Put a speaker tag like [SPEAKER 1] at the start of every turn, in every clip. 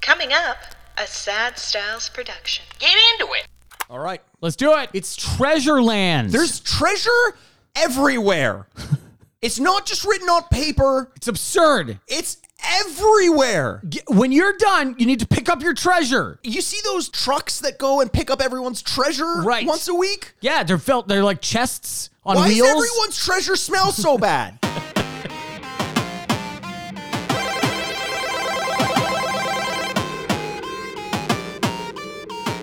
[SPEAKER 1] Coming up, a Sad Styles production.
[SPEAKER 2] Get into it.
[SPEAKER 3] All right.
[SPEAKER 4] Let's do it. It's Treasure Land.
[SPEAKER 3] There's treasure everywhere. it's not just written on paper,
[SPEAKER 4] it's absurd.
[SPEAKER 3] it's everywhere.
[SPEAKER 4] G- When you're done, you need to pick up your treasure.
[SPEAKER 3] You see those trucks that go and pick up everyone's treasure
[SPEAKER 4] Right.
[SPEAKER 3] once a week?
[SPEAKER 4] Yeah, they're felt. They're like chests on
[SPEAKER 3] Why
[SPEAKER 4] wheels.
[SPEAKER 3] does everyone's treasure smell so bad?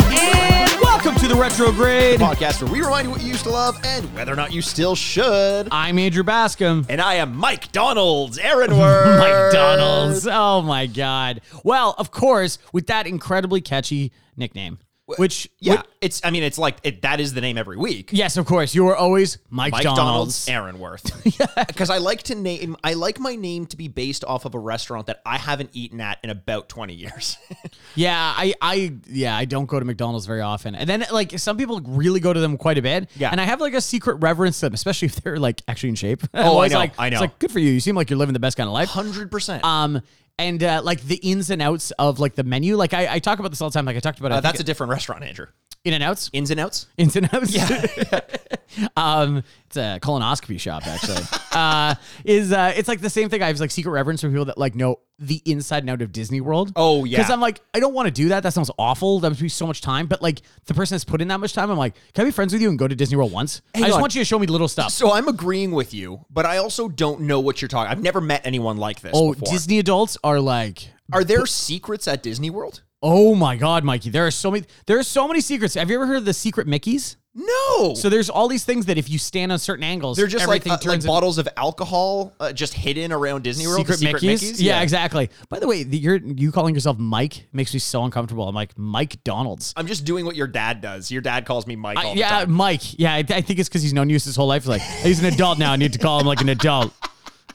[SPEAKER 4] and welcome to the retrograde.
[SPEAKER 3] Podcast where we remind you what you used to love and whether or not you still should.
[SPEAKER 4] I'm Andrew Bascom.
[SPEAKER 3] And I am Mike Donald's Aaron Word.
[SPEAKER 4] McDonald's. Oh my God. Well, of course, with that incredibly catchy nickname, which
[SPEAKER 3] Yeah,
[SPEAKER 4] which-
[SPEAKER 3] it's. I mean, it's like it, that is the name every week.
[SPEAKER 4] yes, of course, you are always Mike,
[SPEAKER 3] Mike
[SPEAKER 4] Donald's.
[SPEAKER 3] Donald's Aaron Worth. Because I like to name, I like my name to be based off of a restaurant that I haven't eaten at in about 20 years.
[SPEAKER 4] Yeah, I, I, yeah, I don't go to McDonald's very often, and then like some people really go to them quite a bit.
[SPEAKER 3] Yeah.
[SPEAKER 4] and I have like a secret reverence to them, especially if they're like actually in shape. I'm
[SPEAKER 3] Oh, I
[SPEAKER 4] always
[SPEAKER 3] know,
[SPEAKER 4] Like,
[SPEAKER 3] I know.
[SPEAKER 4] It's like good for you. You seem like you're living the best kind of life.
[SPEAKER 3] 100%.
[SPEAKER 4] Um, and uh, like the ins and outs of like the menu. Like I, I talk about this all the time. Like I talked about it, I
[SPEAKER 3] Uh,
[SPEAKER 4] think,
[SPEAKER 3] that's a different restaurant, Andrew.
[SPEAKER 4] in and outs.
[SPEAKER 3] Ins and outs?
[SPEAKER 4] Ins and outs. um, it's a colonoscopy shop actually. uh, is uh, it's like the same thing. I have like secret reverence for people that like know the inside and out of Disney World.
[SPEAKER 3] Oh, yeah.
[SPEAKER 4] Because I'm like, I don't want to do that. That sounds awful. That would be so much time. But like the person that's put in that much time, I'm like, can I be friends with you and go to Disney World once? I just
[SPEAKER 3] on.
[SPEAKER 4] want you to show me little stuff.
[SPEAKER 3] So I'm agreeing with you, but I also don't know what you're talking. I've never met anyone like this
[SPEAKER 4] oh,
[SPEAKER 3] before.
[SPEAKER 4] Disney adults are like.
[SPEAKER 3] Are there secrets at Disney World?
[SPEAKER 4] Oh my God, Mikey! There are so many. There are so many secrets. Have you ever heard of the secret Mickey's?
[SPEAKER 3] No.
[SPEAKER 4] So there's all these things that if you stand on certain angles,
[SPEAKER 3] they're just like,
[SPEAKER 4] everything
[SPEAKER 3] uh, like
[SPEAKER 4] turns into-
[SPEAKER 3] bottles of alcohol uh, just hidden around Disney World. the
[SPEAKER 4] secret, Mickey's. Yeah,
[SPEAKER 3] Yeah,
[SPEAKER 4] exactly. By the way, the, you're you calling yourself Mike makes me so uncomfortable. I'm like Mike Donald's.
[SPEAKER 3] I'm just doing what your dad does. Your dad calls me Mike
[SPEAKER 4] I-
[SPEAKER 3] all the
[SPEAKER 4] yeah,
[SPEAKER 3] time.
[SPEAKER 4] Mike. Yeah, I, I think it's because he's known you his whole life. He's Like he's an adult now. I need to call him like an adult.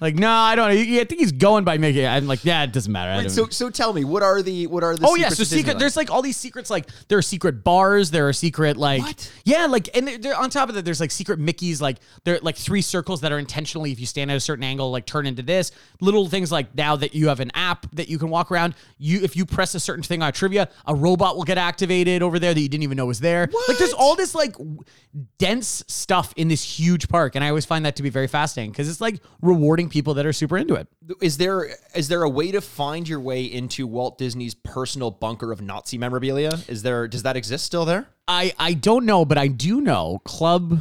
[SPEAKER 4] Like no, I don't. I think he's going by Mickey. I'm like yeah, it doesn't matter. I don't-
[SPEAKER 3] So so tell me, what are the what are the
[SPEAKER 4] Oh yeah,
[SPEAKER 3] secrets
[SPEAKER 4] so
[SPEAKER 3] of
[SPEAKER 4] secret.
[SPEAKER 3] Disneyland?
[SPEAKER 4] There's like all these secrets. Like there are secret bars. There are secret like
[SPEAKER 3] What?
[SPEAKER 4] yeah, like and they're, they're- on top of that. There's like secret Mickey's. Like there are like three circles that are intentionally, if you stand at a certain angle, like turn into this. Little things like now that you have an app that you can walk around. You if you press a certain thing on trivia, a robot will get activated over there that you didn't even know was there. Like there's
[SPEAKER 3] What?
[SPEAKER 4] all this like w- dense stuff in this huge park, and I always find that to be very fascinating because it's like rewarding people that are super into it.
[SPEAKER 3] is there is there a way to find your way into Walt Disney's personal bunker of Nazi memorabilia? Is there does that exist still there?
[SPEAKER 4] I I don't know, but I do know Club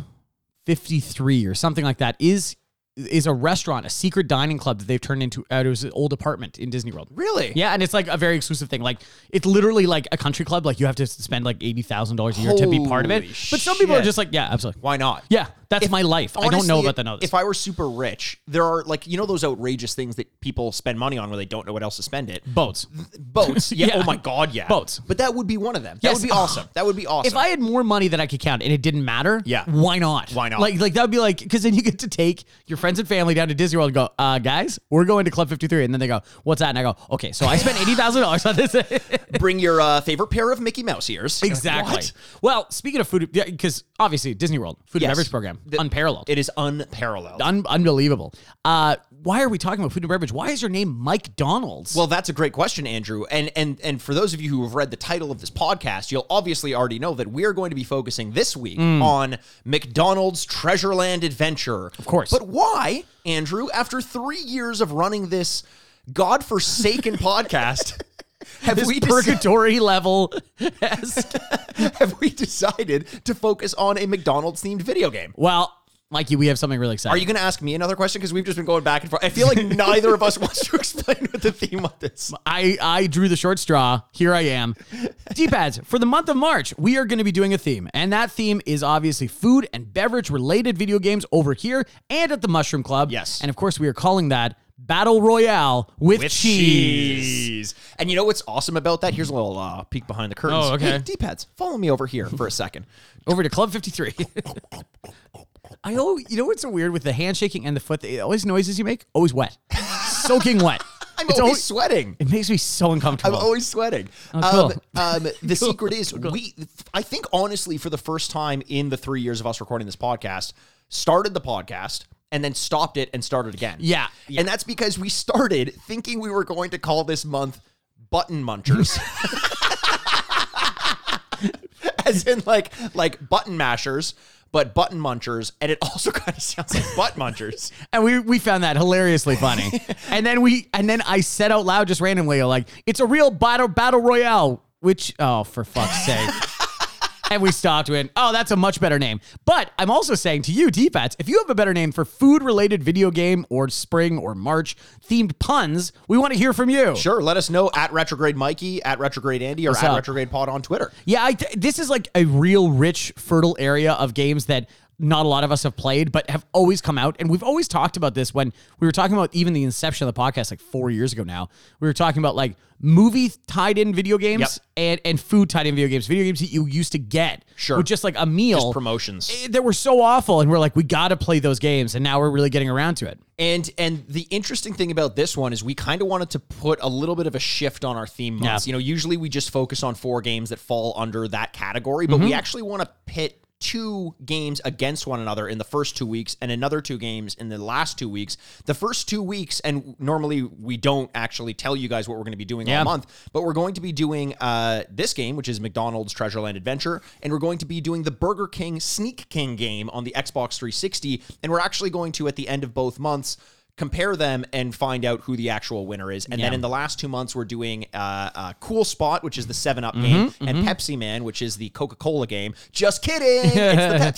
[SPEAKER 4] 53 or something like that is is a restaurant, a secret dining club that they've turned into out of an old apartment in Disney World.
[SPEAKER 3] Really?
[SPEAKER 4] Yeah, and it's like a very exclusive thing. Like it's literally like a country club. Like you have to spend like eighty thousand dollars a year to be part of it.
[SPEAKER 3] Holy
[SPEAKER 4] But some people are
[SPEAKER 3] shit.
[SPEAKER 4] just like, yeah, absolutely.
[SPEAKER 3] Why not?
[SPEAKER 4] Yeah, that's my life. I don't know
[SPEAKER 3] Honestly,
[SPEAKER 4] about the notice.
[SPEAKER 3] If I were super rich, there are like you know those outrageous things that people spend money on where they don't know what else to spend it.
[SPEAKER 4] Boats.
[SPEAKER 3] Boats. Yeah.
[SPEAKER 4] Yeah.
[SPEAKER 3] Oh my god, yeah.
[SPEAKER 4] Boats.
[SPEAKER 3] But that would be one of them. That
[SPEAKER 4] Yes.
[SPEAKER 3] would be awesome. That would be awesome.
[SPEAKER 4] If I had more money that I could count and it didn't matter,
[SPEAKER 3] Yeah.
[SPEAKER 4] why not?
[SPEAKER 3] Why not?
[SPEAKER 4] Like, like that would be like because then you get to take your friends and family down to Disney World and go, uh, guys, we're going to Club Fifty Three, and then they go, what's that? And I go, okay, so I spent eighty thousand dollars on this.
[SPEAKER 3] Bring your uh, favorite pair of Mickey Mouse ears.
[SPEAKER 4] exactly.
[SPEAKER 3] What?
[SPEAKER 4] Well, speaking of food, because obviously Disney World food
[SPEAKER 3] Yes.
[SPEAKER 4] and beverage program
[SPEAKER 3] The-
[SPEAKER 4] unparalleled.
[SPEAKER 3] It is unparalleled.
[SPEAKER 4] Un- unbelievable. Uh, why are we talking about food and beverage? Why is your name Mike Donald's?
[SPEAKER 3] Well, that's a great question, Andrew. And and and for those of you who have read the title of this podcast, you'll obviously already know that we're going to be focusing this week
[SPEAKER 4] Mm.
[SPEAKER 3] on McDonald's Treasureland Adventure. Of
[SPEAKER 4] course.
[SPEAKER 3] But why, Andrew, after 3 years of running this godforsaken podcast, have
[SPEAKER 4] this
[SPEAKER 3] we deci-
[SPEAKER 4] purgatory level.
[SPEAKER 3] have we decided to focus on a McDonald's themed video game?
[SPEAKER 4] well, Mikey, we have something really exciting.
[SPEAKER 3] Are you going to ask me another question because we've just been going back and forth. I feel like neither of us wants to explain what the theme of this.
[SPEAKER 4] I, I drew the short straw. Here I am. D pads, for the month of March, we are going to be doing a theme. And that theme is obviously food and beverage related video games over here and at the Mushroom Club.
[SPEAKER 3] Yes.
[SPEAKER 4] And of course, we are calling that Battle Royale with, cheese.
[SPEAKER 3] And you know what's awesome about that? Here's a little uh, peek behind the curtains.
[SPEAKER 4] Oh, okay.
[SPEAKER 3] Hey, D-pads, follow me over here for a second.
[SPEAKER 4] Over to Club 53. I always, you know what's so weird with the handshaking and the foot, the- all these noises you make, always wet. Soaking wet.
[SPEAKER 3] I'm always
[SPEAKER 4] It's always-
[SPEAKER 3] sweating.
[SPEAKER 4] It makes me so
[SPEAKER 3] I'm
[SPEAKER 4] uncomfortable.
[SPEAKER 3] always sweating.
[SPEAKER 4] Oh,
[SPEAKER 3] um, um, the secret is we. I think honestly, for the first time in the three years of us recording this podcast, started the podcast and then stopped it and started again.
[SPEAKER 4] Yeah, yeah.
[SPEAKER 3] and that's because we started thinking we were going to call this month button munchers. As in like like button mashers, but button munchers, and it also kind of sounds like butt munchers.
[SPEAKER 4] And we we found that hilariously funny. and then we and then I said out loud just randomly like it's a real battle battle royale, which oh for fuck's sake. And we stopped and oh, that's a much better name. But I'm also saying to you, D-Pats, if you have a better name for food-related video game or spring or March themed puns, we want to hear from you.
[SPEAKER 3] Sure, let us know at retrograde Mikey, at retrograde Andy, or at
[SPEAKER 4] up?
[SPEAKER 3] retrograde Pod on Twitter.
[SPEAKER 4] Yeah, I, this is like a real rich, fertile area of games that not a lot of us have played, but have always come out. And we've always talked about this when we were talking about even the inception of the podcast like four years ago now. We were talking about like movie tied in video games and, and food tied in video games, video games that you used to get
[SPEAKER 3] Sure.
[SPEAKER 4] with just like a meal.
[SPEAKER 3] Promotions.
[SPEAKER 4] eh, that were so awful, and we're like, we got to play those games, and now we're really getting around to it.
[SPEAKER 3] And and the interesting thing about this one is we kind of wanted to put a little bit of a shift on our theme months. You know, usually we just focus on four games that fall under that category, but we actually want to pit two games against one another in the first two weeks and another two games in the last two weeks. The first two weeks, and normally we don't actually tell you guys what we're going to be doing all
[SPEAKER 4] Yeah.
[SPEAKER 3] month, but we're going to be doing uh, this game, which is McDonald's Treasure Land Adventure, and we're going to be doing the Burger King Sneak King game on the Xbox 360, and we're actually going to at the end of both months compare them and find out who the actual winner is. And then in the last two months, we're doing uh, uh, Cool Spot, which is the Seven Up game, and Pepsi Man, which is the Coca Cola game. Just kidding, it's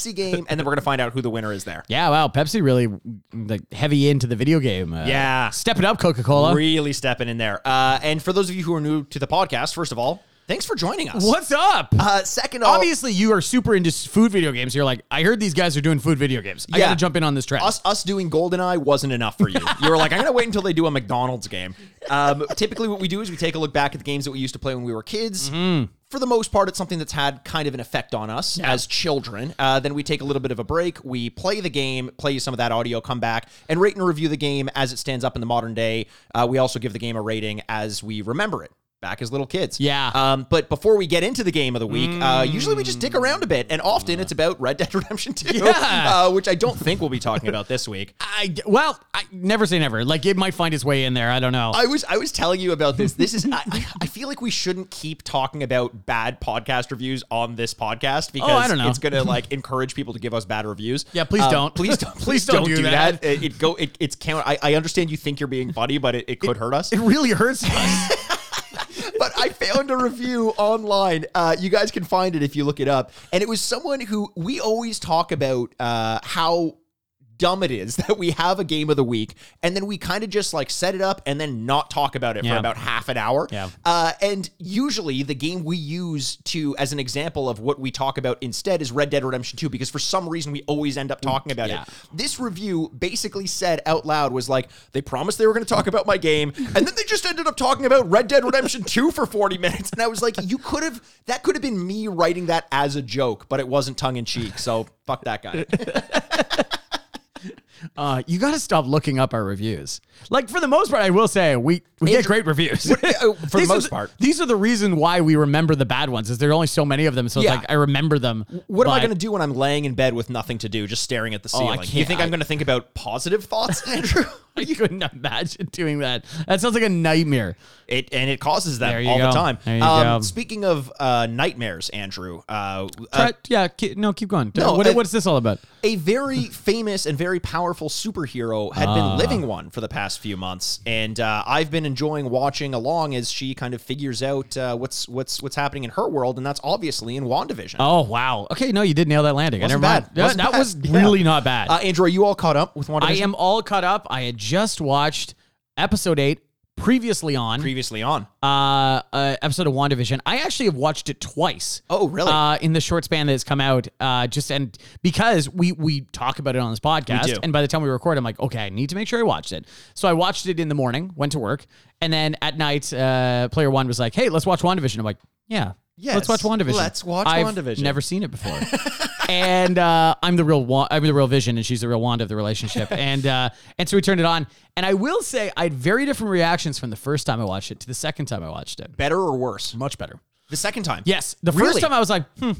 [SPEAKER 3] the Pepsi game, and then we're gonna find out who the winner is there.
[SPEAKER 4] Yeah, wow, Pepsi really like heavy into the video game. Uh,
[SPEAKER 3] Yeah.
[SPEAKER 4] step it up, Coca Cola.
[SPEAKER 3] Really stepping in there. Uh, and for those of you who are new to the podcast, first of all, thanks for joining us.
[SPEAKER 4] What's up?
[SPEAKER 3] Uh, second, all,
[SPEAKER 4] obviously you are super into s- food video games. You're like, I heard these guys are doing food video games. I
[SPEAKER 3] Yeah.
[SPEAKER 4] gotta jump in on this trend.
[SPEAKER 3] us us doing Goldeneye wasn't enough for you. You were like, I'm gonna wait until they do a McDonald's game. Um, typically, what we do is we take a look back at the games that we used to play when we were kids. For the most part, it's something that's had kind of an effect on us as children. Uh, then we take a little bit of a break. We play the game, play some of that audio, come back, and rate and review the game as it stands up in the modern day. Uh, we also give the game a rating as we remember it. Back as little kids.
[SPEAKER 4] Yeah.
[SPEAKER 3] Um, but before we get into the game of the week, uh, usually we just dick around a bit. And often it's about Red Dead Redemption 2
[SPEAKER 4] Yeah.
[SPEAKER 3] uh, which I don't think we'll be talking about this week.
[SPEAKER 4] I d- well, I never say never. Like it might find its way in there. I don't know.
[SPEAKER 3] I was I was telling you about this. This is I, I feel like we shouldn't keep talking about bad podcast reviews on this podcast because
[SPEAKER 4] I don't know.
[SPEAKER 3] it's gonna like encourage people to give us bad reviews. Um,
[SPEAKER 4] Yeah, please don't.
[SPEAKER 3] Please don't. Please don't, do that. It, it go. It, it's count. I, I understand you think you're being funny, but it, it could hurt us.
[SPEAKER 4] it really hurts us.
[SPEAKER 3] but I found a review online. Uh, you guys can find it if you look it up. And it was someone who we always talk about uh, how dumb it is that we have a game of the week and then we kind of just like set it up and then not talk about it for
[SPEAKER 4] Yeah.
[SPEAKER 3] about half an hour.
[SPEAKER 4] Yeah.
[SPEAKER 3] Uh, and usually the game we use to as an example of what we talk about instead is Red Dead Redemption 2 because for some reason we always end up talking about
[SPEAKER 4] Yeah.
[SPEAKER 3] it. This review basically said out loud was like they promised they were going to talk about my game and then they just ended up talking about Red Dead Redemption 2 for 40 minutes and I was like you could have that could have been me writing that as a joke but it wasn't tongue in cheek. So fuck that guy.
[SPEAKER 4] Uh, you gotta stop looking up our reviews. Like for the most part, I will say we we get great reviews. for
[SPEAKER 3] oh, for the most part.
[SPEAKER 4] these are the reason why we remember the bad ones. Is there are only so many of them? So
[SPEAKER 3] Yeah.
[SPEAKER 4] it's like I remember them.
[SPEAKER 3] What am I
[SPEAKER 4] but- Oh,
[SPEAKER 3] going to do when I'm laying in bed with nothing to do, just staring at the ceiling? you
[SPEAKER 4] can't-
[SPEAKER 3] think I, am going to think about positive thoughts, Andrew?
[SPEAKER 4] I couldn't imagine doing that. That sounds like a nightmare.
[SPEAKER 3] It and it causes them
[SPEAKER 4] There you
[SPEAKER 3] all the
[SPEAKER 4] go.
[SPEAKER 3] time. Um,
[SPEAKER 4] There you go.
[SPEAKER 3] Speaking of uh, nightmares, Andrew, uh, uh,
[SPEAKER 4] Try- yeah, ki- no, keep going.
[SPEAKER 3] no,
[SPEAKER 4] What-
[SPEAKER 3] uh,
[SPEAKER 4] what's this all about?
[SPEAKER 3] a very famous and very powerful superhero had
[SPEAKER 4] Ah.
[SPEAKER 3] been living one for the past few months, and uh, I've been enjoying watching along as she kind of figures out uh, what's what's what's happening in her world, and that's obviously in Wandavision.
[SPEAKER 4] Oh wow. Okay, no, you did nail that landing. I
[SPEAKER 3] Wasn't
[SPEAKER 4] never mind.
[SPEAKER 3] bad.
[SPEAKER 4] That-
[SPEAKER 3] Wasn't
[SPEAKER 4] that
[SPEAKER 3] bad.
[SPEAKER 4] was
[SPEAKER 3] Yeah.
[SPEAKER 4] really not bad.
[SPEAKER 3] Uh, Andrew, are you all caught up with Wandavision?
[SPEAKER 4] I am all caught up. I had just watched episode eight previously on
[SPEAKER 3] previously on.
[SPEAKER 4] uh, uh episode of WandaVision. I actually have watched it twice.
[SPEAKER 3] Oh, really?
[SPEAKER 4] Uh, in the short span that it's come out, uh, just and because we we talk about it on this podcast,
[SPEAKER 3] do.
[SPEAKER 4] and by the time we record, I'm like, okay, I need to make sure I watched it. So I watched it in the morning, went to work, and then at night, uh, player one was like, hey, let's watch WandaVision. I'm like, yeah,
[SPEAKER 3] Yes,
[SPEAKER 4] let's watch WandaVision.
[SPEAKER 3] let's watch
[SPEAKER 4] I've
[SPEAKER 3] WandaVision.
[SPEAKER 4] Never seen it before. and uh, I'm the real Wa- I'm the real Vision, and she's the real Wanda of the relationship. And uh, and so we turned it on, and I will say I had very different reactions from the first time I watched it to the second time I watched it.
[SPEAKER 3] Better or worse?
[SPEAKER 4] Much better.
[SPEAKER 3] The second time.
[SPEAKER 4] Yes, the
[SPEAKER 3] Really?
[SPEAKER 4] first time I was like, hmm.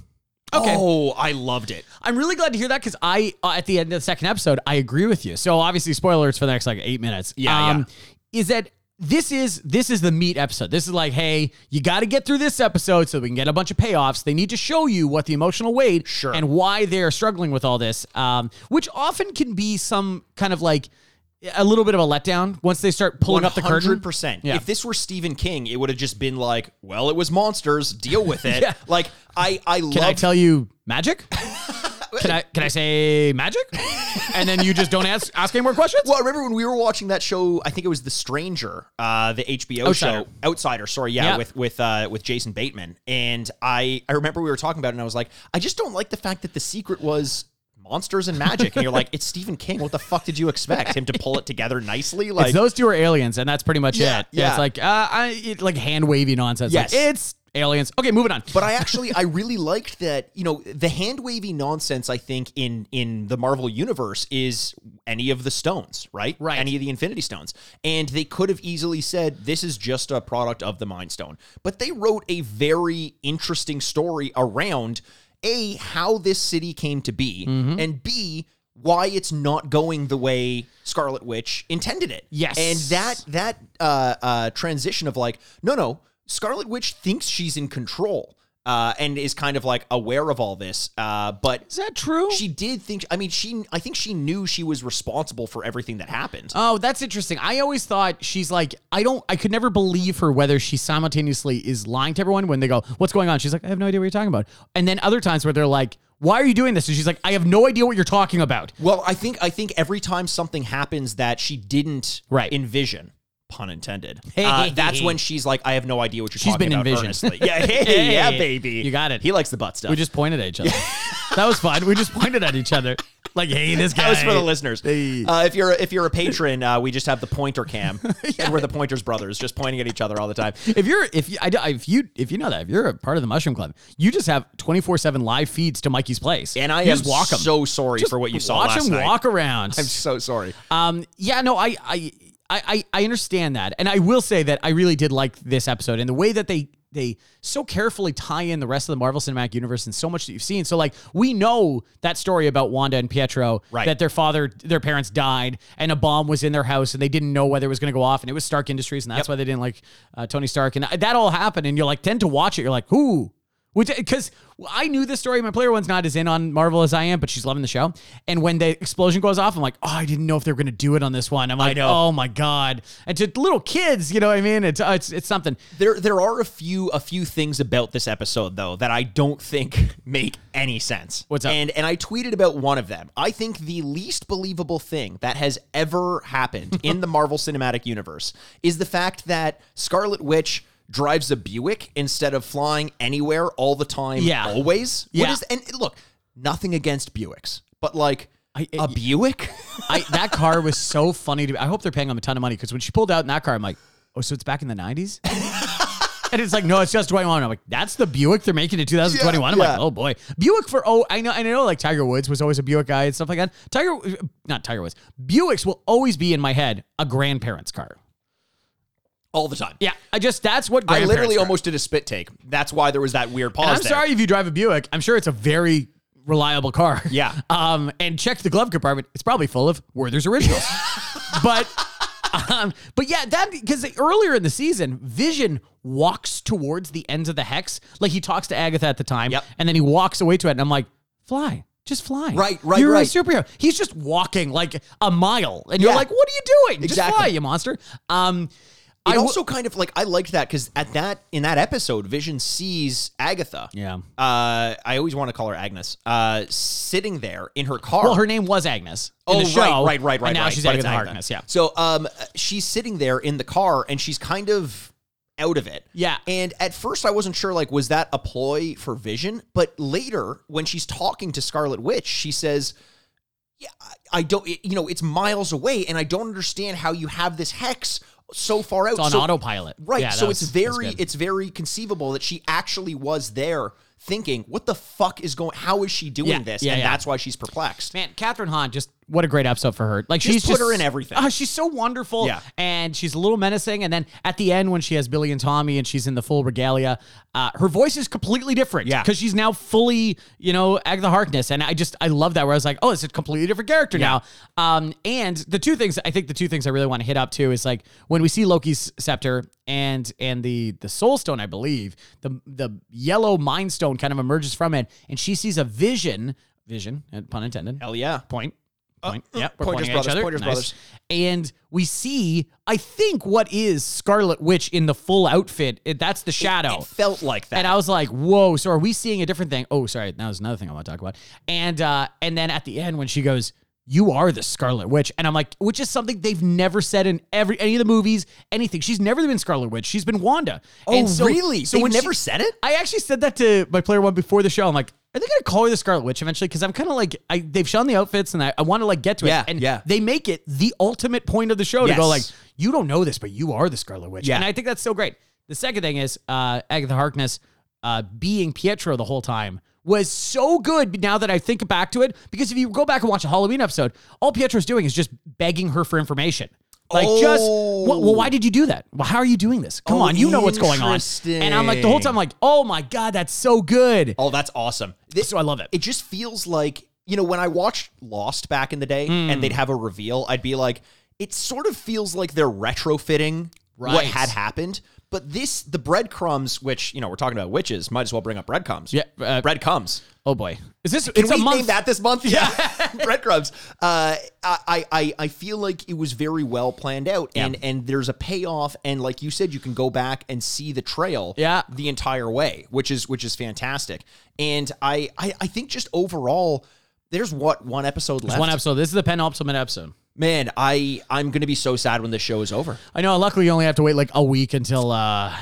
[SPEAKER 4] Okay.
[SPEAKER 3] Oh, I loved it.
[SPEAKER 4] I'm really glad to hear that because I, uh, at the end of the second episode, I agree with you. So obviously, spoilers for the next like eight minutes.
[SPEAKER 3] Yeah,
[SPEAKER 4] Um, Is that this is this is the meat episode. This is like, hey, you got to get through this episode so we can get a bunch of payoffs. They need to show you what the emotional weight
[SPEAKER 3] Sure.
[SPEAKER 4] and why they're struggling with all this, um, which often can be some kind of like a little bit of a letdown once they start pulling up the curtain.
[SPEAKER 3] 100%.
[SPEAKER 4] Yeah.
[SPEAKER 3] If this were Stephen King, it would have just been like, well, it was monsters, deal with it.
[SPEAKER 4] Yeah.
[SPEAKER 3] Like I I
[SPEAKER 4] Can I
[SPEAKER 3] love
[SPEAKER 4] tell you magic? can I can I say magic? and then you just don't ask ask any more questions.
[SPEAKER 3] Well, I remember when we were watching that show. I think it was The Stranger, uh, the HBO
[SPEAKER 4] Outsider.
[SPEAKER 3] show, Outsider. Sorry, yeah,
[SPEAKER 4] Yeah.
[SPEAKER 3] with with uh, with Jason Bateman. And I I remember we were talking about it, and I was like, I just don't like the fact that the secret was monsters and magic. And you're like, it's Stephen King. What the fuck did you expect him to pull it together nicely? Like,
[SPEAKER 4] it's those two are aliens, and that's pretty much
[SPEAKER 3] Yeah,
[SPEAKER 4] it. Yeah,
[SPEAKER 3] yeah.
[SPEAKER 4] it's like uh, I it, like hand wavy nonsense. Like,
[SPEAKER 3] Yes.
[SPEAKER 4] it's aliens. Okay, moving on.
[SPEAKER 3] but I actually I really liked that you know the hand wavy nonsense I think in in the Marvel universe is any of the stones right
[SPEAKER 4] Right.
[SPEAKER 3] any of the Infinity Stones and they could have easily said this is just a product of the Mind Stone but they wrote a very interesting story around a how this city came to be
[SPEAKER 4] Mm-hmm.
[SPEAKER 3] and b why it's not going the way Scarlet Witch intended it
[SPEAKER 4] Yes.
[SPEAKER 3] and that that uh, uh, transition of like, no, no, Scarlet Witch thinks she's in control uh, and is kind of like aware of all this, uh, but
[SPEAKER 4] is that true?
[SPEAKER 3] she did think. I mean, she. I think she knew she was responsible for everything that happened.
[SPEAKER 4] Oh, that's interesting. I always thought she's like, I don't, I could never believe her whether she simultaneously is lying to everyone when they go, What's going on? She's like, I have no idea what you're talking about. And then other times where they're like, Why are you doing this? And she's like, I have no idea what you're talking about.
[SPEAKER 3] well, I think I think every time something happens that she didn't
[SPEAKER 4] Right.
[SPEAKER 3] envision. Pun intended. uh, that's when she's like, I have no idea what you're
[SPEAKER 4] She's
[SPEAKER 3] talking
[SPEAKER 4] been
[SPEAKER 3] about.
[SPEAKER 4] envisioned.
[SPEAKER 3] Earnestly. Yeah, hey, yeah,
[SPEAKER 4] Hey,
[SPEAKER 3] baby.
[SPEAKER 4] you got it.
[SPEAKER 3] He likes the butt stuff.
[SPEAKER 4] We just pointed at each other. that was fun. We just pointed at each other. Like, hey, this guy.
[SPEAKER 3] That was for the listeners. Uh, if you're if you're a patron, uh, we just have the pointer cam, and we're the pointers brothers, just pointing at each other all the time.
[SPEAKER 4] If you're if you I, I- if you if you know that if you're a part of the Mushroom Club, you just have twenty four seven live feeds to Mikey's place,
[SPEAKER 3] And I
[SPEAKER 4] you
[SPEAKER 3] am
[SPEAKER 4] just walk 'em.
[SPEAKER 3] so sorry
[SPEAKER 4] Just
[SPEAKER 3] for what you saw
[SPEAKER 4] watch
[SPEAKER 3] last
[SPEAKER 4] him
[SPEAKER 3] night.
[SPEAKER 4] walk around.
[SPEAKER 3] I'm so sorry.
[SPEAKER 4] Um, yeah, no, I, I, I, I- I understand that, and I will say that I really did like this episode and the way that they they so carefully tie in the rest of the Marvel Cinematic Universe and so much that you've seen. So like we know that story about Wanda and Pietro,
[SPEAKER 3] Right.
[SPEAKER 4] That their father, their parents died, and a bomb was in their house, and they didn't know whether it was going to go off, and it was Stark Industries, and that's why they didn't like uh, Tony Stark, and that all happened, and you're like tend to watch it, you're like, ooh. Which, because I knew this story, my player one's not as in on Marvel as I am, but she's loving the show. And when the explosion goes off, I'm like, oh, I didn't know if they were gonna do it on this one. I'm like,
[SPEAKER 3] know.
[SPEAKER 4] oh my god! And to little kids, you know what I mean? It's uh, it's, it's something.
[SPEAKER 3] There there are a few a few things about this episode though that I don't think make any sense.
[SPEAKER 4] What's up?
[SPEAKER 3] And and I tweeted about one of them. I think the least believable thing that has ever happened in the Marvel Cinematic Universe is the fact that Scarlet Witch drives a Buick instead of flying anywhere all the time
[SPEAKER 4] Yeah.
[SPEAKER 3] always.
[SPEAKER 4] Yeah.
[SPEAKER 3] What is and look, nothing against Buicks, but like a
[SPEAKER 4] I- I-
[SPEAKER 3] Buick?
[SPEAKER 4] I that car was so funny to me. I hope they're paying them a ton of money because when she pulled out in that car, I'm like, oh, so it's back in the '90s. And it's like, no, it's just 21. I'm like, that's the Buick they're making in 2021. I'm
[SPEAKER 3] Yeah,
[SPEAKER 4] like,
[SPEAKER 3] yeah.
[SPEAKER 4] oh boy, Buick for oh, I know, I know, like Tiger Woods was always a Buick guy and stuff like that. Tiger, not Tiger Woods, Buicks will always be in my head a grandparent's car.
[SPEAKER 3] all the time.
[SPEAKER 4] Yeah, I just that's what
[SPEAKER 3] I literally
[SPEAKER 4] grandparents' car-
[SPEAKER 3] almost did a spit take. That's why there was that weird pause
[SPEAKER 4] And I'm
[SPEAKER 3] there.
[SPEAKER 4] sorry if you drive a Buick. I'm sure it's a very reliable car.
[SPEAKER 3] Yeah.
[SPEAKER 4] Um, and check the glove compartment. It's probably full of Werther's originals. but, um, but yeah, that because earlier in the season, Vision walks towards the ends of the hex. Like he talks to Agatha at the time,
[SPEAKER 3] Yep.
[SPEAKER 4] and then he walks away to it, and I'm like, fly. Just fly.
[SPEAKER 3] Right, right,
[SPEAKER 4] You're a
[SPEAKER 3] right.
[SPEAKER 4] superhero. He's just walking like a mile, and you're
[SPEAKER 3] Yeah.
[SPEAKER 4] like, "What are you doing? Just
[SPEAKER 3] Exactly.
[SPEAKER 4] fly, you monster." Um,
[SPEAKER 3] It
[SPEAKER 4] I w-
[SPEAKER 3] also kind of like I liked that because at that in that episode, Vision sees Agatha.
[SPEAKER 4] Yeah.
[SPEAKER 3] Uh, I always want to call her Agnes. Uh, sitting there in her car.
[SPEAKER 4] well, her name was Agnes. in
[SPEAKER 3] oh,
[SPEAKER 4] the show,
[SPEAKER 3] right, right, right, right.
[SPEAKER 4] And now
[SPEAKER 3] right,
[SPEAKER 4] she's
[SPEAKER 3] but
[SPEAKER 4] Agatha
[SPEAKER 3] it's
[SPEAKER 4] Harkness. Yeah.
[SPEAKER 3] So, um, she's sitting there in the car, and she's kind of out of it.
[SPEAKER 4] Yeah.
[SPEAKER 3] And at first, I wasn't sure like was that a ploy for Vision, but later when she's talking to Scarlet Witch, she says. "Yeah, I- I don't, it- you know, it's miles away, and I don't understand how you have this hex so far out.
[SPEAKER 4] It's on
[SPEAKER 3] So-
[SPEAKER 4] autopilot.
[SPEAKER 3] Right.
[SPEAKER 4] Yeah, that
[SPEAKER 3] so
[SPEAKER 4] was-
[SPEAKER 3] it's
[SPEAKER 4] that was
[SPEAKER 3] very
[SPEAKER 4] good.
[SPEAKER 3] it's very conceivable that she actually was there thinking, what the fuck is going how is she doing
[SPEAKER 4] Yeah,
[SPEAKER 3] this?
[SPEAKER 4] yeah,
[SPEAKER 3] and
[SPEAKER 4] yeah.
[SPEAKER 3] that's why she's perplexed.
[SPEAKER 4] Man, Catherine Hahn just What a great episode for her. Like
[SPEAKER 3] Just
[SPEAKER 4] she's
[SPEAKER 3] put her in everything.
[SPEAKER 4] Oh, she's so wonderful.
[SPEAKER 3] Yeah.
[SPEAKER 4] And she's a little menacing. And then at the end, when she has Billy and Tommy and she's in the full regalia, uh, her voice is completely different.
[SPEAKER 3] Yeah.
[SPEAKER 4] Because she's now fully, you know, Agatha Harkness. And I just, I love that where I was like, oh, it's a completely different character now. Um, and the two things, I think the two things I really want to hit up too is like when we see Loki's scepter and, and the, the soul stone, I believe, the, the yellow mind stone kind of emerges from it. And she sees a vision, vision, uh, pun intended.
[SPEAKER 3] Hell yeah.
[SPEAKER 4] Point. Point.
[SPEAKER 3] uh,
[SPEAKER 4] yeah, we're
[SPEAKER 3] Pointers
[SPEAKER 4] pointing at
[SPEAKER 3] Brothers,
[SPEAKER 4] each other.
[SPEAKER 3] Pointers
[SPEAKER 4] Nice.
[SPEAKER 3] Brothers.
[SPEAKER 4] And we see, I think, what is Scarlet Witch in the full outfit. It, that's the shadow.
[SPEAKER 3] It felt like that.
[SPEAKER 4] and I was like, "Whoa!" So are we seeing a different thing? Oh, sorry, that was another thing I want to talk about. And uh, and then at the end when she goes, "You are the Scarlet Witch," and I'm like, which is something they've never said in every any of the movies, anything. She's never been Scarlet Witch. She's been Wanda.
[SPEAKER 3] oh,
[SPEAKER 4] And uh, so-
[SPEAKER 3] really? So
[SPEAKER 4] they
[SPEAKER 3] we
[SPEAKER 4] she-
[SPEAKER 3] never said it?
[SPEAKER 4] I actually said that to my player one before the show. I'm like, are they gonna call her the Scarlet Witch eventually? Because I'm kind of like, I they've shown the outfits and I, I want to like get to
[SPEAKER 3] Yeah,
[SPEAKER 4] it. And
[SPEAKER 3] yeah.
[SPEAKER 4] they make it the ultimate point of the show
[SPEAKER 3] Yes.
[SPEAKER 4] to go like, you don't know this, but you are the Scarlet Witch.
[SPEAKER 3] Yeah.
[SPEAKER 4] And I think that's so great. The second thing is uh, Agatha Harkness uh, being Pietro the whole time was so good now that I think back to it. Because if you go back and watch a Halloween episode, all Pietro's doing is just begging her for information. Like just
[SPEAKER 3] Oh.
[SPEAKER 4] well, well, why did you do that? Well, how are you doing this? Come
[SPEAKER 3] Oh,
[SPEAKER 4] on, you know what's going on. And I'm like the whole
[SPEAKER 3] interesting.
[SPEAKER 4] time, I'm like, oh my god, that's so good.
[SPEAKER 3] Oh, that's awesome. This,
[SPEAKER 4] So I love it.
[SPEAKER 3] it just feels like you know when I watched Lost back in the day,
[SPEAKER 4] Hmm.
[SPEAKER 3] and they'd have a reveal. I'd be like, it sort of feels like they're retrofitting what
[SPEAKER 4] Right.
[SPEAKER 3] had happened. But this, the breadcrumbs, which you know we're talking about witches, might as well bring up breadcrumbs.
[SPEAKER 4] Yeah, uh,
[SPEAKER 3] breadcrumbs.
[SPEAKER 4] oh boy, is this?
[SPEAKER 3] Can
[SPEAKER 4] it's
[SPEAKER 3] we
[SPEAKER 4] a month.
[SPEAKER 3] name that this month? Yeah, breadcrumbs. Uh, I, I I feel like it was very well planned out, and and there's a payoff, and like you said, you can go back and see the trail,
[SPEAKER 4] Yeah.
[SPEAKER 3] the entire way, which is which is fantastic. And I I, I think just overall, there's what one episode left.
[SPEAKER 4] One episode. This is the penultimate episode.
[SPEAKER 3] Man, I I'm gonna be so sad when this show is over.
[SPEAKER 4] I know. Luckily, you only have to wait like a week until uh,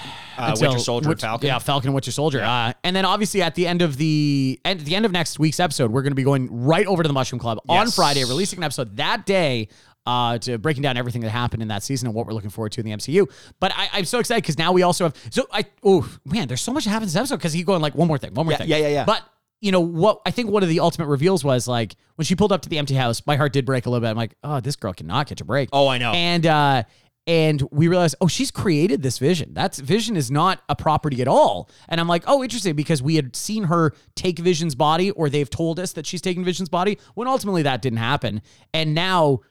[SPEAKER 3] Winter Soldier and
[SPEAKER 4] Wit-
[SPEAKER 3] Falcon.
[SPEAKER 4] Yeah, Falcon and Winter Soldier. Uh, and then obviously at the end of the at the end of next week's episode, we're going to be going right over to the Mushroom Club on
[SPEAKER 3] Yes.
[SPEAKER 4] Friday, releasing an episode that day. Uh, to breaking down everything that happened in that season and what we're looking forward to in the MCU, but I, I'm so excited because now we also have so I oh man, there's so much that happens in this episode because he going like one more thing, one more
[SPEAKER 3] Yeah,
[SPEAKER 4] thing,
[SPEAKER 3] yeah, yeah, yeah.
[SPEAKER 4] But you know what? I think one of the ultimate reveals was like when she pulled up to the empty house, my heart did break a little bit. I'm like, oh, this girl cannot catch a break.
[SPEAKER 3] Oh, I know.
[SPEAKER 4] And uh and we realized, oh, she's created this vision. That's vision is not a property at all. And I'm like, oh, interesting, because we had seen her take Vision's body, or they've told us that she's taken Vision's body, when ultimately that didn't happen. And now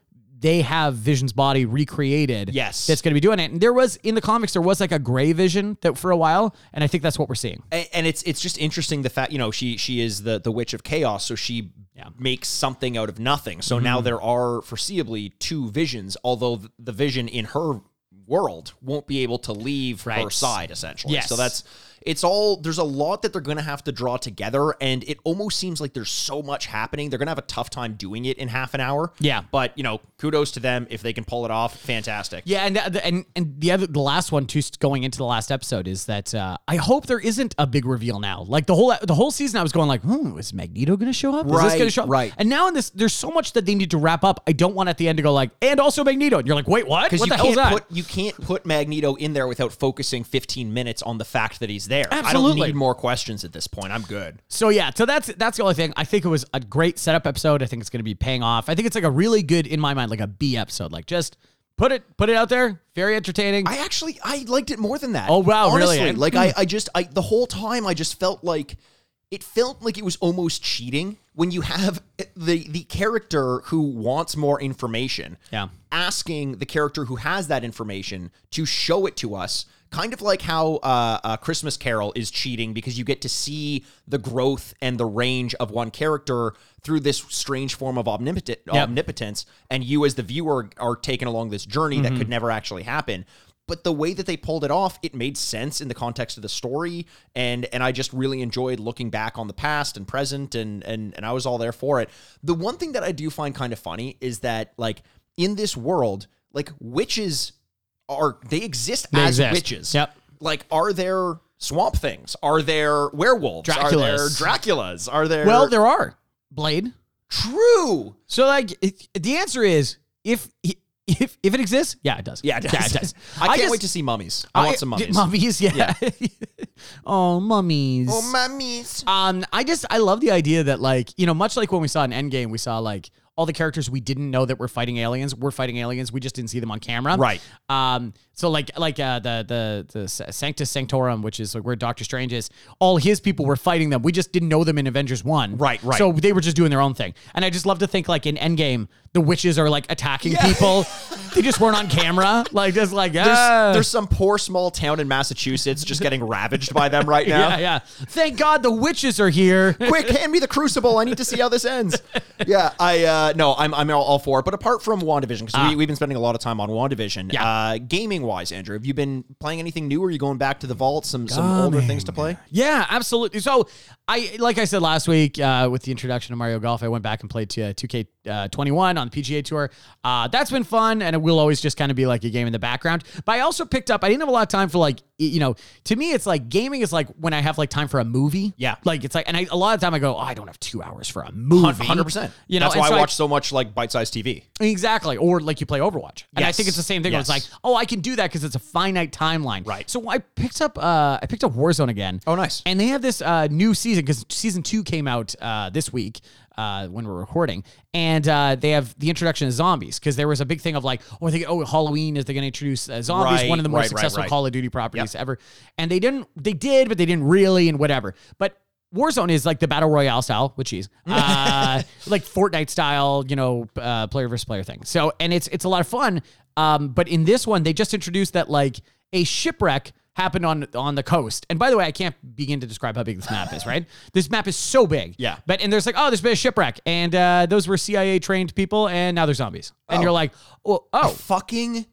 [SPEAKER 4] they have Vision's body recreated.
[SPEAKER 3] Yes.
[SPEAKER 4] That's gonna be doing it. And there was in the comics, there was like a gray vision that for a while, and I think that's what we're seeing.
[SPEAKER 3] and, and it's it's just interesting the fact you know she she is the the witch of chaos so she makes something out of nothing so
[SPEAKER 4] Mm-hmm.
[SPEAKER 3] now there are foreseeably two visions although th- the vision in her world won't be able to leave her
[SPEAKER 4] Right.
[SPEAKER 3] side essentially
[SPEAKER 4] Yes.
[SPEAKER 3] so that's it's all there's a lot that they're going to have to draw together and it almost seems like there's so much happening they're going to have a tough time doing it in half an hour
[SPEAKER 4] Yeah.
[SPEAKER 3] but you know kudos to them if they can pull it off fantastic
[SPEAKER 4] Yeah, and the- and and the other the last one too going into the last episode is that uh, I hope there isn't a big reveal now. Like the whole the whole season, I was going like, hmm, is Magneto going to show up? Is this going to
[SPEAKER 3] Right,
[SPEAKER 4] show up?
[SPEAKER 3] right.
[SPEAKER 4] And now in this, there's so much that they need to wrap up. I don't want at the end to go like, and also Magneto, and you're like, wait, what? What
[SPEAKER 3] because
[SPEAKER 4] the
[SPEAKER 3] you
[SPEAKER 4] hell's
[SPEAKER 3] can't
[SPEAKER 4] that?
[SPEAKER 3] put you can't put Magneto in there without focusing 15 minutes on the fact that he's there. I don't
[SPEAKER 4] Absolutely.
[SPEAKER 3] need more questions at this point. I'm good.
[SPEAKER 4] So yeah, so that's that's the only thing. I think it was a great setup episode. I think it's going to be paying off. I think it's like a really good in my mind, like a B episode. Like just put it put it out there. Very entertaining.
[SPEAKER 3] I actually I liked it more than that.
[SPEAKER 4] Oh, wow, really?
[SPEAKER 3] Honestly, Like I I just I the whole time I just felt like it felt like it was almost cheating when you have eh, the the character who wants more information.
[SPEAKER 4] Yeah.
[SPEAKER 3] asking the character who has that information to show it to us, kind of like how uh, uh, Christmas Carol is cheating because you get to see the growth and the range of one character through this strange form of omnipotent, omnipotence, and you as the viewer are taken along this journey that could never actually happen. But the way that they pulled it off, it made sense in the context of the story, and and I just really enjoyed looking back on the past and present, and and and I was all there for it. The one thing that I do find kind of funny is that like in this world, like witches are they exist as
[SPEAKER 4] exist.
[SPEAKER 3] witches.
[SPEAKER 4] Yep.
[SPEAKER 3] Like, are there swamp things? Are there werewolves? Are there
[SPEAKER 4] Draculas.
[SPEAKER 3] Draculas? Are there?
[SPEAKER 4] well, there are Blade.
[SPEAKER 3] true.
[SPEAKER 4] So like it, the answer is if if if it exists, yeah, it does.
[SPEAKER 3] Yeah, it does.
[SPEAKER 4] Yeah, it does.
[SPEAKER 3] I, can't
[SPEAKER 4] just-
[SPEAKER 3] wait to see mummies. I, want some mummies.
[SPEAKER 4] Mummies, yeah. oh, mummies.
[SPEAKER 3] mummies.
[SPEAKER 4] um, I just I love the idea that like you know much like when we saw in Endgame, we saw like all the characters we didn't know that were fighting aliens were fighting aliens. We just didn't see them on camera.
[SPEAKER 3] Right.
[SPEAKER 4] Um. So like like uh the the the S- Sanctus Sanctorum, which is like where Doctor Strange is, all his people were fighting them. We just didn't know them in Avengers One.
[SPEAKER 3] Right, right.
[SPEAKER 4] So they were just doing their own thing. And I just love to think like in Endgame, the witches are like attacking people. they just weren't on camera. Like just like
[SPEAKER 3] There's,
[SPEAKER 4] ah.
[SPEAKER 3] there's some poor small town in Massachusetts just getting ravaged by them right now.
[SPEAKER 4] yeah, yeah. Thank God the witches are here.
[SPEAKER 3] quick hand me the crucible i need to see how this ends yeah i uh no i'm, I'm all, all for it but apart from wandavision because we, we've been spending a lot of time on wandavision
[SPEAKER 4] Yeah.
[SPEAKER 3] uh gaming wise andrew have you been playing anything new or are you going back to the vault some some older things to play
[SPEAKER 4] Yeah, absolutely. So I, like I said last week, uh, with the introduction of Mario Golf, I went back and played uh, to 2K21 on the PGA Tour. Uh, that's been fun, and it will always just kind of be like a game in the background. But I also picked up. I didn't have a lot of time for like, y- you know, to me, it's like gaming is like when I have like time for a movie.
[SPEAKER 3] Yeah.
[SPEAKER 4] like it's like, and I, a lot of time I go, oh, I don't have two hours for a movie.
[SPEAKER 3] 100%
[SPEAKER 4] You know,
[SPEAKER 3] that's
[SPEAKER 4] and
[SPEAKER 3] why
[SPEAKER 4] so
[SPEAKER 3] i watch so much like bite-sized tv
[SPEAKER 4] Exactly. Or like you play Overwatch. And I
[SPEAKER 3] Yes.
[SPEAKER 4] think it's the same thing. where It's like,
[SPEAKER 3] Yes.
[SPEAKER 4] oh, I can do that because it's a finite timeline.
[SPEAKER 3] Right.
[SPEAKER 4] So I picked up uh I picked up Warzone again.
[SPEAKER 3] Oh, nice.
[SPEAKER 4] And they have this uh new season because season two came out uh this week. Uh, when we're recording, and uh, they have the introduction of zombies because there was a big thing of like, oh, I think oh Halloween is they're going to introduce uh, zombies,
[SPEAKER 3] Right,
[SPEAKER 4] one of the more
[SPEAKER 3] right, right,
[SPEAKER 4] successful
[SPEAKER 3] right.
[SPEAKER 4] Call of Duty properties ever, and they didn't, they did, but they didn't really, and whatever. But Warzone is like the battle royale style, which is uh, like Fortnite style, you know, uh, player versus player thing. So, and it's it's a lot of fun. Um, but in this one, they just introduced that like a shipwreck happened on on the coast. And by the way, I can't begin to describe how big this map is. Right, this map is so big.
[SPEAKER 3] Yeah.
[SPEAKER 4] But and there's like, oh, there's been a shipwreck, and uh, those were CIA trained people, and now they're zombies. And you're like, oh, oh,
[SPEAKER 3] fucking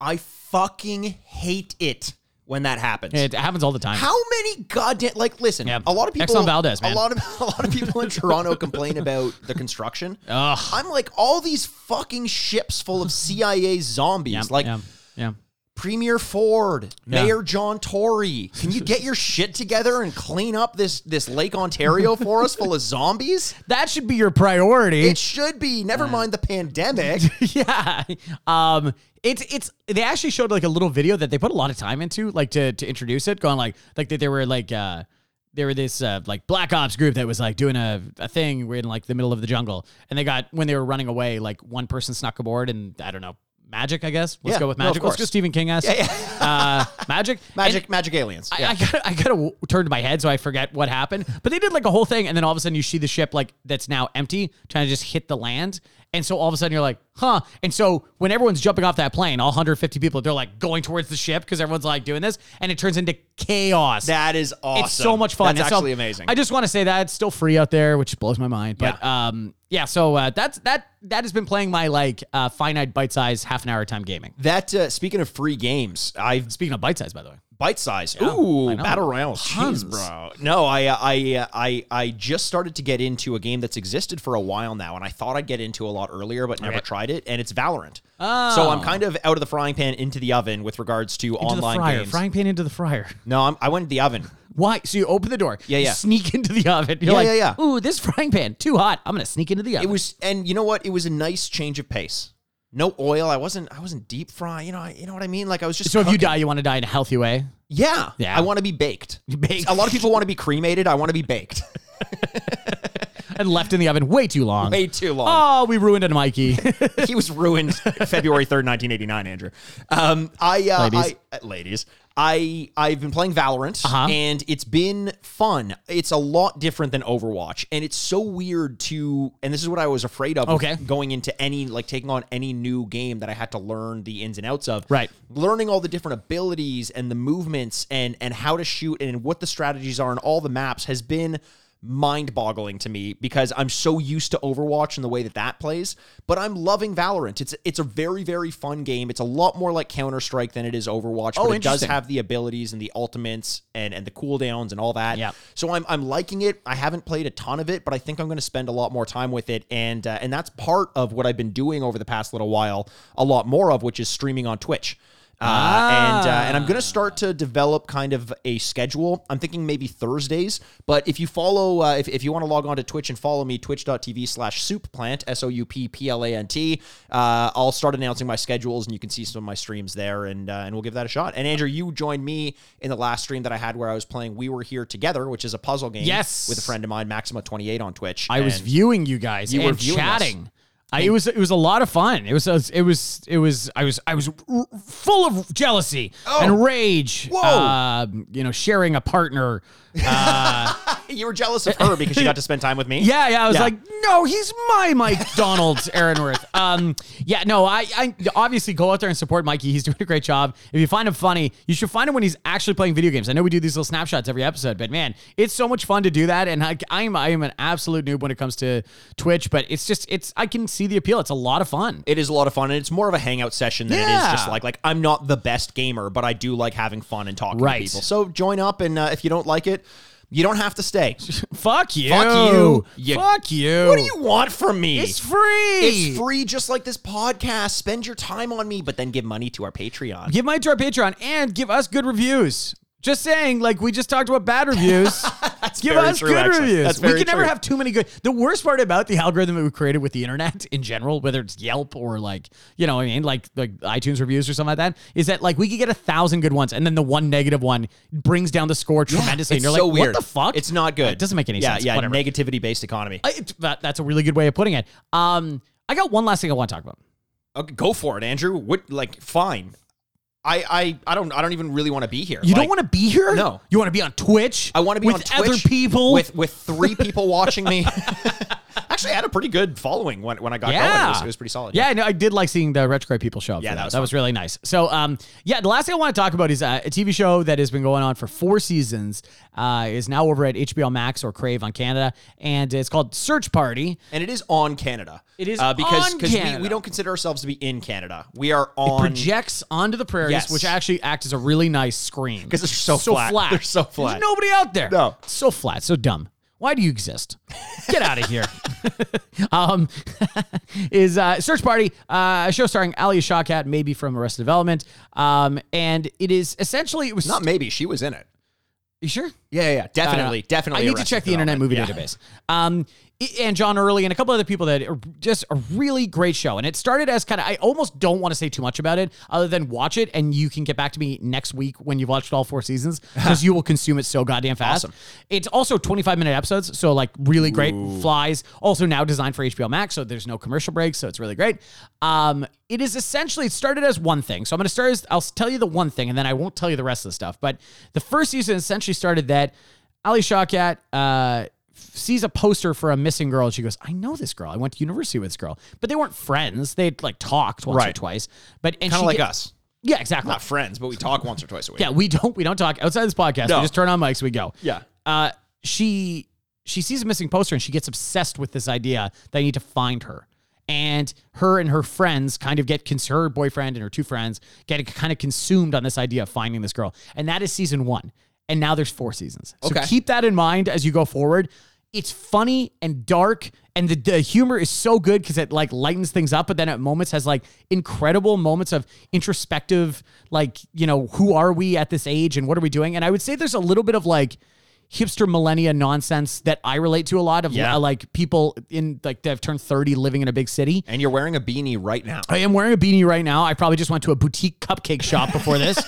[SPEAKER 3] i fucking hate it when that happens
[SPEAKER 4] it happens all the time.
[SPEAKER 3] How many goddamn like listen?
[SPEAKER 4] Yeah.
[SPEAKER 3] A lot of people.
[SPEAKER 4] Exxon Valdez, man.
[SPEAKER 3] A lot of a lot of people in Toronto complain about the construction.
[SPEAKER 4] Ugh.
[SPEAKER 3] I'm like all these fucking ships full of CIA zombies.
[SPEAKER 4] Yeah,
[SPEAKER 3] like
[SPEAKER 4] yeah, yeah.
[SPEAKER 3] Premier Ford, Mayor John Tory. Can you get your shit together and clean up this this Lake Ontario for us full of zombies?
[SPEAKER 4] That should be your priority.
[SPEAKER 3] It should be. Never mind the pandemic.
[SPEAKER 4] yeah. Um it's it's they actually showed like a little video that they put a lot of time into like to to introduce it going like like that they were like uh there were this uh, like black ops group that was like doing a, a thing we're in like the middle of the jungle and they got when they were running away like one person snuck aboard and I don't know magic I guess let's
[SPEAKER 3] Yeah.
[SPEAKER 4] go with
[SPEAKER 3] No, of
[SPEAKER 4] magic let's go
[SPEAKER 3] course.
[SPEAKER 4] Stephen King ass uh magic And-
[SPEAKER 3] Magic, magic aliens.
[SPEAKER 4] I,
[SPEAKER 3] Yeah.
[SPEAKER 4] I got I got to turn to my head so I forget what happened. But they did like a whole thing, and then all of a sudden you see the ship like that's now empty, trying to just hit the land, and so all of a sudden you're like, huh. And so when everyone's jumping off that plane, all 150 people, they're like going towards the ship because everyone's like doing this, and it turns into chaos.
[SPEAKER 3] that is awesome.
[SPEAKER 4] It's so much fun.
[SPEAKER 3] That's
[SPEAKER 4] And so
[SPEAKER 3] actually amazing.
[SPEAKER 4] I just want to say that it's still free out there, which blows my mind. But yeah. um, yeah. So uh, that's that. That has been playing my like uh, finite bite size half an hour time gaming.
[SPEAKER 3] that uh, speaking of free games, I've
[SPEAKER 4] Speaking of bite size, by the way.
[SPEAKER 3] bite size.
[SPEAKER 4] I
[SPEAKER 3] Ooh,
[SPEAKER 4] know.
[SPEAKER 3] battle royale. Jeez,
[SPEAKER 4] Tons.
[SPEAKER 3] bro. No, I, uh, I, uh, I, I just started to get into a game that's existed for a while now, and I thought I'd get into a lot earlier, but never
[SPEAKER 4] Okay.
[SPEAKER 3] tried it. And it's Valorant. So I'm kind of out of the frying pan into the oven with regards to
[SPEAKER 4] Oh. Into
[SPEAKER 3] online
[SPEAKER 4] the fryer,
[SPEAKER 3] games.
[SPEAKER 4] frying pan into the fryer.
[SPEAKER 3] no, I'm, I went into the oven.
[SPEAKER 4] Why? So you open the door.
[SPEAKER 3] Yeah,
[SPEAKER 4] you
[SPEAKER 3] yeah.
[SPEAKER 4] Sneak into the oven. You're
[SPEAKER 3] Yeah,
[SPEAKER 4] like,
[SPEAKER 3] yeah, yeah.
[SPEAKER 4] Ooh, this frying pan too hot. I'm gonna sneak into the oven.
[SPEAKER 3] It was, and you know what? It was a nice change of pace. No oil. I wasn't. I wasn't deep frying. You know. I, you know what I mean. Like I was just.
[SPEAKER 4] so if you
[SPEAKER 3] cooking.
[SPEAKER 4] die, you want to die in a healthy way.
[SPEAKER 3] yeah,
[SPEAKER 4] Yeah.
[SPEAKER 3] I want to be baked.
[SPEAKER 4] Baked.
[SPEAKER 3] A lot of people want to be cremated. I want to be baked.
[SPEAKER 4] And left in the oven way too long.
[SPEAKER 3] Way too long.
[SPEAKER 4] Oh, we ruined it, Mikey.
[SPEAKER 3] he was ruined February 3rd, 1989, Andrew. Um, I, uh,
[SPEAKER 4] Ladies.
[SPEAKER 3] I, uh, ladies. I I've been playing Valorant
[SPEAKER 4] Uh-huh.
[SPEAKER 3] and it's been fun. It's a lot different than Overwatch and it's so weird to and this is what I was afraid of with
[SPEAKER 4] Okay.
[SPEAKER 3] going into any like taking on any new game that I had to learn the ins and outs of.
[SPEAKER 4] Right.
[SPEAKER 3] Learning all the different abilities and the movements and and how to shoot and what the strategies are and all the maps has been mind-boggling to me because I'm so used to Overwatch and the way that that plays, but I'm loving Valorant. It's it's a very very fun game. It's a lot more like Counter-Strike than it is Overwatch,
[SPEAKER 4] Oh,
[SPEAKER 3] but it does
[SPEAKER 4] interesting.
[SPEAKER 3] have the abilities and the ultimates and and the cooldowns and all that.
[SPEAKER 4] Yeah.
[SPEAKER 3] So I'm I'm liking it. I haven't played a ton of it, but I think I'm going to spend a lot more time with it and uh, and that's part of what I've been doing over the past little while, a lot more of which is streaming on Twitch. Uh, and uh, and I'm gonna start to develop kind of a schedule. I'm thinking maybe Thursdays. But if you follow, uh, if, if you want to log on to Twitch and follow me, twitch.tv slash soupplant, S O U P P L A N T. Uh, I'll start announcing my schedules, and you can see some of my streams there, and uh, and we'll give that a shot. And Andrew, you joined me in the last stream that I had where I was playing We Were Here Together, which is a puzzle game.
[SPEAKER 4] Yes.
[SPEAKER 3] with a friend of mine, Maxima28 on Twitch.
[SPEAKER 4] I was
[SPEAKER 3] And
[SPEAKER 4] viewing you guys
[SPEAKER 3] You were
[SPEAKER 4] and
[SPEAKER 3] viewing us.
[SPEAKER 4] chatting. I, it was it was a lot of fun. It was it was it was I was I was r- full of jealousy and rage.
[SPEAKER 3] Oh. Whoa.
[SPEAKER 4] uh, you know, sharing a partner.
[SPEAKER 3] You were jealous of her because she got to spend time with me.
[SPEAKER 4] Yeah, yeah. I was
[SPEAKER 3] Yeah.
[SPEAKER 4] like, no, he's my Mike Donald's Aaronworth. Um, yeah, no, I, I obviously go out there and support Mikey. He's doing a great job. If you find him funny, you should find him when he's actually playing video games. I know we do these little snapshots every episode, but man, it's so much fun to do that. And I, I'm I am an absolute noob when it comes to Twitch, but it's just it's I can see the appeal. It's a lot of fun.
[SPEAKER 3] It is a lot of fun, and it's more of a hangout session than it is just
[SPEAKER 4] Yeah.
[SPEAKER 3] like like I'm not the best gamer, but I do like having fun and talking
[SPEAKER 4] Right.
[SPEAKER 3] to people. So join up, and uh, if you don't like it, you don't have to stay.
[SPEAKER 4] Fuck you.
[SPEAKER 3] you. You-
[SPEAKER 4] Fuck you.
[SPEAKER 3] what do you want from me?
[SPEAKER 4] It's free.
[SPEAKER 3] It's free, just like this podcast. Spend your time on me, but then give money to our Patreon.
[SPEAKER 4] Give money to our Patreon and give us good reviews. Just saying, like we just talked about bad reviews. give
[SPEAKER 3] very
[SPEAKER 4] us
[SPEAKER 3] true,
[SPEAKER 4] good
[SPEAKER 3] actually.
[SPEAKER 4] reviews.
[SPEAKER 3] That's
[SPEAKER 4] we
[SPEAKER 3] very
[SPEAKER 4] can never
[SPEAKER 3] true.
[SPEAKER 4] have too many good. The worst part about the algorithm that we created with the internet in general, whether it's Yelp or like you know, what I mean, like like iTunes reviews or something like that, is that like we could get a thousand good ones, and then the one negative one brings down the score tremendously.
[SPEAKER 3] It's
[SPEAKER 4] and you're
[SPEAKER 3] so
[SPEAKER 4] like,
[SPEAKER 3] weird.
[SPEAKER 4] what the fuck?
[SPEAKER 3] It's not good.
[SPEAKER 4] It doesn't make any
[SPEAKER 3] yeah,
[SPEAKER 4] sense.
[SPEAKER 3] Yeah,
[SPEAKER 4] Whatever.
[SPEAKER 3] negativity based economy.
[SPEAKER 4] I- it- that- that's a really good way of putting it. Um, I got one last thing I want to talk about.
[SPEAKER 3] Okay, go for it, Andrew. What like fine. I I I don't I don't even really want to be here.
[SPEAKER 4] You
[SPEAKER 3] Like,
[SPEAKER 4] don't want to be here?
[SPEAKER 3] No.
[SPEAKER 4] You want to be on Twitch?
[SPEAKER 3] I want to be
[SPEAKER 4] with
[SPEAKER 3] on Twitch
[SPEAKER 4] other people.
[SPEAKER 3] with with three people watching me. Actually, I had a pretty good following when, when I got going. It was, it was pretty solid.
[SPEAKER 4] Yeah, no, I did like seeing the retrograde people show up.
[SPEAKER 3] Yeah,
[SPEAKER 4] for
[SPEAKER 3] that was
[SPEAKER 4] that was really nice. So, um, yeah, the last thing I want to talk about is uh, a TV show that has been going on for four seasons. Uh, is now over at HBO Max or Crave on Canada, and it's called Search Party.
[SPEAKER 3] and it is on Canada.
[SPEAKER 4] It is
[SPEAKER 3] uh, because
[SPEAKER 4] on
[SPEAKER 3] we,
[SPEAKER 4] Canada.
[SPEAKER 3] we don't consider ourselves to be in Canada. We are on
[SPEAKER 4] Projects onto the prairies,
[SPEAKER 3] Yes.
[SPEAKER 4] which actually act as a really nice screen
[SPEAKER 3] 'Cause they're so flat. They're so flat.
[SPEAKER 4] There's nobody out there.
[SPEAKER 3] No.
[SPEAKER 4] so flat, so dumb. Why do you exist? Get out of here. um, is uh, Search Party, uh, a show starring Ali Shawkat, maybe from Arrested Development, um, and it is essentially it was
[SPEAKER 3] not maybe she was in it.
[SPEAKER 4] You sure?
[SPEAKER 3] Yeah, yeah, yeah. definitely,
[SPEAKER 4] Uh,
[SPEAKER 3] definitely.
[SPEAKER 4] I need to
[SPEAKER 3] Arrested
[SPEAKER 4] check the internet movie
[SPEAKER 3] Development. Yeah.
[SPEAKER 4] database. Um, i- and John Early and a couple other people that are just a really great show. And it started as kind of I almost don't want to say too much about it, other than watch it and you can get back to me next week when you've watched all four seasons because you will consume it so goddamn fast. It's also 25 minute episodes, so like really great flies. Also now designed for HBO Max, so there's no commercial breaks, so it's really great. Um, it is essentially it started as one thing. So I'm going to start as I'll tell you the one thing and then I won't tell you the rest of the stuff. But the first season essentially started that Ali Shawkat uh, sees a poster for a missing girl and she goes, I know this girl. I went to university with this girl. But they weren't friends. They'd like talked once or
[SPEAKER 3] Right.
[SPEAKER 4] twice. But and
[SPEAKER 3] Kind
[SPEAKER 4] she
[SPEAKER 3] of like
[SPEAKER 4] get-
[SPEAKER 3] us,
[SPEAKER 4] Yeah, exactly.
[SPEAKER 3] not friends, but we talk once or twice a week.
[SPEAKER 4] yeah, we don't we don't talk outside this podcast.
[SPEAKER 3] No.
[SPEAKER 4] We just turn on mics, we go.
[SPEAKER 3] yeah.
[SPEAKER 4] Uh, she she sees a missing poster and she gets obsessed with this idea that I need to find her. And her and her friends kind of get cons- her boyfriend and her two friends get kind of consumed on this idea of finding this girl. And that is season one. And now there's four seasons. So
[SPEAKER 3] Okay.
[SPEAKER 4] keep that in mind as you go forward. It's funny and dark, and the, the humor is so good because it like lightens things up, but then at moments has like incredible moments of introspective, like you know, who are we at this age and what are we doing? And I would say there's a little bit of like hipster millennia nonsense that I relate to a lot of
[SPEAKER 3] Yeah.
[SPEAKER 4] uh, like people in like that have turned 30 living in a big city.
[SPEAKER 3] And you're wearing a beanie right now.
[SPEAKER 4] I am wearing a beanie right now. I probably just went to a boutique cupcake shop before this,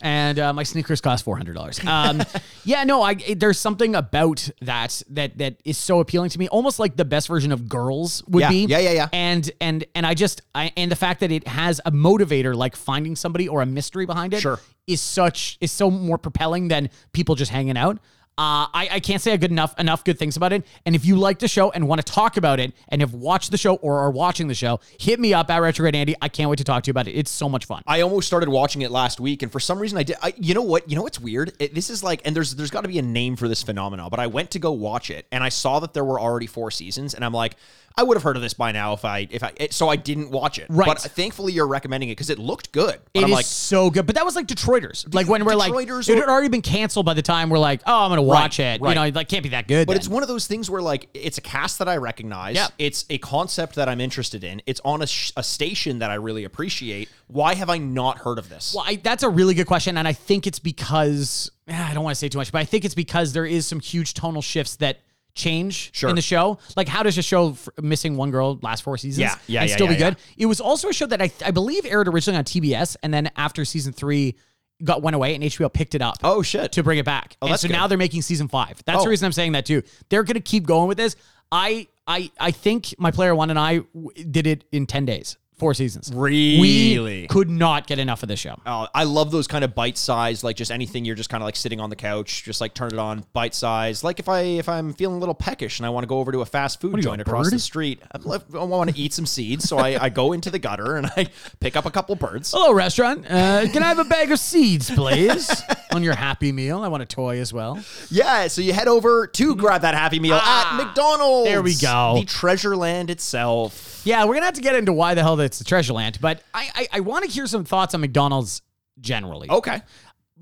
[SPEAKER 4] and uh, my sneakers cost four hundred dollars. Um, yeah, no, I it- there's something about that that that is so appealing to me. Almost like the best version of Girls would
[SPEAKER 3] Yeah.
[SPEAKER 4] be.
[SPEAKER 3] Yeah, yeah, yeah.
[SPEAKER 4] And and and I just I and the fact that it has a motivator like finding somebody or a mystery behind it
[SPEAKER 3] Sure.
[SPEAKER 4] is such is so more propelling than people just hanging out. Uh, I, I can't say good enough enough good things about it. And if you like the show and want to talk about it and have watched the show or are watching the show, hit me up at Retrograde Andy. I can't wait to talk to you about it. It's so much fun.
[SPEAKER 3] I almost started watching it last week, and for some reason I did. I, you know what? You know what's weird? It, this is like, and there's there's got to be a name for this phenomenon. But I went to go watch it, and I saw that there were already four seasons, and I'm like, I would have heard of this by now if I if I. It, so I didn't watch it.
[SPEAKER 4] Right.
[SPEAKER 3] But thankfully, you're recommending it because it looked good. But
[SPEAKER 4] It
[SPEAKER 3] I'm
[SPEAKER 4] is
[SPEAKER 3] like,
[SPEAKER 4] so good. But that was like Detroiters. Like when we're like
[SPEAKER 3] Detroiters
[SPEAKER 4] it
[SPEAKER 3] were-
[SPEAKER 4] had already been canceled by the time we're like, oh, I'm gonna watch
[SPEAKER 3] Right,
[SPEAKER 4] it.
[SPEAKER 3] right.
[SPEAKER 4] You know, it, like can't be that good.
[SPEAKER 3] But
[SPEAKER 4] then.
[SPEAKER 3] it's one of those things where like it's a cast that I recognize.
[SPEAKER 4] Yeah.
[SPEAKER 3] It's a concept that I'm interested in. It's on a, sh- a station that I really appreciate. Why have I not heard of this?
[SPEAKER 4] Well, I, that's a really good question, and I think it's because ah, I don't want to say too much, but I think it's because there is some huge tonal shifts that change
[SPEAKER 3] Sure.
[SPEAKER 4] in the show. Like, how does a show f- missing one girl last four seasons
[SPEAKER 3] Yeah, yeah,
[SPEAKER 4] and
[SPEAKER 3] yeah,
[SPEAKER 4] still be
[SPEAKER 3] yeah,
[SPEAKER 4] good? It was also a show that I, I believe aired originally on TBS, and then after season three got went away, and HBO picked it up
[SPEAKER 3] oh shit.
[SPEAKER 4] to bring it back. and
[SPEAKER 3] that's
[SPEAKER 4] so
[SPEAKER 3] good.
[SPEAKER 4] now they're making season five. That's
[SPEAKER 3] Oh.
[SPEAKER 4] the reason I'm saying that too. They're going to keep going with this. I I I think my player one and I w- did it in ten days, four seasons.
[SPEAKER 3] Really?
[SPEAKER 4] we could not get enough of this show.
[SPEAKER 3] Oh, I love those kind of bite sized, like just anything you're just kind of like sitting on the couch, just like turn it on, bite sized. Like if I if I'm feeling a little peckish and I want to go over to a fast food
[SPEAKER 4] you,
[SPEAKER 3] joint
[SPEAKER 4] a
[SPEAKER 3] across
[SPEAKER 4] bird?
[SPEAKER 3] the street, I'm left- I want to eat some seeds, so I, I go into the gutter and I pick up a couple birds.
[SPEAKER 4] Hello, restaurant. Uh, can I have a bag of seeds, please? On your Happy Meal, I want a toy as well.
[SPEAKER 3] Yeah, so you head over to grab that Happy Meal
[SPEAKER 4] Ah,
[SPEAKER 3] at McDonald's.
[SPEAKER 4] there we go.
[SPEAKER 3] The treasure land itself.
[SPEAKER 4] Yeah, we're gonna have to get into why the hell that's the treasure land, but I I, I want to hear some thoughts on McDonald's generally.
[SPEAKER 3] Okay.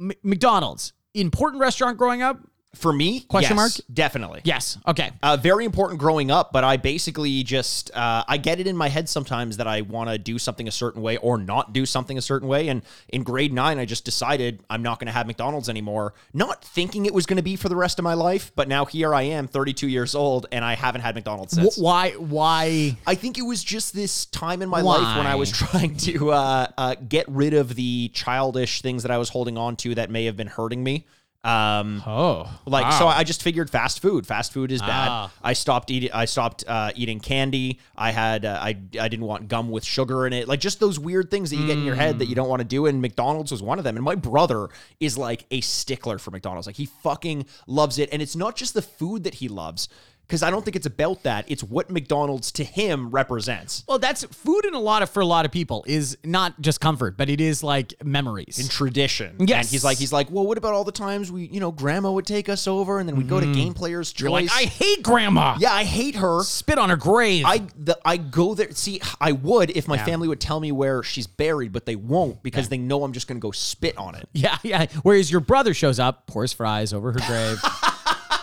[SPEAKER 4] M- McDonald's important restaurant growing up.
[SPEAKER 3] For me, yes,
[SPEAKER 4] Question mark?
[SPEAKER 3] Definitely.
[SPEAKER 4] Yes. Okay.
[SPEAKER 3] uh, very important growing up, but I basically just uh, I get it in my head sometimes that I want to do something a certain way or not do something a certain way. And in grade nine, I just decided I'm not going to have McDonald's anymore, not thinking it was going to be for the rest of my life. But now here I am, 32 years old, and I haven't had McDonald's
[SPEAKER 4] Wh-
[SPEAKER 3] since.
[SPEAKER 4] why? Why?
[SPEAKER 3] I think it was just this time in my
[SPEAKER 4] Why?
[SPEAKER 3] life when I was trying to uh, uh, get rid of the childish things that I was holding on to that may have been hurting me. Um,
[SPEAKER 4] Oh,
[SPEAKER 3] like so, I just figured fast food. Fast food is bad.
[SPEAKER 4] Ah.
[SPEAKER 3] I stopped eating. I stopped uh, eating candy. I had. Uh, I I didn't want gum with sugar in it. Like just those weird things that you get in your head
[SPEAKER 4] Mm.
[SPEAKER 3] that you don't want to do. And McDonald's was one of them. And my brother is like a stickler for McDonald's. Like he fucking loves it. And it's not just the food that he loves, because I don't think it's about that. It's what McDonald's to him represents.
[SPEAKER 4] Well, that's food in a lot of for a lot of people is not just comfort, but it is like memories.
[SPEAKER 3] and tradition.
[SPEAKER 4] Yes.
[SPEAKER 3] And he's like, he's like, well, what about all the times we, you know, grandma would take us over and then we'd go to game players' choice.
[SPEAKER 4] Mm. Like I hate grandma.
[SPEAKER 3] yeah, I hate her.
[SPEAKER 4] Spit on her grave.
[SPEAKER 3] I the, I go there. See, I would if my family would tell me where she's buried, but they won't because they know I'm just going to go spit on it.
[SPEAKER 4] yeah, yeah. Whereas your brother shows up, pours fries over her grave. I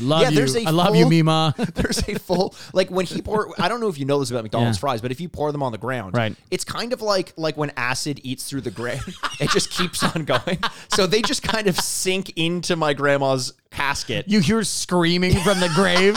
[SPEAKER 4] love
[SPEAKER 3] Yeah,
[SPEAKER 4] you.
[SPEAKER 3] there's a
[SPEAKER 4] I love you,
[SPEAKER 3] full-
[SPEAKER 4] Mima.
[SPEAKER 3] There's a full like when he pour. I don't know if you know this about McDonald's
[SPEAKER 4] Yeah.
[SPEAKER 3] fries, but if you pour them on the ground,
[SPEAKER 4] Right.
[SPEAKER 3] It's kind of like like when acid eats through the grain, it just keeps on going. So they just kind of sink into my grandma's casket.
[SPEAKER 4] You hear screaming from the grave.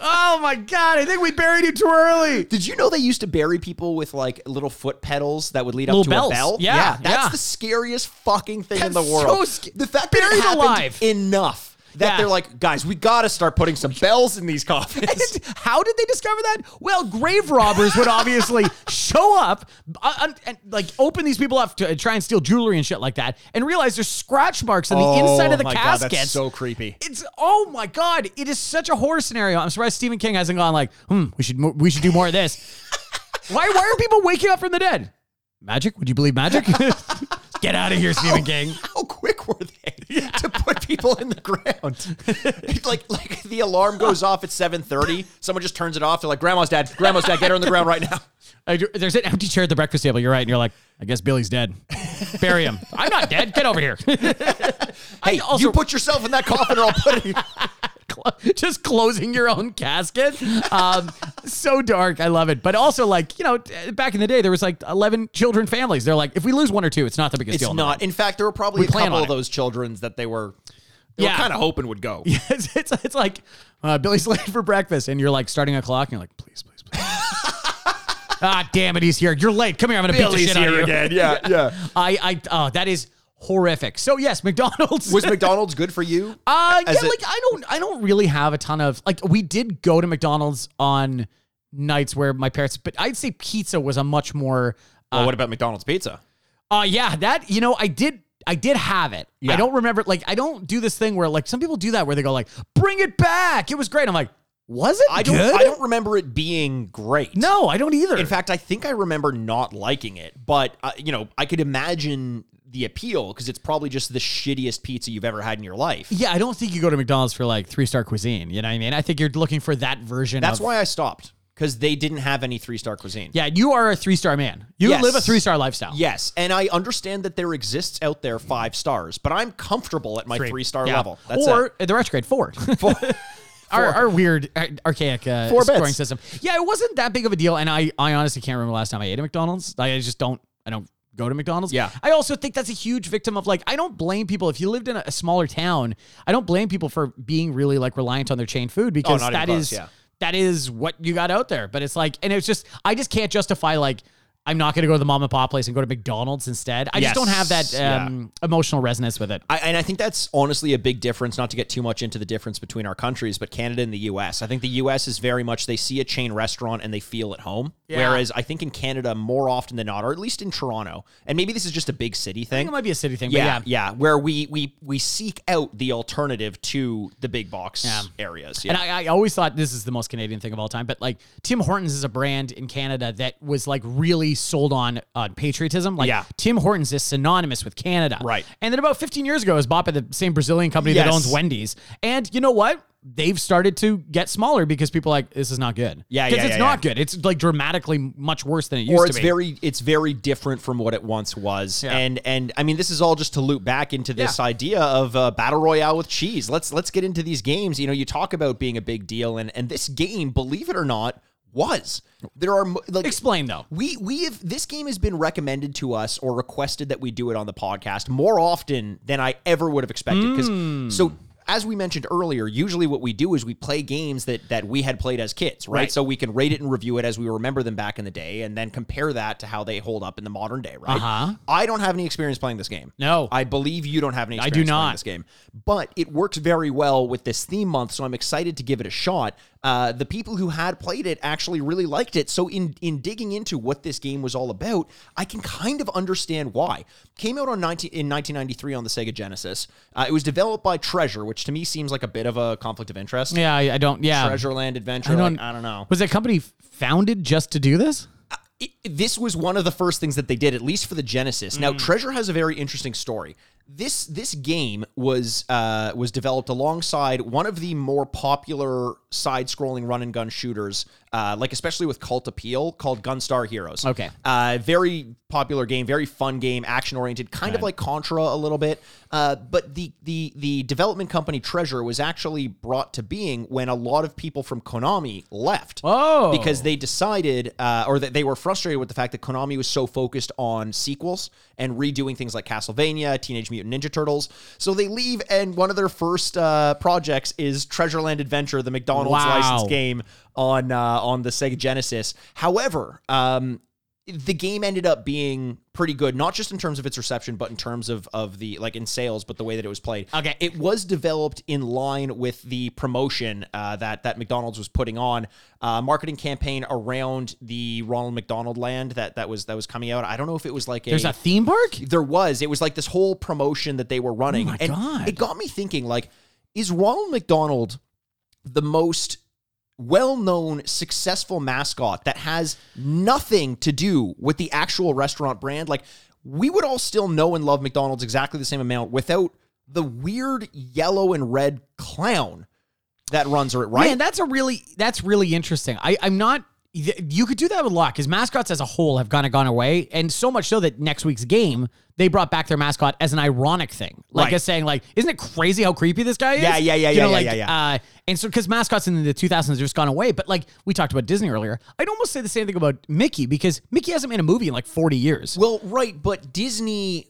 [SPEAKER 4] oh my god! I think we buried you too early.
[SPEAKER 3] Did you know they used to bury people with like little foot pedals that would lead
[SPEAKER 4] Little
[SPEAKER 3] up to
[SPEAKER 4] bells.
[SPEAKER 3] a bell?
[SPEAKER 4] Yeah,
[SPEAKER 3] that's
[SPEAKER 4] yeah.
[SPEAKER 3] the scariest fucking thing in the
[SPEAKER 4] That's so
[SPEAKER 3] world.
[SPEAKER 4] sc-
[SPEAKER 3] the fact that
[SPEAKER 4] Buried
[SPEAKER 3] it happened
[SPEAKER 4] alive.
[SPEAKER 3] enough that
[SPEAKER 4] Yeah.
[SPEAKER 3] they're like, guys, we got to start putting some bells in these coffins.
[SPEAKER 4] How did they discover that? Well, grave robbers would obviously show up uh, un- and like open these people up to try and steal jewelry and shit like that, and realize there's scratch marks on the inside of the
[SPEAKER 3] Oh my God,
[SPEAKER 4] caskets.
[SPEAKER 3] that's so creepy.
[SPEAKER 4] It's oh my god! It is such a horror scenario. I'm surprised Stephen King hasn't gone like, hmm, we should mo- we should do more of this. why why are people waking up from the dead? Magic? Would you believe magic? Oh. Get out of here, Stephen King.
[SPEAKER 3] How quick were they to put people in the ground? like, like the alarm goes off at seven thirty. Someone just turns it off. They're like, "Grandma's dead. Grandma's dead. Get her in the ground right now."
[SPEAKER 4] I do- there's an empty chair at the breakfast table. You're right, and you're like, I guess Billy's dead. Bury him. I'm not dead. Get over here.
[SPEAKER 3] Hey,
[SPEAKER 4] also-
[SPEAKER 3] you put yourself in that coffin, or I'll put it.
[SPEAKER 4] Clo- just closing your own casket. Um, so dark. I love it. But also, like, you know, t- back in the day, there was like 11 children families. They're like, if we lose one or two, it's not the biggest deal.
[SPEAKER 3] It's
[SPEAKER 4] in the
[SPEAKER 3] not. In fact, there were probably a
[SPEAKER 4] plan
[SPEAKER 3] couple
[SPEAKER 4] on
[SPEAKER 3] of
[SPEAKER 4] it.
[SPEAKER 3] those children's that they were, they
[SPEAKER 4] Yeah.
[SPEAKER 3] were kind of hoping would go.
[SPEAKER 4] world. it's, it's, it's like uh, Billy's late for breakfast, and you're like starting a clock, and you're like, please, please, please. ah, damn it. He's here. You're late. Come here. I'm going to beat the shit out of you.
[SPEAKER 3] Yeah, yeah.
[SPEAKER 4] I, I, oh, that is horrific. So, yes, McDonald's.
[SPEAKER 3] Was McDonald's good for you?
[SPEAKER 4] Uh, yeah,
[SPEAKER 3] As it-
[SPEAKER 4] like I don't, I don't really have a ton of like. We did go to McDonald's on nights where my parents, but I'd say pizza was a much more.
[SPEAKER 3] well, what about McDonald's pizza?
[SPEAKER 4] Uh, yeah, that you know, I did, I did have it. I
[SPEAKER 3] Yeah.
[SPEAKER 4] don't remember. Like, I don't do this thing where like some people do that where they go like, "Bring it back." It was great. I'm like, was it?
[SPEAKER 3] I don't.
[SPEAKER 4] good?
[SPEAKER 3] I don't remember it being great.
[SPEAKER 4] No, I don't either.
[SPEAKER 3] In fact, I think I remember not liking it. But uh, you know, I could imagine the appeal because it's probably just the shittiest pizza you've ever had in your life.
[SPEAKER 4] yeah, I don't think you go to McDonald's for like three star cuisine. You know what I mean? I think you're looking for that version.
[SPEAKER 3] That's
[SPEAKER 4] of,
[SPEAKER 3] why I stopped because they didn't have any three star cuisine.
[SPEAKER 4] Yeah, you are a three star man. You
[SPEAKER 3] Yes.
[SPEAKER 4] live a three star lifestyle.
[SPEAKER 3] Yes, and I understand that there exists out there five stars, but I'm comfortable at my three star
[SPEAKER 4] Yeah.
[SPEAKER 3] level. That's
[SPEAKER 4] or
[SPEAKER 3] it.
[SPEAKER 4] at the retrograde four. four. Our, our weird ar- archaic uh,
[SPEAKER 3] Four
[SPEAKER 4] scoring
[SPEAKER 3] bits.
[SPEAKER 4] system. Yeah, it wasn't that big of a deal, and I, I honestly can't remember the last time I ate at McDonald's. Like, I just don't I don't go to McDonald's.
[SPEAKER 3] Yeah.
[SPEAKER 4] I also think that's a huge victim of like I don't blame people if you lived in a, a smaller town. I don't blame people for being really like reliant on their chain food because
[SPEAKER 3] Oh, not even
[SPEAKER 4] that
[SPEAKER 3] close,
[SPEAKER 4] is
[SPEAKER 3] yeah.
[SPEAKER 4] that is what you got out there. But it's like, and it's just I just can't justify like. I'm not going to go to the mom and pop place and go to McDonald's instead. I
[SPEAKER 3] Yes,
[SPEAKER 4] just don't have that
[SPEAKER 3] yeah.
[SPEAKER 4] um, emotional resonance with it.
[SPEAKER 3] I, and I think that's honestly a big difference, not to get too much into the difference between our countries, but Canada and the US. I think the US is very much they see a chain restaurant and they feel at home.
[SPEAKER 4] Yeah.
[SPEAKER 3] Whereas I think in Canada, more often than not, or at least in Toronto, and maybe this is just a big city
[SPEAKER 4] I think
[SPEAKER 3] thing.
[SPEAKER 4] it might be a city thing,
[SPEAKER 3] yeah,
[SPEAKER 4] but yeah.
[SPEAKER 3] yeah, where we we we seek out the alternative to the big box
[SPEAKER 4] Yeah.
[SPEAKER 3] areas. Yeah.
[SPEAKER 4] And I, I always thought this is the most Canadian thing of all time, but like Tim Hortons is a brand in Canada that was like really sold on on patriotism. Like
[SPEAKER 3] Yeah.
[SPEAKER 4] Tim Hortons is synonymous with Canada,
[SPEAKER 3] Right.
[SPEAKER 4] And then about 15 years ago, it was bought by the same Brazilian company that
[SPEAKER 3] Yes.
[SPEAKER 4] owns Wendy's. And you know what? They've started to get smaller because people are like this is not good.
[SPEAKER 3] Yeah,
[SPEAKER 4] because
[SPEAKER 3] yeah, yeah,
[SPEAKER 4] it's not good. It's like dramatically much worse than it used
[SPEAKER 3] or
[SPEAKER 4] to
[SPEAKER 3] it's
[SPEAKER 4] be.
[SPEAKER 3] very it's very different from what it once was
[SPEAKER 4] Yeah.
[SPEAKER 3] and and i mean this is all just to loop back into this
[SPEAKER 4] Yeah.
[SPEAKER 3] idea of uh, battle royale with cheese let's let's get into these games you know you talk about being a big deal and and this game believe it or not was there are mo- like
[SPEAKER 4] Explain though.
[SPEAKER 3] we we have this game has been recommended to us or requested that we do it on the podcast more often than I ever would have expected. Because
[SPEAKER 4] Hmm.
[SPEAKER 3] so as we mentioned earlier, usually what we do is we play games that that we had played as kids, right?
[SPEAKER 4] Right.
[SPEAKER 3] So we can rate it and review it as we remember them back in the day, and then compare that to how they hold up in the modern day, right?
[SPEAKER 4] Uh-huh.
[SPEAKER 3] I don't have any experience playing this game.
[SPEAKER 4] No.
[SPEAKER 3] I believe you don't have any.
[SPEAKER 4] Oh. I
[SPEAKER 3] Experience
[SPEAKER 4] do
[SPEAKER 3] playing
[SPEAKER 4] not.
[SPEAKER 3] this game, but it works very well with this theme month, so I'm excited to give it a shot. Uh, the people who had played it actually really liked it, so in in digging into what this game was all about, I can kind of understand why. Came out on 19, in 1993 on the Sega Genesis. Uh, it was developed by Treasure, which to me seems like a bit of a conflict of interest.
[SPEAKER 4] Yeah, I, I don't. Yeah,
[SPEAKER 3] Treasureland Adventure, like, I don't know.
[SPEAKER 4] Was that company founded just to do this?
[SPEAKER 3] it, this was one of the first things that they did, at least for the Genesis. Now, Treasure has a very interesting story. This this game was uh, was developed alongside one of the more popular side-scrolling run-and-gun shooters, uh, like especially with cult appeal, called Gunstar Heroes.
[SPEAKER 4] Okay.
[SPEAKER 3] uh, very popular game, very fun game, action-oriented, kind of like Contra a little bit. Uh, but the the the development company Treasure was actually brought to being when a lot of people from Konami left.
[SPEAKER 4] Oh.
[SPEAKER 3] because because they decided uh, or that they were frustrated with the fact that Konami was so focused on sequels and redoing things like Castlevania, Teenage Mutant Ninja Turtles. So they leave, and one of their first uh, projects is Treasureland Adventure, the McDonald's
[SPEAKER 4] Wow.
[SPEAKER 3] licensed game on uh, on the Sega Genesis. However, um, the game ended up being pretty good, not just in terms of its reception, but in terms of of the like in sales, but the way that it was played.
[SPEAKER 4] Okay.
[SPEAKER 3] it was developed in line with the promotion uh, that that McDonald's was putting on uh, marketing campaign around the Ronald McDonald Land that that was that was coming out. I don't know if it was like
[SPEAKER 4] There's a theme park.
[SPEAKER 3] there was. It was like this whole promotion that they were running.
[SPEAKER 4] Oh my
[SPEAKER 3] and
[SPEAKER 4] God.
[SPEAKER 3] It got me thinking like, is Ronald McDonald the most well known, successful mascot that has nothing to do with the actual restaurant brand? Like, we would all still know and love McDonald's exactly the same amount without the weird yellow and red clown that runs it, right?
[SPEAKER 4] Man, that's a really that's really interesting. I I'm not. th- You could do that with a lot because mascots as a whole have kind of gone away, and so much so that next week's game they brought back their mascot as an ironic thing, like
[SPEAKER 3] Right.
[SPEAKER 4] as saying like, "Isn't it crazy how creepy this guy is?"
[SPEAKER 3] Yeah, yeah, yeah,
[SPEAKER 4] You
[SPEAKER 3] yeah,
[SPEAKER 4] know,
[SPEAKER 3] yeah,
[SPEAKER 4] like,
[SPEAKER 3] yeah, yeah.
[SPEAKER 4] Uh, and so because mascots in the 2000s have just gone away, but like we talked about Disney earlier, I'd almost say the same thing about Mickey because Mickey hasn't made a movie in like 40 years.
[SPEAKER 3] Well, right, but Disney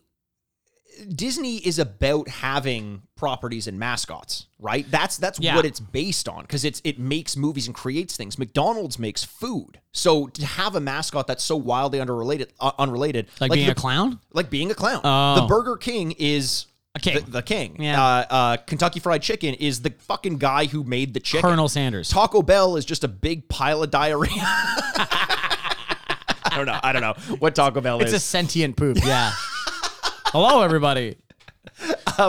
[SPEAKER 3] Disney is about having properties and mascots, right? That's that's
[SPEAKER 4] Yeah.
[SPEAKER 3] what it's based on because it's it makes movies and creates things. McDonald's makes food, so to have a mascot that's so wildly unrelated, uh, unrelated,
[SPEAKER 4] like, being
[SPEAKER 3] the-
[SPEAKER 4] a clown.
[SPEAKER 3] like being a clown.
[SPEAKER 4] Oh.
[SPEAKER 3] The Burger King is.
[SPEAKER 4] A king.
[SPEAKER 3] The, the king.
[SPEAKER 4] Yeah.
[SPEAKER 3] Uh, uh, Kentucky Fried Chicken is the fucking guy who made the chicken.
[SPEAKER 4] Colonel Sanders.
[SPEAKER 3] Taco Bell is just a big pile of diarrhea. I don't know. I don't know what Taco Bell
[SPEAKER 4] It's
[SPEAKER 3] is.
[SPEAKER 4] a sentient poop. Yeah. Hello, everybody.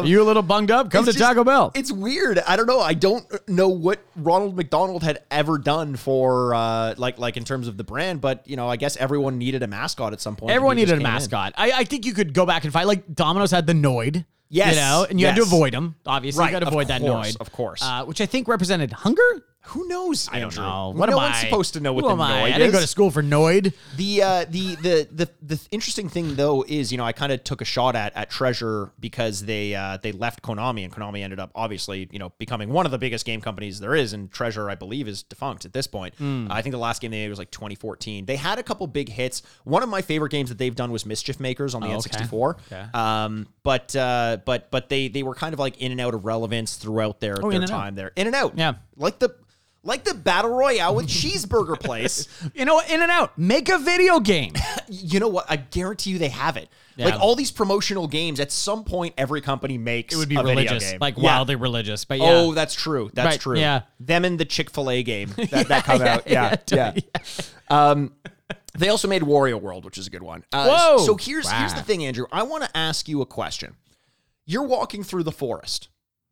[SPEAKER 4] you a little bunged up? Come to
[SPEAKER 3] Um, It's just-
[SPEAKER 4] Taco Bell.
[SPEAKER 3] It's weird. I don't know. I don't know what Ronald McDonald had ever done for uh, like like in terms of the brand, but you know, I guess everyone needed a mascot at some point. and
[SPEAKER 4] Everyone
[SPEAKER 3] he just
[SPEAKER 4] needed a
[SPEAKER 3] came in.
[SPEAKER 4] mascot. I, I think you could go back and find like Domino's had the Noid.
[SPEAKER 3] Yes,
[SPEAKER 4] You know, and you had to
[SPEAKER 3] yes.
[SPEAKER 4] avoid him. Obviously,
[SPEAKER 3] Right,
[SPEAKER 4] you got to
[SPEAKER 3] of
[SPEAKER 4] avoid that
[SPEAKER 3] course,
[SPEAKER 4] Noid.
[SPEAKER 3] of course.
[SPEAKER 4] Uh, which I think represented hunger.
[SPEAKER 3] Who knows?
[SPEAKER 4] I don't
[SPEAKER 3] Andrew?
[SPEAKER 4] know. What
[SPEAKER 3] no
[SPEAKER 4] am
[SPEAKER 3] one's
[SPEAKER 4] I?
[SPEAKER 3] supposed to know what
[SPEAKER 4] Who
[SPEAKER 3] the
[SPEAKER 4] am I?
[SPEAKER 3] noid
[SPEAKER 4] I didn't go
[SPEAKER 3] is.
[SPEAKER 4] to school for Noid.
[SPEAKER 3] The uh, the the the the interesting thing though is you know I kind of took a shot at at Treasure because they uh, they left Konami and Konami ended up obviously you know becoming one of the biggest game companies there is and Treasure I believe is defunct at this point. I think the last game they made was like 2014. They had a couple big hits. One of my favorite games that they've done was Mischief Makers on the
[SPEAKER 4] okay.
[SPEAKER 3] N64.
[SPEAKER 4] Okay.
[SPEAKER 3] Um, but uh, but but they they were kind of like in and out of relevance throughout their,
[SPEAKER 4] in
[SPEAKER 3] their
[SPEAKER 4] and out.
[SPEAKER 3] time there. In and out.
[SPEAKER 4] Yeah.
[SPEAKER 3] Like the like the battle royale with Cheeseburger Place.
[SPEAKER 4] You know, In and Out, make a video game.
[SPEAKER 3] You know what? I guarantee you they have it.
[SPEAKER 4] Yeah.
[SPEAKER 3] Like all these promotional games, at some point every company makes.
[SPEAKER 4] It would be
[SPEAKER 3] a video
[SPEAKER 4] religious,
[SPEAKER 3] game.
[SPEAKER 4] like
[SPEAKER 3] Yeah.
[SPEAKER 4] wildly religious. But yeah,
[SPEAKER 3] Oh, that's true. That's
[SPEAKER 4] Right,
[SPEAKER 3] true.
[SPEAKER 4] yeah.
[SPEAKER 3] Them and the Chick Fil A game that, that come out. Yeah, yeah. Um, they also made Wario World, which is a good one. Uh,
[SPEAKER 4] Whoa!
[SPEAKER 3] So here's here's the
[SPEAKER 4] Wow.
[SPEAKER 3] thing, Andrew. I want to ask you a question. You're walking through the forest.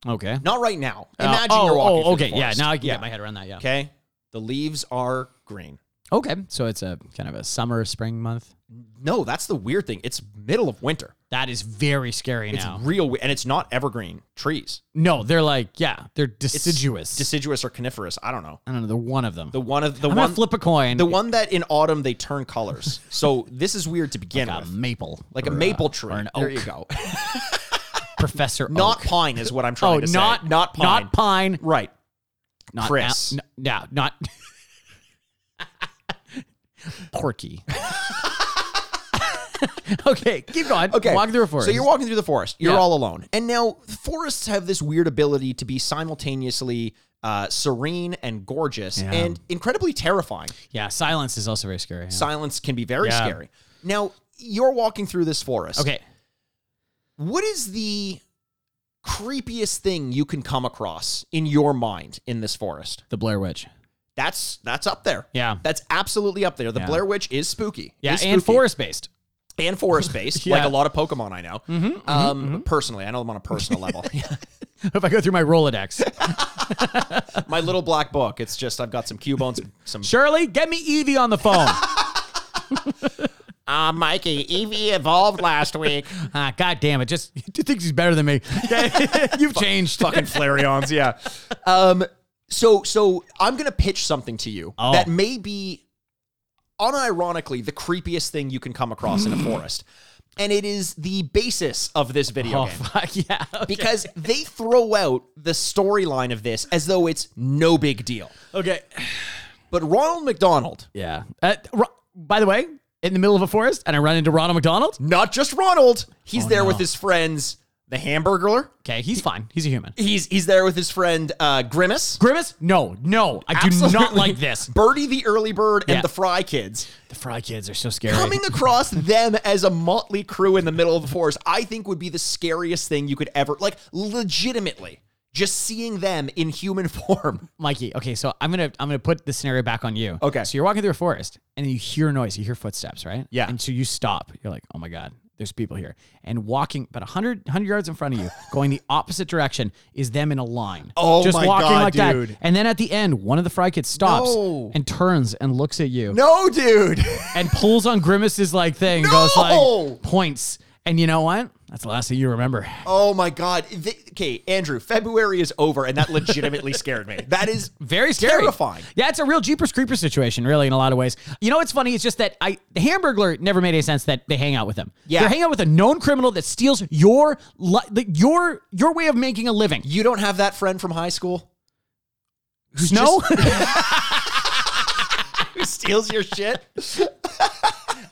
[SPEAKER 4] okay.
[SPEAKER 3] Not right now.
[SPEAKER 4] Uh,
[SPEAKER 3] Imagine
[SPEAKER 4] oh,
[SPEAKER 3] you're walking.
[SPEAKER 4] Oh,
[SPEAKER 3] through
[SPEAKER 4] okay.
[SPEAKER 3] The
[SPEAKER 4] yeah.
[SPEAKER 3] forest.
[SPEAKER 4] Now I can get my head around that. Yeah.
[SPEAKER 3] Okay. The leaves are green.
[SPEAKER 4] Okay. So it's a kind of a summer, spring month.
[SPEAKER 3] No, that's the weird thing. It's middle of winter.
[SPEAKER 4] That is very scary now.
[SPEAKER 3] It's real, we- and it's not evergreen trees.
[SPEAKER 4] no, they're like, yeah, they're
[SPEAKER 3] It's
[SPEAKER 4] deciduous.
[SPEAKER 3] deciduous, or coniferous. I don't know.
[SPEAKER 4] I don't know. They're one of them.
[SPEAKER 3] The one of the
[SPEAKER 4] I'm
[SPEAKER 3] one
[SPEAKER 4] gonna flip a coin.
[SPEAKER 3] the one that in autumn they turn colors. So this is weird to begin
[SPEAKER 4] like a
[SPEAKER 3] with.
[SPEAKER 4] maple,
[SPEAKER 3] like a
[SPEAKER 4] or, uh,
[SPEAKER 3] maple tree.
[SPEAKER 4] or an
[SPEAKER 3] There you
[SPEAKER 4] oak.
[SPEAKER 3] go.
[SPEAKER 4] Professor
[SPEAKER 3] Not
[SPEAKER 4] Oak.
[SPEAKER 3] pine is what I'm
[SPEAKER 4] Oh,
[SPEAKER 3] trying to
[SPEAKER 4] not
[SPEAKER 3] say. Not pine.
[SPEAKER 4] Not pine.
[SPEAKER 3] Right.
[SPEAKER 4] Not
[SPEAKER 3] Chris.
[SPEAKER 4] Al- n- no, not Porky. okay, keep going.
[SPEAKER 3] Okay.
[SPEAKER 4] walk through a forest.
[SPEAKER 3] So you're walking through the forest. You're
[SPEAKER 4] Yeah.
[SPEAKER 3] all alone. And now forests have this weird ability to be simultaneously uh, serene and gorgeous
[SPEAKER 4] Yeah.
[SPEAKER 3] and incredibly terrifying.
[SPEAKER 4] yeah. Silence is also very scary. yeah.
[SPEAKER 3] Silence can be very
[SPEAKER 4] Yeah.
[SPEAKER 3] scary. Now you're walking through this forest.
[SPEAKER 4] okay,
[SPEAKER 3] What is the creepiest thing you can come across in your mind in this forest?
[SPEAKER 4] the Blair Witch.
[SPEAKER 3] That's that's up there.
[SPEAKER 4] Yeah.
[SPEAKER 3] That's absolutely up there. The
[SPEAKER 4] Yeah.
[SPEAKER 3] Blair Witch is spooky.
[SPEAKER 4] Yeah,
[SPEAKER 3] Is
[SPEAKER 4] and
[SPEAKER 3] spooky.
[SPEAKER 4] forest based.
[SPEAKER 3] and forest based,
[SPEAKER 4] Yeah. Mm-hmm,
[SPEAKER 3] like a lot of Pokemon I know. um, Personally, I know them on a personal level.
[SPEAKER 4] If I go through my Rolodex,
[SPEAKER 3] My little black book. It's just I've got some Cubones, some.
[SPEAKER 4] Shirley, get me Evie on the phone.
[SPEAKER 3] Ah, Mikey, Evie evolved last week.
[SPEAKER 4] ah, God damn it! Just you think she's better than me. You've changed.
[SPEAKER 3] Fucking Flareons, yeah. Um, so so I'm gonna pitch something to you
[SPEAKER 4] Oh.
[SPEAKER 3] that may be, unironically, the creepiest thing you can come across in a forest, and it is the basis of this video
[SPEAKER 4] Oh
[SPEAKER 3] game.
[SPEAKER 4] fuck yeah!
[SPEAKER 3] because they throw out the storyline of this as though it's no big deal.
[SPEAKER 4] okay.
[SPEAKER 3] But Ronald McDonald,
[SPEAKER 4] Yeah. Uh, Ro- by the way, in the middle of a forest, and I run into Ronald McDonald.
[SPEAKER 3] not just Ronald, he's there
[SPEAKER 4] Oh, no.
[SPEAKER 3] with his friends, the Hamburglar.
[SPEAKER 4] Okay, he's fine. He's a human.
[SPEAKER 3] He's he's there with his friend uh, Grimace.
[SPEAKER 4] Grimace? No, no, I do not
[SPEAKER 3] Absolutely.
[SPEAKER 4] like this.
[SPEAKER 3] Birdie the early bird and
[SPEAKER 4] Yeah.
[SPEAKER 3] the Fry Kids
[SPEAKER 4] The Fry Kids are so scary.
[SPEAKER 3] coming across them as a motley crew in the middle of the forest. I think would be the scariest thing you could ever like. Legitimately, just seeing them in human form.
[SPEAKER 4] Mikey. Okay, so I'm gonna I'm gonna put the scenario back on you.
[SPEAKER 3] Okay.
[SPEAKER 4] So you're walking through a forest and you hear noise, you hear footsteps, right?
[SPEAKER 3] Yeah.
[SPEAKER 4] And so you stop. You're like, oh my god, there's people here. And walking about 100, 100 yards in front of you, going the opposite direction, is them in a line.
[SPEAKER 3] Oh
[SPEAKER 4] just
[SPEAKER 3] my
[SPEAKER 4] walking
[SPEAKER 3] God,
[SPEAKER 4] like
[SPEAKER 3] dude.
[SPEAKER 4] that. And then at the end, one of the Fry Kids stops
[SPEAKER 3] No.
[SPEAKER 4] and turns and looks at you
[SPEAKER 3] No, dude.
[SPEAKER 4] and pulls on Grimace's like thing, goes
[SPEAKER 3] No.
[SPEAKER 4] like points. And you know what? That's the last thing you remember.
[SPEAKER 3] Oh my God. Th- okay, Andrew, February is over, and that legitimately scared me. That is
[SPEAKER 4] Very scary.
[SPEAKER 3] Terrifying.
[SPEAKER 4] Yeah, it's a real Jeepers Creepers situation, really, in a lot of ways. You know what's funny? It's just that I the Hamburglar never made any sense that they hang out with him.
[SPEAKER 3] Yeah.
[SPEAKER 4] They're hanging out with a known criminal that steals your li- the, your your way of making a living.
[SPEAKER 3] You don't have that friend from high school
[SPEAKER 4] Snow?
[SPEAKER 3] who steals your shit?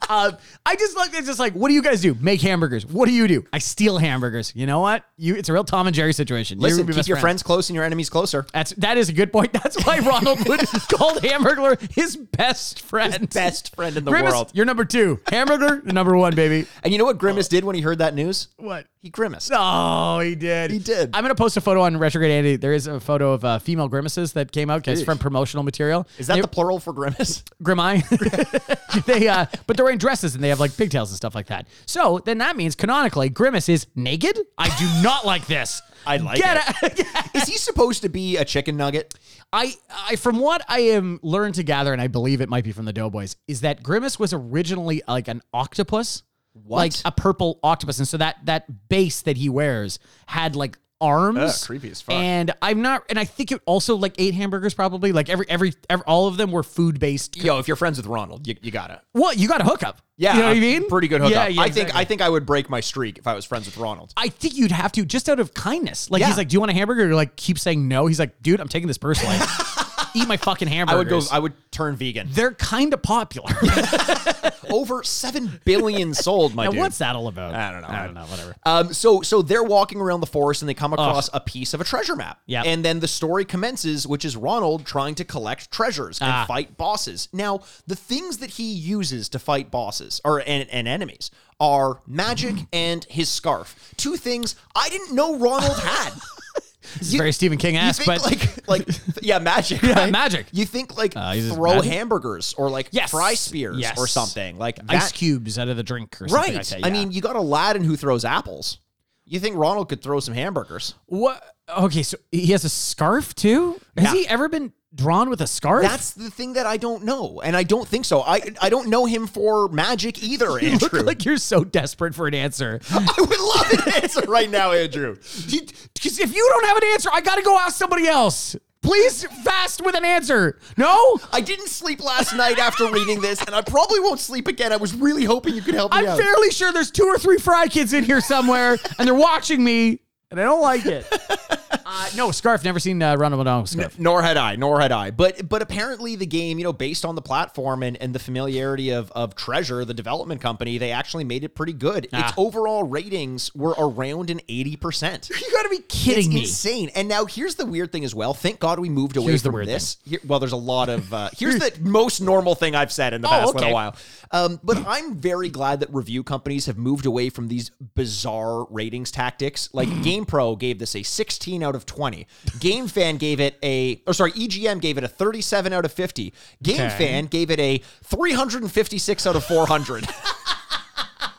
[SPEAKER 4] Uh, I just look it's just like, what do you guys do? Make hamburgers. What do you do? I steal hamburgers. You know what? You it's a real Tom and Jerry situation. You
[SPEAKER 3] Listen,
[SPEAKER 4] would be
[SPEAKER 3] keep
[SPEAKER 4] best
[SPEAKER 3] your
[SPEAKER 4] friends.
[SPEAKER 3] friends close and your enemies closer.
[SPEAKER 4] That's that is a good point. That's why Ronald Wood called Hamburglar his best friend.
[SPEAKER 3] Best friend in the
[SPEAKER 4] Grimace,
[SPEAKER 3] world.
[SPEAKER 4] you're number two. Hamburger, you're number one, baby.
[SPEAKER 3] And you know what Grimace did when he heard that news?
[SPEAKER 4] What?
[SPEAKER 3] He grimaced.
[SPEAKER 4] Oh, he did.
[SPEAKER 3] He did.
[SPEAKER 4] I'm gonna post a photo on Retrograde Andy. There is a photo of uh, female grimaces that came out. 'cause It's
[SPEAKER 3] Jeez.
[SPEAKER 4] from promotional material.
[SPEAKER 3] Is that
[SPEAKER 4] They-
[SPEAKER 3] the plural for grimace?
[SPEAKER 4] Grimeye? they, uh, but they're wearing dresses and they have like pigtails and stuff like that. So then that means canonically, grimace is naked. I do not like this.
[SPEAKER 3] I like
[SPEAKER 4] Get
[SPEAKER 3] it. Is he supposed to be a chicken nugget?
[SPEAKER 4] I, I, from what I am learned to gather, and I believe it might be from the Doughboys, is that Grimace was originally like an octopus,
[SPEAKER 3] What?
[SPEAKER 4] like a purple octopus, and so that that base that he wears had like arms,
[SPEAKER 3] Ugh, creepy as fuck.
[SPEAKER 4] And I'm not, and I think it also like ate hamburgers, probably like every every, every all of them were food based.
[SPEAKER 3] Yo, if you're friends with Ronald, you, you gotta.
[SPEAKER 4] What you got a hookup?
[SPEAKER 3] Yeah,
[SPEAKER 4] you know what I
[SPEAKER 3] a
[SPEAKER 4] mean.
[SPEAKER 3] Pretty good hookup.
[SPEAKER 4] Yeah, yeah,
[SPEAKER 3] I think
[SPEAKER 4] exactly.
[SPEAKER 3] I think I would break my streak if I was friends with Ronald.
[SPEAKER 4] I think you'd have to just out of kindness. Like
[SPEAKER 3] Yeah.
[SPEAKER 4] he's like, "Do you want a hamburger?" You're like, keep saying no. He's like, "Dude, I'm taking this personally." eat my fucking
[SPEAKER 3] I
[SPEAKER 4] hamburgers.
[SPEAKER 3] would go. I would turn vegan.
[SPEAKER 4] They're kind of popular.
[SPEAKER 3] Over seven billion sold, my
[SPEAKER 4] now,
[SPEAKER 3] dude.
[SPEAKER 4] what's that all about?
[SPEAKER 3] I don't know.
[SPEAKER 4] I don't know. Whatever.
[SPEAKER 3] Um, so so they're walking around the forest and they come across a piece of a treasure map.
[SPEAKER 4] Yep.
[SPEAKER 3] And then the story commences, which is Ronald trying to collect treasures and
[SPEAKER 4] Ah.
[SPEAKER 3] fight bosses. Now, the things that he uses to fight bosses or and, and enemies are magic and his scarf. Two things I didn't know Ronald had.
[SPEAKER 4] This is very Stephen King
[SPEAKER 3] You
[SPEAKER 4] ass,
[SPEAKER 3] think
[SPEAKER 4] but
[SPEAKER 3] like like yeah, magic. right?
[SPEAKER 4] magic.
[SPEAKER 3] You think like
[SPEAKER 4] he uses
[SPEAKER 3] throw
[SPEAKER 4] magic?
[SPEAKER 3] hamburgers or like
[SPEAKER 4] Yes.
[SPEAKER 3] fry spears
[SPEAKER 4] Yes.
[SPEAKER 3] or something. Like
[SPEAKER 4] ice
[SPEAKER 3] that-
[SPEAKER 4] cubes out of the drink or something.
[SPEAKER 3] Right.
[SPEAKER 4] Like that,
[SPEAKER 3] I
[SPEAKER 4] yeah.
[SPEAKER 3] mean, you got Aladdin who throws apples. You think Ronald could throw some hamburgers?
[SPEAKER 4] what? Okay, so he has a scarf too.
[SPEAKER 3] Yeah.
[SPEAKER 4] Has he ever been drawn with a scarf?
[SPEAKER 3] That's the thing that I don't know, and I don't think so. I I don't know him for magic either,
[SPEAKER 4] you look
[SPEAKER 3] Andrew.
[SPEAKER 4] like you're so desperate for an answer.
[SPEAKER 3] I would love an answer right now, Andrew.
[SPEAKER 4] Because if you don't have an answer, I gotta go ask somebody else. Please fast with an answer. No,
[SPEAKER 3] I didn't sleep last night after reading this, and I probably won't sleep again. I was really hoping you could help me
[SPEAKER 4] I'm
[SPEAKER 3] out.
[SPEAKER 4] fairly sure there's two or three fry kids in here somewhere, and they're watching me, and I don't like it. uh, no scarf. Never seen uh, Ronald McDonald scarf.
[SPEAKER 3] Nor had I, nor had I. But but apparently the game, you know, based on the platform and, and the familiarity of of Treasure, the development company, they actually made it pretty good.
[SPEAKER 4] Ah.
[SPEAKER 3] Its overall ratings were around an eighty percent.
[SPEAKER 4] You gotta be kidding me.
[SPEAKER 3] insane. And now here's the weird thing as well. Thank God we moved away
[SPEAKER 4] Here's the
[SPEAKER 3] from
[SPEAKER 4] weird
[SPEAKER 3] this. Here- well, there's a lot of uh, here's the most normal thing I've said in the past
[SPEAKER 4] Oh, okay.
[SPEAKER 3] little while. Um, but I'm very glad that review companies have moved away from these bizarre ratings tactics. Like GamePro gave this a 16 out of 20. GameFan gave it a or sorry, EGM gave it a 37 out of 50. GameFan gave it a 356 out of 400.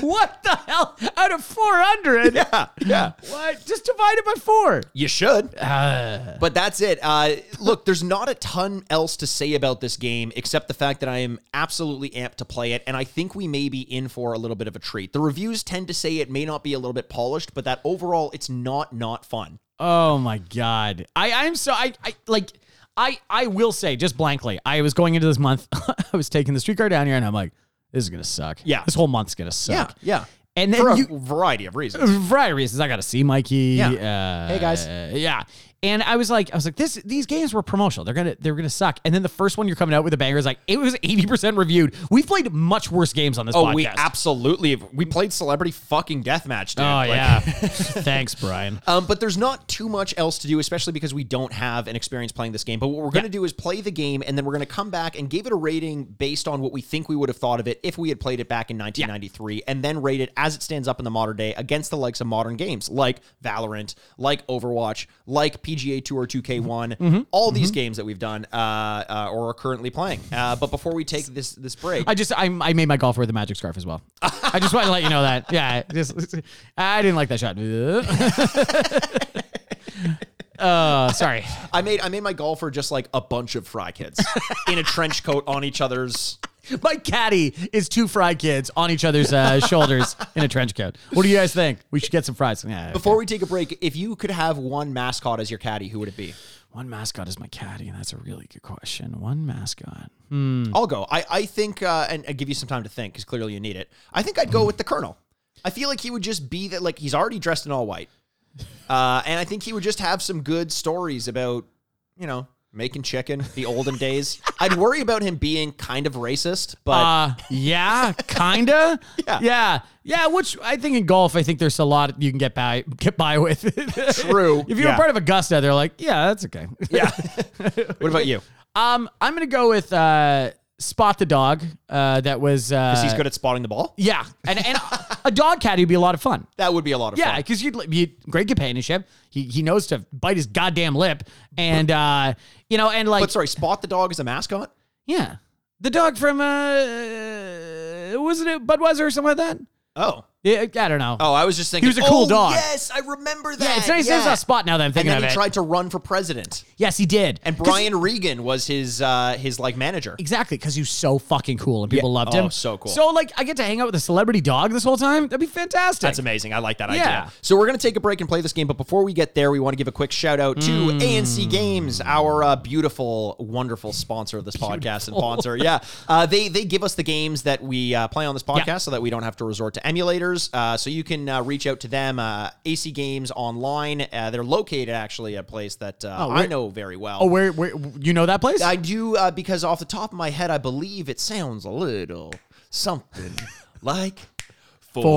[SPEAKER 4] What the hell? Out of 400?
[SPEAKER 3] yeah, yeah.
[SPEAKER 4] What? Just divide it by four.
[SPEAKER 3] You should. but that's it. Uh, look, there's not a ton else to say about this game except the fact that I am absolutely amped to play it, and I think we may be in for a little bit of a treat. The reviews tend to say it may not be a little bit polished, but that overall, it's not not fun.
[SPEAKER 4] Oh my god. I I'm so I I like I I will say just blankly. I was going into this month. I was taking the streetcar down here, and I'm like, this is gonna suck.
[SPEAKER 3] Yeah.
[SPEAKER 4] This whole month's gonna suck.
[SPEAKER 3] yeah.
[SPEAKER 4] And then
[SPEAKER 3] For a
[SPEAKER 4] you,
[SPEAKER 3] variety of reasons.
[SPEAKER 4] for a variety of reasons. I got to see Mikey.
[SPEAKER 3] Yeah.
[SPEAKER 4] Uh,
[SPEAKER 3] Hey, guys.
[SPEAKER 4] Yeah. And I was like, I was like, this these games were promotional. They're gonna they're gonna suck. And then the first one you're coming out with a banger is like it was 80 percent reviewed. We've played much worse games on this
[SPEAKER 3] Oh,
[SPEAKER 4] podcast.
[SPEAKER 3] we absolutely we played Celebrity Fucking Deathmatch, dude.
[SPEAKER 4] oh
[SPEAKER 3] Like-
[SPEAKER 4] yeah. Thanks, Brian.
[SPEAKER 3] Um, but there's not too much else to do, especially because we don't have an experience playing this game. But what we're going to do is play the game, and then we're going to come back and give it a rating based on what we think we would have thought of it if we had played it back in 1993, and then rate it as it stands up in the modern day against the likes of modern games like Valorant, like Overwatch, like PGA Tour 2K1, all these games that we've done uh, uh, or are currently playing. Uh, but before we take this this break,
[SPEAKER 4] I just I, I made my golf wear the magic scarf as well. I just wanted to let you know that. Yeah, just I didn't like that shot. uh, sorry.
[SPEAKER 3] I made I made my golfer just like a bunch of fry kids in a trench coat on each other's.
[SPEAKER 4] My caddy is two fry kids on each other's uh, shoulders in a trench coat. What do you guys think? We should get some fries. Yeah,
[SPEAKER 3] Before we take a break, if you could have one mascot as your caddy, who would it be?
[SPEAKER 4] one mascot is my caddy, and that's a really good question. One mascot. Hmm.
[SPEAKER 3] I'll go. I, I think, uh, and, and give you some time to think because clearly you need it. I think
[SPEAKER 4] Hmm.
[SPEAKER 3] I'd go with the Colonel. I feel like he would just be that, like, he's already dressed in all white. Uh, and I think he would just have some good stories about, you know, making chicken, the olden days. I'd worry about him being kind of racist, but
[SPEAKER 4] Uh, yeah, kinda.
[SPEAKER 3] Yeah.
[SPEAKER 4] yeah, yeah. Which I think in golf, I think there's a lot you can get by get by with.
[SPEAKER 3] true.
[SPEAKER 4] If you were
[SPEAKER 3] Yeah.
[SPEAKER 4] part of Augusta, they're like, yeah, that's okay.
[SPEAKER 3] yeah. what about you?
[SPEAKER 4] Um, I'm gonna go with uh, spot the dog. Uh, that was uh,
[SPEAKER 3] he's good at spotting the ball.
[SPEAKER 4] yeah, and and a dog caddy would be a lot of fun.
[SPEAKER 3] That would be a lot of
[SPEAKER 4] Yeah,
[SPEAKER 3] fun.
[SPEAKER 4] because you'd, you great companionship. He he knows to bite his goddamn lip, and uh, you know, and like
[SPEAKER 3] But sorry, spot the dog as a mascot?
[SPEAKER 4] yeah, the dog from uh, wasn't it Budweiser or something like that?
[SPEAKER 3] Oh.
[SPEAKER 4] Yeah, I don't know.
[SPEAKER 3] Oh, I was just thinking.
[SPEAKER 4] was a cool
[SPEAKER 3] oh,
[SPEAKER 4] dog.
[SPEAKER 3] Yes, I remember that.
[SPEAKER 4] yeah, it's nice. There's a spot now that I'm
[SPEAKER 3] And
[SPEAKER 4] thinking
[SPEAKER 3] then
[SPEAKER 4] of
[SPEAKER 3] he
[SPEAKER 4] it.
[SPEAKER 3] tried to run for president.
[SPEAKER 4] yes, he did.
[SPEAKER 3] And
[SPEAKER 4] 'Cause-
[SPEAKER 3] Brian Regan was his uh his like manager.
[SPEAKER 4] Exactly, because he was so fucking cool and people
[SPEAKER 3] Yeah.
[SPEAKER 4] loved
[SPEAKER 3] Oh,
[SPEAKER 4] him.
[SPEAKER 3] so cool.
[SPEAKER 4] So like, I get to hang out with a celebrity dog this whole time. That'd be fantastic.
[SPEAKER 3] That's amazing. I like that
[SPEAKER 4] Yeah.
[SPEAKER 3] idea. So we're gonna take a break and play this game, but before we get there, we want to give a quick shout out to
[SPEAKER 4] Mm.
[SPEAKER 3] ANC Games, our uh, beautiful, wonderful sponsor of this podcast and sponsor. Yeah, uh, they they give us the games that we uh, play on this podcast, so that we don't have to resort to emulators. Engineers. Uh, so you can uh, reach out to them, uh, AC Games Online. Uh, they're located actually at a place that uh, I
[SPEAKER 4] where-
[SPEAKER 3] know very well.
[SPEAKER 4] Oh, where, where you know that place?
[SPEAKER 3] I do uh, because off the top of my head, I believe it sounds a little something like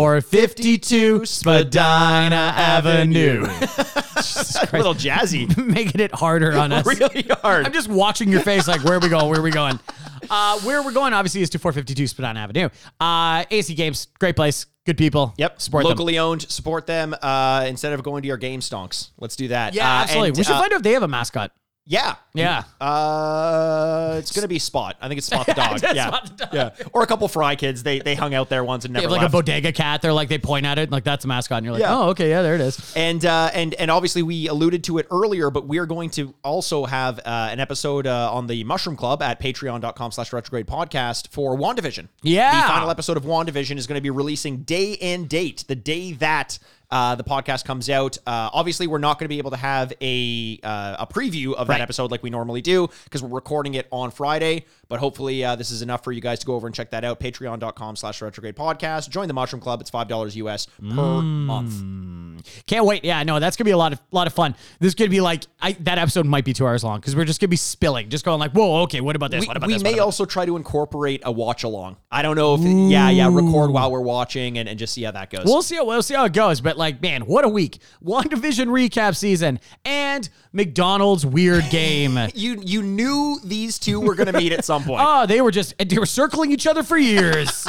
[SPEAKER 4] 452 Spadina Avenue.
[SPEAKER 3] a little jazzy.
[SPEAKER 4] Making it harder on us.
[SPEAKER 3] really hard.
[SPEAKER 4] I'm just watching your face, like, where are we going? Where are we going? Uh, where we're going, obviously, is to 452 Spadina Avenue. Uh, AC Games, great place, good people.
[SPEAKER 3] Yep,
[SPEAKER 4] Support them.
[SPEAKER 3] locally owned. Support them uh, instead of going to your game stonks. Let's do that.
[SPEAKER 4] Yeah,
[SPEAKER 3] Uh,
[SPEAKER 4] absolutely.
[SPEAKER 3] and,
[SPEAKER 4] we should
[SPEAKER 3] uh,
[SPEAKER 4] find out if they have a mascot.
[SPEAKER 3] Yeah,
[SPEAKER 4] Yeah.
[SPEAKER 3] Uh, it's gonna be Spot. I think it's Spot the dog.
[SPEAKER 4] That's
[SPEAKER 3] yeah,
[SPEAKER 4] Spot the dog.
[SPEAKER 3] yeah. Or a couple Fry kids. They they hung out there once and
[SPEAKER 4] They
[SPEAKER 3] never
[SPEAKER 4] have like a
[SPEAKER 3] left.
[SPEAKER 4] bodega cat. They're like, they point at it, and like, that's a mascot. And you're like,
[SPEAKER 3] Yeah.
[SPEAKER 4] oh, okay, yeah, there it is.
[SPEAKER 3] and uh, and and obviously we alluded to it earlier, but we are going to also have uh, an episode uh, on the Mushroom Club at Patreon.com/slash Retrograde Podcast for Wandavision.
[SPEAKER 4] Yeah.
[SPEAKER 3] the final episode of Wandavision is going to be releasing day and date, the day that. Uh, the podcast comes out. Uh, obviously, we're not going to be able to have a uh, a preview of that
[SPEAKER 4] Right.
[SPEAKER 3] episode like we normally do because we're recording it on Friday. But hopefully, uh, this is enough for you guys to go over and check that out. Patreon.com/slash Retrograde Podcast. Join the Mushroom Club. It's five dollars US per
[SPEAKER 4] Mm.
[SPEAKER 3] month.
[SPEAKER 4] Can't wait. Yeah, no, that's gonna be a lot of lot of fun. This is gonna be like I, that episode might be two hours long because we're just gonna be spilling, just going like, whoa, okay, what about this?
[SPEAKER 3] we,
[SPEAKER 4] what about
[SPEAKER 3] we
[SPEAKER 4] this?
[SPEAKER 3] may
[SPEAKER 4] What about
[SPEAKER 3] also try to incorporate a watch along. I don't know if yeah, yeah, record while we're watching and, and just see how that goes.
[SPEAKER 4] We'll see. How, we'll see how it goes. But like, man, what a week! One division recap season and McDonald's weird game.
[SPEAKER 3] you you knew these two were going to meet at some point.
[SPEAKER 4] oh, they were just they were circling each other for years.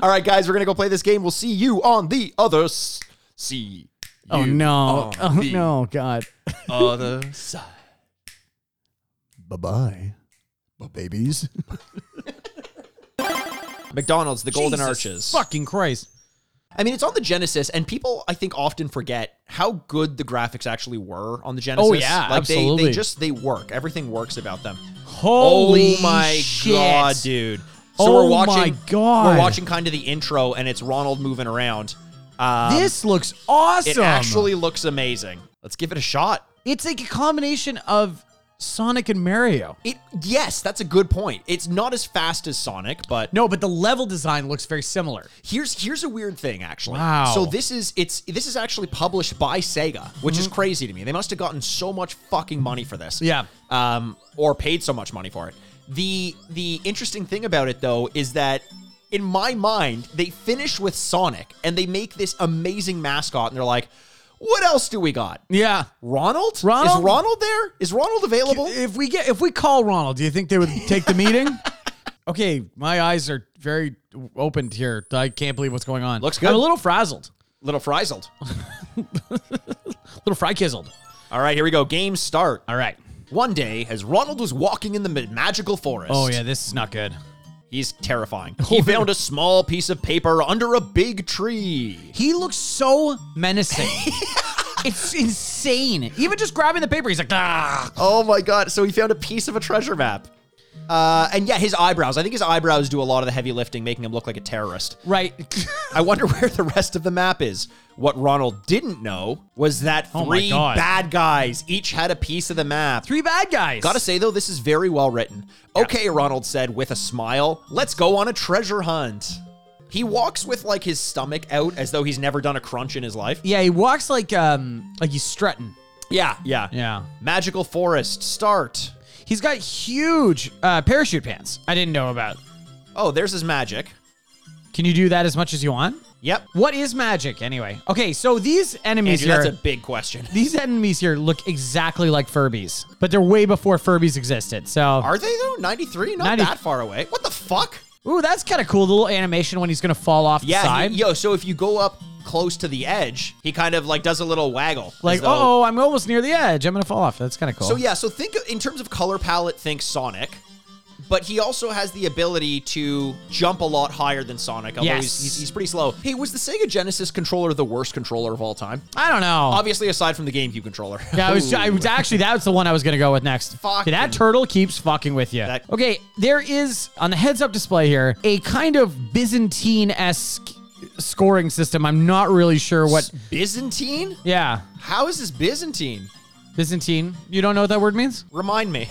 [SPEAKER 3] All right, guys, we're going to go play this game. We'll see you on the other s- see.
[SPEAKER 4] oh
[SPEAKER 3] you
[SPEAKER 4] no!
[SPEAKER 3] on
[SPEAKER 4] Oh
[SPEAKER 3] the
[SPEAKER 4] no! God.
[SPEAKER 3] Other side.
[SPEAKER 2] Bye bye, my babies.
[SPEAKER 3] McDonald's, the Golden
[SPEAKER 4] Jesus
[SPEAKER 3] Arches.
[SPEAKER 4] Fucking Christ.
[SPEAKER 3] I mean, it's on the Genesis, and people I think often forget how good the graphics actually were on the Genesis.
[SPEAKER 4] Oh, yeah,
[SPEAKER 3] like They, they
[SPEAKER 4] absolutely.
[SPEAKER 3] just they work. Everything works about them.
[SPEAKER 4] Holy
[SPEAKER 3] oh my
[SPEAKER 4] shit.
[SPEAKER 3] god, dude! So
[SPEAKER 4] Oh
[SPEAKER 3] we're watching.
[SPEAKER 4] my God.
[SPEAKER 3] We're watching kind of the intro, and it's Ronald moving around. Um,
[SPEAKER 4] This looks awesome.
[SPEAKER 3] it actually looks amazing. Let's give it a shot.
[SPEAKER 4] It's like a combination of Sonic and Mario.
[SPEAKER 3] It yes, that's a good point. It's not as fast as Sonic, but
[SPEAKER 4] No, but the level design looks very similar.
[SPEAKER 3] here's here's a weird thing actually.
[SPEAKER 4] Wow.
[SPEAKER 3] So this is it's this is actually published by Sega, which is crazy to me. They must have gotten so much fucking money for this.
[SPEAKER 4] Mm-hmm. Yeah.
[SPEAKER 3] um, or paid so much money for it. The the interesting thing about it though is that in my mind they finish with Sonic and they make this amazing mascot and they're like, what else do we got?
[SPEAKER 4] Yeah.
[SPEAKER 3] Ronald? Is
[SPEAKER 4] Ronald?
[SPEAKER 3] Ronald there? Is Ronald available?
[SPEAKER 4] If we get if we call Ronald, do you think they would take the meeting? okay, my eyes are very opened here. I can't believe what's going on.
[SPEAKER 3] Looks good.
[SPEAKER 4] I'm a little frazzled.
[SPEAKER 3] Little frizzled.
[SPEAKER 4] A little fry kizzled.
[SPEAKER 3] All right, here we go. Game start.
[SPEAKER 4] All right.
[SPEAKER 3] One day, as Ronald was walking in the ma- magical forest,
[SPEAKER 4] Oh yeah, this is not good.
[SPEAKER 3] he's terrifying. He found a small piece of paper under a big tree.
[SPEAKER 4] He looks so menacing. it's insane. Even just grabbing the paper, he's like, ah.
[SPEAKER 3] Oh my god! So he found a piece of a treasure map. Uh, and yeah, his eyebrows. I think his eyebrows do a lot of the heavy lifting, making him look like a terrorist.
[SPEAKER 4] Right.
[SPEAKER 3] I wonder where the rest of the map is. What Ronald didn't know was that
[SPEAKER 4] Oh my
[SPEAKER 3] three
[SPEAKER 4] God.
[SPEAKER 3] bad guys each had a piece of the map.
[SPEAKER 4] Three bad guys.
[SPEAKER 3] Gotta say, though, this is very well written. Okay, Ronald said with a smile, let's go on a treasure hunt. He walks with like his stomach out as though he's never done a crunch in his life.
[SPEAKER 4] Yeah, he walks like um like he's strutting.
[SPEAKER 3] Yeah, yeah.
[SPEAKER 4] Yeah.
[SPEAKER 3] Magical forest, start.
[SPEAKER 4] He's got huge uh, parachute pants. I didn't know about.
[SPEAKER 3] Oh, there's his magic.
[SPEAKER 4] Can you do that as much as you want?
[SPEAKER 3] Yep.
[SPEAKER 4] What is magic anyway? Okay, so these enemies
[SPEAKER 3] Andrew, that's a
[SPEAKER 4] here,
[SPEAKER 3] big question.
[SPEAKER 4] these enemies here look exactly like Furbies, but they're way before Furbies existed. So,
[SPEAKER 3] Are they though? 93? Not
[SPEAKER 4] 90
[SPEAKER 3] that far away. What the fuck?
[SPEAKER 4] ooh, that's kind of cool. The little animation when he's gonna fall off the
[SPEAKER 3] Yeah,
[SPEAKER 4] side,
[SPEAKER 3] he- yo, so if you go up close to the edge, he kind of like does a little waggle.
[SPEAKER 4] like,
[SPEAKER 3] as though-
[SPEAKER 4] oh, I'm almost near the edge. I'm gonna fall off. That's kind of cool.
[SPEAKER 3] So yeah, so think in terms of color palette, think Sonic, but he also has the ability to jump a lot higher than Sonic. Although
[SPEAKER 4] Yes.
[SPEAKER 3] he's, he's, he's pretty slow. Hey, was the Sega Genesis controller the worst controller of all time?
[SPEAKER 4] I don't know.
[SPEAKER 3] Obviously, aside from the GameCube controller.
[SPEAKER 4] Yeah, I was, I was actually that's the one I was gonna go with next.
[SPEAKER 3] Fucking-
[SPEAKER 4] that turtle keeps fucking with you.
[SPEAKER 3] That-
[SPEAKER 4] okay, there is on the heads-up display here a kind of Byzantine-esque scoring system. I'm not really sure what.
[SPEAKER 3] Byzantine?
[SPEAKER 4] Yeah,
[SPEAKER 3] How is this Byzantine?
[SPEAKER 4] Byzantine. You don't know what that word means?
[SPEAKER 3] Remind me.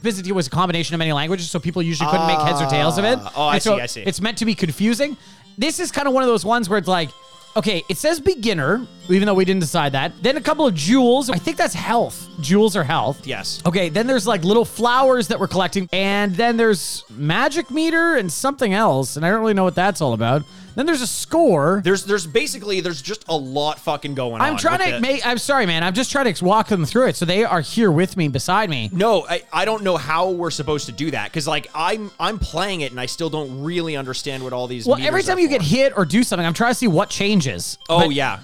[SPEAKER 4] visit you was a combination of many languages, so people usually couldn't make heads or tails of it.
[SPEAKER 3] Ah, oh, I
[SPEAKER 4] And so
[SPEAKER 3] see, I see.
[SPEAKER 4] It's meant to be confusing. This is kind of one of those ones where it's like, okay, it says beginner, even though we didn't decide that. Then a couple of jewels. I think that's health. Jewels are health.
[SPEAKER 3] Yes.
[SPEAKER 4] Okay, then there's like little flowers that we're collecting, and then there's magic meter and something else, and I don't really know what that's all about. Then there's a score.
[SPEAKER 3] There's there's basically there's just a lot fucking going on.
[SPEAKER 4] I'm trying
[SPEAKER 3] with
[SPEAKER 4] to
[SPEAKER 3] it.
[SPEAKER 4] make. I'm sorry, man. I'm just trying to walk them through it, so they are here with me, beside me.
[SPEAKER 3] No, I, I don't know how we're supposed to do that because like I'm I'm playing it and I still don't really understand what all these.
[SPEAKER 4] Well,
[SPEAKER 3] meters
[SPEAKER 4] every
[SPEAKER 3] are
[SPEAKER 4] time you
[SPEAKER 3] for.
[SPEAKER 4] get hit or do something, I'm trying to see what changes.
[SPEAKER 3] Oh
[SPEAKER 4] But
[SPEAKER 3] yeah,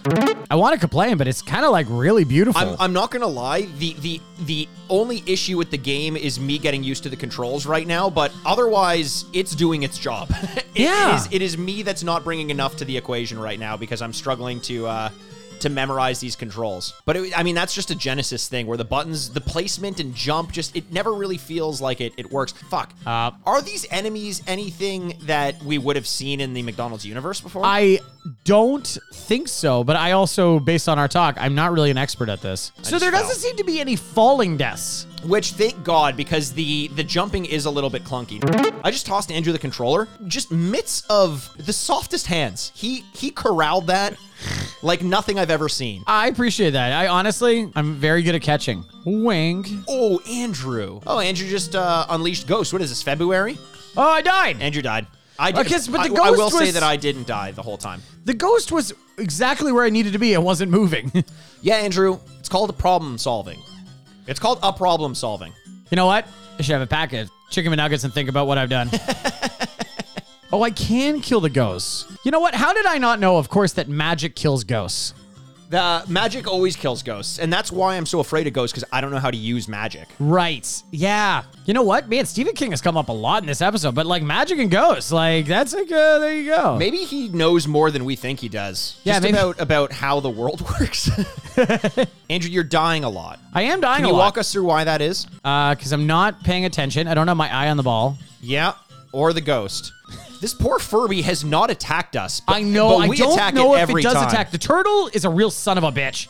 [SPEAKER 4] I want to complain, but it's kind of like really beautiful.
[SPEAKER 3] I'm, I'm not gonna lie. The the the only issue with the game is me getting used to the controls right now, but otherwise it's doing its job. It
[SPEAKER 4] Yeah.
[SPEAKER 3] is- it is me that's not bringing enough to the equation right now because I'm struggling to. uh to memorize these controls, but it, I mean that's just a Genesis thing where the buttons, the placement and jump, just it never really feels like it. It works. Fuck.
[SPEAKER 4] Uh,
[SPEAKER 3] Are these enemies anything that we would have seen in the McDonald's universe before?
[SPEAKER 4] I don't think so, but I also, based on our talk, I'm not really an expert at this. so
[SPEAKER 3] just
[SPEAKER 4] there doesn't
[SPEAKER 3] fell.
[SPEAKER 4] seem to be any falling deaths.
[SPEAKER 3] Which thank God because the the jumping is a little bit clunky. I just tossed Andrew the controller. Just mitts of the softest hands. He he corralled that like nothing I've ever seen.
[SPEAKER 4] I appreciate that. I honestly, I'm very good at catching. Wink.
[SPEAKER 3] Oh, Andrew. Oh, Andrew just uh, unleashed Ghost. What is this? February?
[SPEAKER 4] Oh, I died.
[SPEAKER 3] Andrew died. I did.
[SPEAKER 4] Because- but the
[SPEAKER 3] I, I will
[SPEAKER 4] ghost
[SPEAKER 3] say
[SPEAKER 4] was-
[SPEAKER 3] that I didn't die the whole time.
[SPEAKER 4] The ghost was exactly where I needed to be. I wasn't moving. you
[SPEAKER 3] Yeah, Andrew. It's called problem solving. It's called a problem solving.
[SPEAKER 4] know what? I should have a packet chicken nuggets and think about what I've done. oh, I can kill the ghosts. You know what? How did I not know, of course, that magic kills ghosts?
[SPEAKER 3] The magic always kills ghosts, and that's why I'm so afraid of ghosts because I don't know how to use magic.
[SPEAKER 4] Right. Yeah. You know what? Man, Stephen King has come up a lot in this episode, but like magic and ghosts, like that's like uh, there you go.
[SPEAKER 3] Maybe he knows more than we think he does.
[SPEAKER 4] Yeah,
[SPEAKER 3] Just
[SPEAKER 4] maybe-
[SPEAKER 3] about about how the world works. Andrew, you're dying a lot.
[SPEAKER 4] I am dying
[SPEAKER 3] Can
[SPEAKER 4] a
[SPEAKER 3] you
[SPEAKER 4] lot Uh,
[SPEAKER 3] walk us through why that is?
[SPEAKER 4] because I'm not paying attention. I don't have my eye on the ball.
[SPEAKER 3] Yeah, or the ghost. This poor Furby has not attacked us. but-
[SPEAKER 4] I know.
[SPEAKER 3] but
[SPEAKER 4] I
[SPEAKER 3] we
[SPEAKER 4] don't
[SPEAKER 3] attack
[SPEAKER 4] know
[SPEAKER 3] it
[SPEAKER 4] if
[SPEAKER 3] every
[SPEAKER 4] it does
[SPEAKER 3] time.
[SPEAKER 4] attack. The turtle is a real son of a bitch.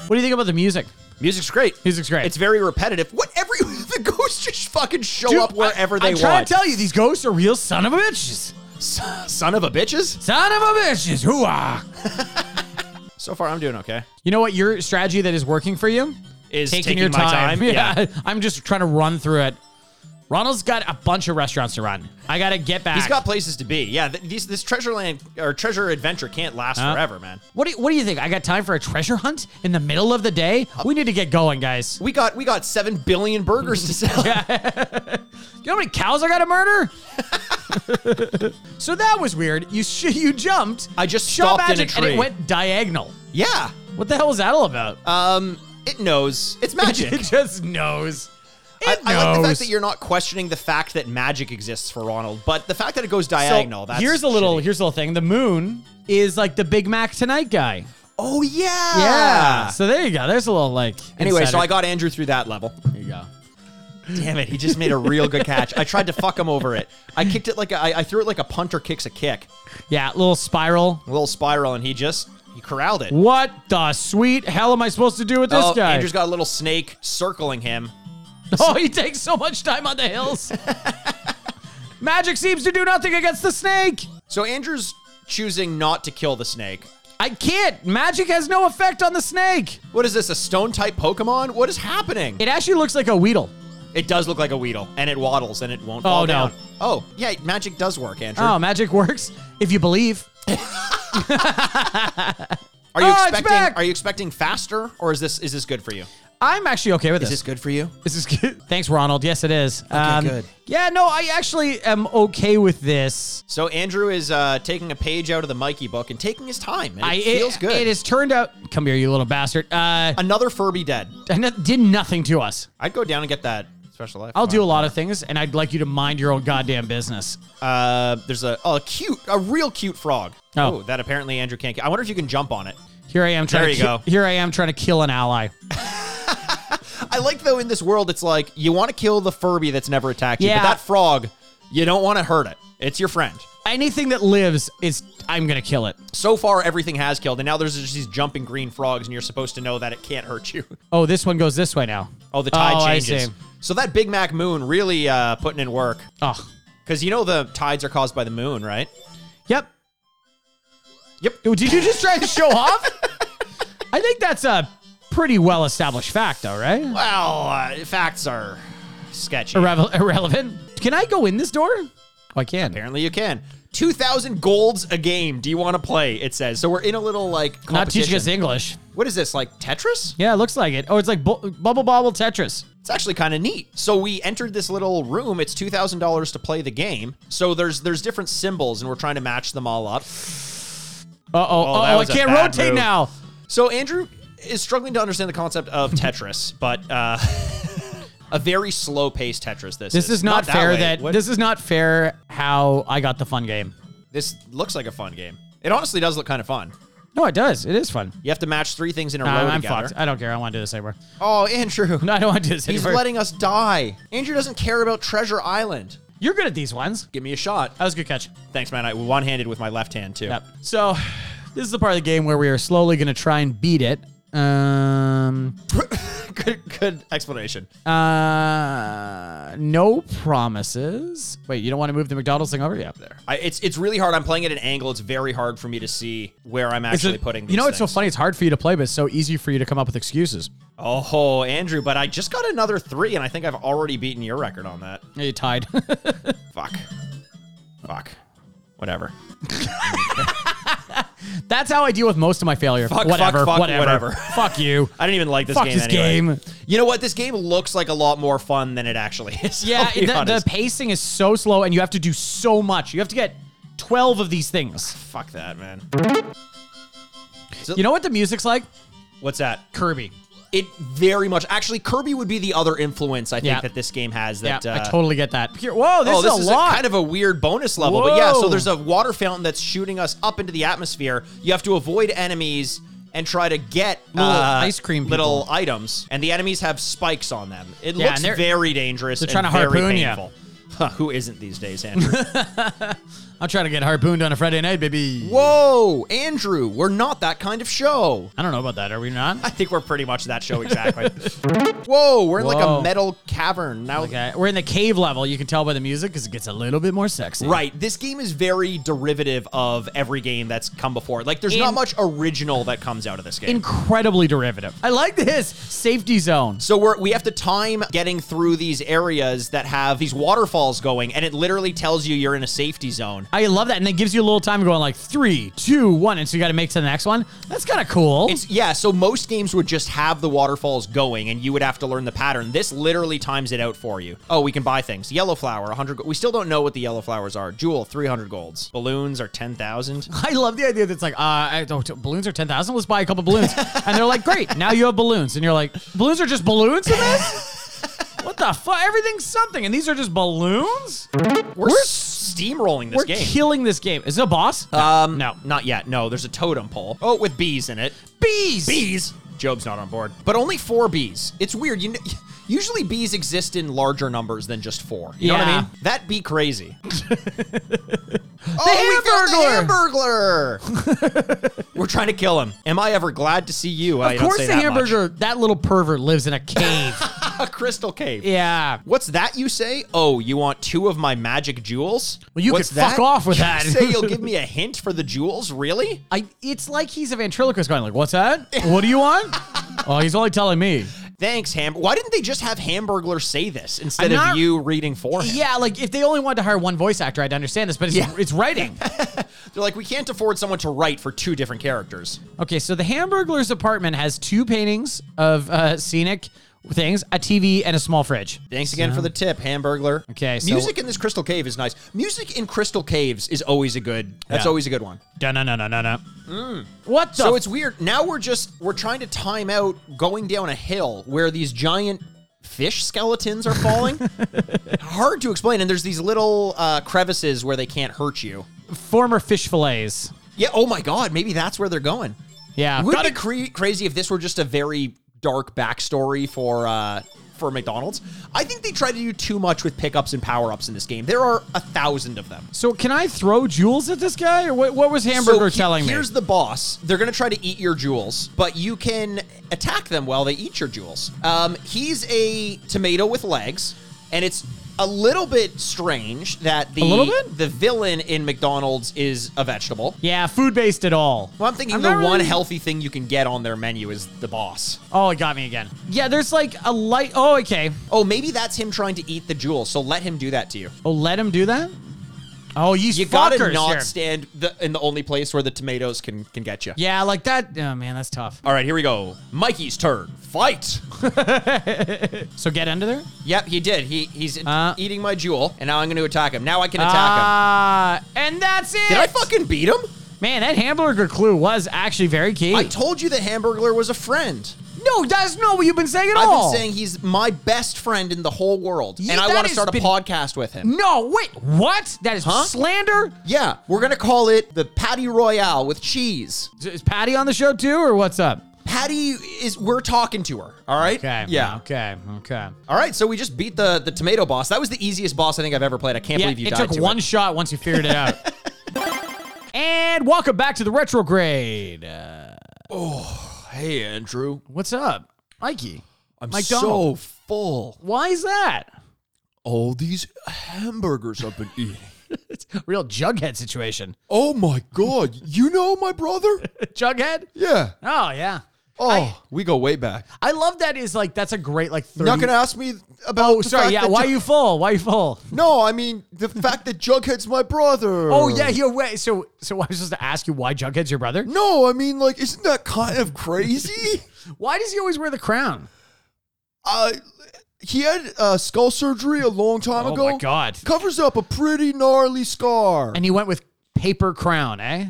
[SPEAKER 4] What do you think about the music?
[SPEAKER 3] Music's great.
[SPEAKER 4] Music's great.
[SPEAKER 3] It's very repetitive. What every the ghosts just fucking show up wherever
[SPEAKER 4] I,
[SPEAKER 3] they
[SPEAKER 4] I'm trying
[SPEAKER 3] want.
[SPEAKER 4] to tell you, these ghosts are real son of a bitches.
[SPEAKER 3] Son of a bitches.
[SPEAKER 4] Son of a bitches. Hooah.
[SPEAKER 3] So far, I'm doing okay.
[SPEAKER 4] You know what? Your strategy that is working for you
[SPEAKER 3] Is
[SPEAKER 4] taking, your
[SPEAKER 3] my
[SPEAKER 4] time.
[SPEAKER 3] Yeah.
[SPEAKER 4] I'm just trying to run through it. Ronald's got a bunch of restaurants to run. I gotta get back.
[SPEAKER 3] He's got places to be. Yeah, th- these, this treasure land or treasure adventure can't last
[SPEAKER 4] Huh?
[SPEAKER 3] forever, man.
[SPEAKER 4] What do you, What do you think? I got time for a treasure hunt in the middle of the day? We need to get going, guys.
[SPEAKER 3] We got we got seven billion burgers to sell.
[SPEAKER 4] You know how many cows I gotta murder? so that was weird. You sh- you jumped.
[SPEAKER 3] I just
[SPEAKER 4] shot
[SPEAKER 3] stopped in a
[SPEAKER 4] magic and
[SPEAKER 3] tree.
[SPEAKER 4] it went diagonal.
[SPEAKER 3] Yeah.
[SPEAKER 4] What the hell was that all about?
[SPEAKER 3] Um, it knows. It's magic.
[SPEAKER 4] it just knows. It
[SPEAKER 3] I,
[SPEAKER 4] knows.
[SPEAKER 3] I like the fact that you're not questioning the fact that magic exists for Ronald, but the fact that it goes
[SPEAKER 4] So
[SPEAKER 3] diagonal. that's
[SPEAKER 4] here's a little.
[SPEAKER 3] shitty.
[SPEAKER 4] Here's a little thing. The moon is like the Big Mac tonight guy. Ah,
[SPEAKER 3] Oh yeah.
[SPEAKER 4] So there you go. There's a little like.
[SPEAKER 3] Anyway, so I
[SPEAKER 4] insider-
[SPEAKER 3] got Andrew through that level.
[SPEAKER 4] There you go.
[SPEAKER 3] Damn it, he just made a real good catch. I tried to fuck him over it. I kicked it like a, I, I threw it like a punter kicks a kick,
[SPEAKER 4] Yeah, little spiral.
[SPEAKER 3] a little spiral, and he just he corralled it.
[SPEAKER 4] What the sweet hell am I supposed to do with this
[SPEAKER 3] oh,
[SPEAKER 4] guy?
[SPEAKER 3] Andrew's got a little snake circling him.
[SPEAKER 4] oh, he takes so much time on the hills. Magic seems to do nothing against the snake.
[SPEAKER 3] So Andrew's choosing not to kill the snake.
[SPEAKER 4] I can't. Magic has no effect on the snake.
[SPEAKER 3] What is this? A stone type Pokemon? What is happening?
[SPEAKER 4] It actually looks like a Weedle.
[SPEAKER 3] It does look like a Weedle, and it waddles, and it won't oh,
[SPEAKER 4] no.
[SPEAKER 3] fall down. Oh, yeah, magic does work, Andrew.
[SPEAKER 4] Oh, magic works if you believe.
[SPEAKER 3] are you
[SPEAKER 4] oh, it's
[SPEAKER 3] expecting?
[SPEAKER 4] back!
[SPEAKER 3] Are you expecting faster, or is this is this good for you?
[SPEAKER 4] I'm actually okay with
[SPEAKER 3] Is this good for you?
[SPEAKER 4] This is good. Thanks, Ronald. Yes, it is. Okay,
[SPEAKER 3] good.
[SPEAKER 4] Yeah, no, I actually am okay with this.
[SPEAKER 3] So Andrew is uh, taking a page out of the Mikey book and taking his time. and It
[SPEAKER 4] I,
[SPEAKER 3] feels good.
[SPEAKER 4] It has turned out. Come here, you little bastard. Uh,
[SPEAKER 3] another Furby dead.
[SPEAKER 4] and it did nothing to us.
[SPEAKER 3] I'd go down and get that special life.
[SPEAKER 4] I'll do a lot of things, and I'd like you to mind your own goddamn business.
[SPEAKER 3] Uh, there's a oh, a cute, a real cute frog.
[SPEAKER 4] Oh.
[SPEAKER 3] that apparently Andrew can't. Get. I wonder if you can jump on it.
[SPEAKER 4] Here I am trying.
[SPEAKER 3] There
[SPEAKER 4] to
[SPEAKER 3] you
[SPEAKER 4] ki-
[SPEAKER 3] go.
[SPEAKER 4] Here I am trying to kill an ally.
[SPEAKER 3] I like though in this world, it's like you want to kill the Furby that's never attacked you,
[SPEAKER 4] Yeah.
[SPEAKER 3] but that frog, you don't want to hurt it. It's your friend.
[SPEAKER 4] Anything that lives is I'm gonna kill it.
[SPEAKER 3] So far, everything has killed, and now there's just these jumping green frogs, and you're supposed to know that it can't hurt you.
[SPEAKER 4] Oh, this one goes this way now.
[SPEAKER 3] Oh, the tide
[SPEAKER 4] I
[SPEAKER 3] changes.
[SPEAKER 4] see.
[SPEAKER 3] So that Big Mac moon really uh, putting in work.
[SPEAKER 4] Oh,
[SPEAKER 3] Because you know the tides are caused by the moon, right?
[SPEAKER 4] yep.
[SPEAKER 3] Yep.
[SPEAKER 4] Dude, did you just try to show off? I think that's a pretty well established fact, though, right?
[SPEAKER 3] Well, uh, facts are sketchy.
[SPEAKER 4] Irrevel- irrelevant. Can I go in this door? Oh, I can.
[SPEAKER 3] Apparently you can. 2,000 golds a game. Do you want to play? It says. So we're in a little like competition.
[SPEAKER 4] Not teaching us English.
[SPEAKER 3] What is this, like Tetris?
[SPEAKER 4] Yeah, it looks like it. Oh, it's like bu- Bubble Bobble Tetris.
[SPEAKER 3] It's actually kind of neat. So we entered this little room. It's $2,000 to play the game. So there's there's different symbols and we're trying to match them all up.
[SPEAKER 4] Uh oh.
[SPEAKER 3] Oh, that
[SPEAKER 4] Oh, I
[SPEAKER 3] was a
[SPEAKER 4] can't
[SPEAKER 3] bad move.
[SPEAKER 4] rotate now.
[SPEAKER 3] So Andrew is struggling to understand the concept of Tetris, but uh a very slow-paced Tetris this
[SPEAKER 4] This is not,
[SPEAKER 3] that
[SPEAKER 4] fair.
[SPEAKER 3] way.
[SPEAKER 4] That,
[SPEAKER 3] What-
[SPEAKER 4] this is not fair. How I got the fun game.
[SPEAKER 3] this looks like a fun game. It honestly does look kind of fun.
[SPEAKER 4] No, it does. It is fun.
[SPEAKER 3] You have to match three things in a
[SPEAKER 4] Nah,
[SPEAKER 3] row
[SPEAKER 4] I'm
[SPEAKER 3] together.
[SPEAKER 4] fucked. I don't care. I want to do this anymore.
[SPEAKER 3] Oh, Andrew.
[SPEAKER 4] No, I don't want to do this
[SPEAKER 3] He's
[SPEAKER 4] anymore.
[SPEAKER 3] letting us die. Andrew doesn't care about Treasure Island.
[SPEAKER 4] You're good at these ones.
[SPEAKER 3] Give me a shot.
[SPEAKER 4] That was a good catch.
[SPEAKER 3] Thanks, man. I one-handed with my left hand too.
[SPEAKER 4] Yep. So this is the part of the game where we are slowly going to try and beat it. Um,
[SPEAKER 3] good, good explanation.
[SPEAKER 4] uh, no promises. Wait, you don't want to move the McDonald's thing over? Yeah, there.
[SPEAKER 3] I, it's it's really hard. I'm playing at an angle. It's very hard for me to see where I'm actually putting. These
[SPEAKER 4] you know, it's so
[SPEAKER 3] things.
[SPEAKER 4] funny. It's hard for you to play, but it's so easy for you to come up with excuses.
[SPEAKER 3] Oh, Andrew, but I just got another three, and I think I've already beaten your record on that.
[SPEAKER 4] Yeah, You tied.
[SPEAKER 3] Fuck. Fuck. Whatever.
[SPEAKER 4] That's how I deal with most of my failure.
[SPEAKER 3] Fuck,
[SPEAKER 4] whatever,
[SPEAKER 3] fuck, fuck,
[SPEAKER 4] whatever,
[SPEAKER 3] whatever.
[SPEAKER 4] fuck you.
[SPEAKER 3] I didn't even like this
[SPEAKER 4] Fuck
[SPEAKER 3] game.
[SPEAKER 4] this
[SPEAKER 3] anyway.
[SPEAKER 4] game.
[SPEAKER 3] You know what? This game looks like a lot more fun than it actually is.
[SPEAKER 4] Yeah,
[SPEAKER 3] I'll be
[SPEAKER 4] the, the
[SPEAKER 3] honest.
[SPEAKER 4] pacing is so slow, and you have to do so much. You have to get twelve of these things.
[SPEAKER 3] Fuck that, man.
[SPEAKER 4] You know what the music's like?
[SPEAKER 3] What's that?
[SPEAKER 4] Kirby.
[SPEAKER 3] It very much actually Kirby would be the other influence I think
[SPEAKER 4] Yeah.
[SPEAKER 3] that this game has.
[SPEAKER 4] Yeah,
[SPEAKER 3] That
[SPEAKER 4] I
[SPEAKER 3] uh,
[SPEAKER 4] totally get that. Pure- Whoa, this
[SPEAKER 3] oh,
[SPEAKER 4] is
[SPEAKER 3] this
[SPEAKER 4] a
[SPEAKER 3] is
[SPEAKER 4] lot.
[SPEAKER 3] kind of a weird bonus level. But yeah, so
[SPEAKER 4] Whoa.
[SPEAKER 3] there's a water fountain that's shooting us up into the atmosphere. You have to avoid enemies and try to get
[SPEAKER 4] Little
[SPEAKER 3] uh,
[SPEAKER 4] ice cream
[SPEAKER 3] little items, and the enemies have spikes on them. It
[SPEAKER 4] Yeah,
[SPEAKER 3] looks
[SPEAKER 4] and they're-
[SPEAKER 3] very dangerous.
[SPEAKER 4] they're trying
[SPEAKER 3] and
[SPEAKER 4] to
[SPEAKER 3] very
[SPEAKER 4] harpoon ya.
[SPEAKER 3] painful. Huh, who isn't these days, Andrew?
[SPEAKER 4] I'm trying to get harpooned on a Friday night, baby.
[SPEAKER 3] Whoa, Andrew, we're not that kind of show.
[SPEAKER 4] I don't know about that. Are we
[SPEAKER 3] I
[SPEAKER 4] not?
[SPEAKER 3] think we're pretty much that show exactly. Whoa, we're in like a
[SPEAKER 4] Whoa.
[SPEAKER 3] metal cavern now.
[SPEAKER 4] Okay, we're in the cave level. You can tell by the music because it gets a little bit more sexy.
[SPEAKER 3] Right, this game is very derivative of every game that's come before. Like, there's not
[SPEAKER 4] In-
[SPEAKER 3] much original that comes out of this game.
[SPEAKER 4] Incredibly derivative. I like this safety zone.
[SPEAKER 3] so we're we have to time getting through these areas that have these waterfalls going, and it literally tells you you're in a safety zone.
[SPEAKER 4] I love that, and it gives you a little time going like three, two, one, and so you got to make it to the next one. That's kind of cool.
[SPEAKER 3] It's yeah, so most games would just have the waterfalls going and you would have to learn the pattern. This literally times it out for you. Oh, we can buy things. Yellow flower, 100 go- We still don't know what the yellow flowers are. Jewel, 300 golds. Balloons are 10,000.
[SPEAKER 4] I love the idea that it's like, uh, I don't, balloons are 10,000. Let's buy a couple balloons. and they're like, great, now you have balloons. And you're like, balloons are just balloons in this? what the fuck? Everything's something. And these are just balloons?
[SPEAKER 3] We're, steamrolling this
[SPEAKER 4] We're
[SPEAKER 3] game.
[SPEAKER 4] killing this game. Is it a boss?
[SPEAKER 3] um
[SPEAKER 4] no.
[SPEAKER 3] not yet. No, there's a totem pole. Oh, with bees in it.
[SPEAKER 4] Bees.
[SPEAKER 3] Bees. Job's not on board. But only 4 bees. It's weird. You kn- usually bees exist in larger numbers than just 4. You know what I
[SPEAKER 4] Yeah.
[SPEAKER 3] mean? That'd be crazy. Oh, we found the Hamburglar! We're trying to kill him. Am I ever glad to see you? I
[SPEAKER 4] Of
[SPEAKER 3] don't
[SPEAKER 4] course,
[SPEAKER 3] say
[SPEAKER 4] the
[SPEAKER 3] that much.
[SPEAKER 4] hamburger, that little pervert lives in a cave.
[SPEAKER 3] A crystal cave.
[SPEAKER 4] yeah.
[SPEAKER 3] What's that you say? Oh, you want two of my magic jewels?
[SPEAKER 4] Well, you
[SPEAKER 3] What's
[SPEAKER 4] could fuck off with
[SPEAKER 3] You
[SPEAKER 4] that.
[SPEAKER 3] say you'll give me a hint for the jewels? Really?
[SPEAKER 4] I, it's like he's a ventriloquist going like, what's that? What do you want? oh, he's only telling me.
[SPEAKER 3] Thanks, Ham. Why didn't they just have Hamburglar say this instead
[SPEAKER 4] I'm
[SPEAKER 3] of
[SPEAKER 4] not-
[SPEAKER 3] you reading for him?
[SPEAKER 4] Yeah, like if they only wanted to hire one voice actor, I'd understand this, but it's,
[SPEAKER 3] Yeah.
[SPEAKER 4] it's writing.
[SPEAKER 3] They're like, we can't afford someone to write for two different characters.
[SPEAKER 4] Okay, so the Hamburglar's apartment has two paintings of uh, scenic things, a TV, and a small fridge.
[SPEAKER 3] Thanks again for the tip, Hamburglar.
[SPEAKER 4] Okay, so-
[SPEAKER 3] music in this crystal cave is nice. Music in crystal caves is always a good. That's
[SPEAKER 4] Yeah.
[SPEAKER 3] always a good one.
[SPEAKER 4] No, no, no, no, no, no. What the?
[SPEAKER 3] So it's weird. Now we're just we're trying to time out going down a hill where these giant fish skeletons are falling. Hard to explain. And there's these little uh, crevices where they can't hurt you.
[SPEAKER 4] former fish fillets.
[SPEAKER 3] Yeah. Oh my God. Maybe that's where they're going.
[SPEAKER 4] Yeah,
[SPEAKER 3] Would
[SPEAKER 4] got
[SPEAKER 3] it be cre- crazy if this were just a very dark backstory for uh, for McDonald's. I think they try to do too much with pickups and power ups in this game. There are a thousand of them.
[SPEAKER 4] So can I throw jewels at this guy, or what? What was Hamburger
[SPEAKER 3] he-
[SPEAKER 4] telling me?
[SPEAKER 3] here's the boss. They're gonna try to eat your jewels, but you can attack them while they eat your jewels. Um, he's a tomato with legs, and it's a little bit strange that the
[SPEAKER 4] A little bit?
[SPEAKER 3] the villain in McDonald's is a vegetable.
[SPEAKER 4] Yeah, food based at all.
[SPEAKER 3] Well, I'm thinking
[SPEAKER 4] I'm
[SPEAKER 3] the
[SPEAKER 4] not
[SPEAKER 3] one
[SPEAKER 4] really-
[SPEAKER 3] healthy thing you can get on their menu is the boss.
[SPEAKER 4] Oh, it got me again. Yeah, there's like a light. Oh, okay.
[SPEAKER 3] Oh, maybe that's him trying to eat the jewels. So let him do that to you.
[SPEAKER 4] Oh, let him do that. Oh, you
[SPEAKER 3] You
[SPEAKER 4] fuckers
[SPEAKER 3] gotta not
[SPEAKER 4] here.
[SPEAKER 3] stand the, in the only place where the tomatoes can can get you.
[SPEAKER 4] yeah, like that. Oh man, that's tough.
[SPEAKER 3] All right, here we go. Mikey's turn. Fight.
[SPEAKER 4] So get under there.
[SPEAKER 3] Yep, he did. He he's
[SPEAKER 4] Uh.
[SPEAKER 3] eating my jewel, and now I'm going to attack him. Now I can attack him.
[SPEAKER 4] Ah, and that's it.
[SPEAKER 3] Did I fucking beat him?
[SPEAKER 4] Man, that hamburger clue was actually very key.
[SPEAKER 3] I told you the Hamburglar was a friend.
[SPEAKER 4] no, that's not what you've been saying at
[SPEAKER 3] I've
[SPEAKER 4] all.
[SPEAKER 3] been saying he's my best friend in the whole world,
[SPEAKER 4] Ye-
[SPEAKER 3] and I
[SPEAKER 4] that
[SPEAKER 3] want to
[SPEAKER 4] has
[SPEAKER 3] start a
[SPEAKER 4] been-
[SPEAKER 3] podcast with him.
[SPEAKER 4] No, wait, what? That is
[SPEAKER 3] Huh?
[SPEAKER 4] slander.
[SPEAKER 3] Yeah, we're gonna call it the Patty Royale with cheese.
[SPEAKER 4] Is- Is Patty on the show too, or what's up?
[SPEAKER 3] Patty is we're talking to her. All right.
[SPEAKER 4] Okay.
[SPEAKER 3] Yeah.
[SPEAKER 4] Okay. Okay.
[SPEAKER 3] All right. So we just beat the the tomato boss. That was the easiest boss I think I've ever played. I can't
[SPEAKER 4] Yeah,
[SPEAKER 3] believe you
[SPEAKER 4] it
[SPEAKER 3] died
[SPEAKER 4] took
[SPEAKER 3] to
[SPEAKER 4] one
[SPEAKER 3] it.
[SPEAKER 4] shot once you figured it out. and welcome back to the retrograde. Uh,
[SPEAKER 3] Hey, Andrew.
[SPEAKER 4] what's up, Mikey?
[SPEAKER 3] I'm
[SPEAKER 4] McDonald.
[SPEAKER 3] so full.
[SPEAKER 4] Why is that?
[SPEAKER 3] All these hamburgers I've been eating.
[SPEAKER 4] It's a real Jughead situation.
[SPEAKER 2] Oh my God. You know my brother?
[SPEAKER 4] Jughead?
[SPEAKER 2] Yeah.
[SPEAKER 4] Oh yeah.
[SPEAKER 2] Oh,
[SPEAKER 3] we go way back.
[SPEAKER 4] I love that. Is like that's a great like. 30-
[SPEAKER 2] not going to ask me about.
[SPEAKER 4] Oh,
[SPEAKER 2] the
[SPEAKER 4] sorry.
[SPEAKER 2] fact
[SPEAKER 4] Yeah.
[SPEAKER 2] that
[SPEAKER 4] Why
[SPEAKER 2] Jug-
[SPEAKER 4] you full? Why you full?
[SPEAKER 2] No, I mean, the fact that Jughead's my brother.
[SPEAKER 4] Oh yeah. You're right. So so I was supposed to ask you why Jughead's your brother?
[SPEAKER 2] No, I mean, like, isn't that kind of crazy?
[SPEAKER 4] Why does he always wear the crown?
[SPEAKER 2] uh, he had uh, skull surgery a long time
[SPEAKER 4] Oh
[SPEAKER 2] ago.
[SPEAKER 4] my god.
[SPEAKER 2] Covers up a pretty gnarly scar.
[SPEAKER 4] And he went with paper crown, eh?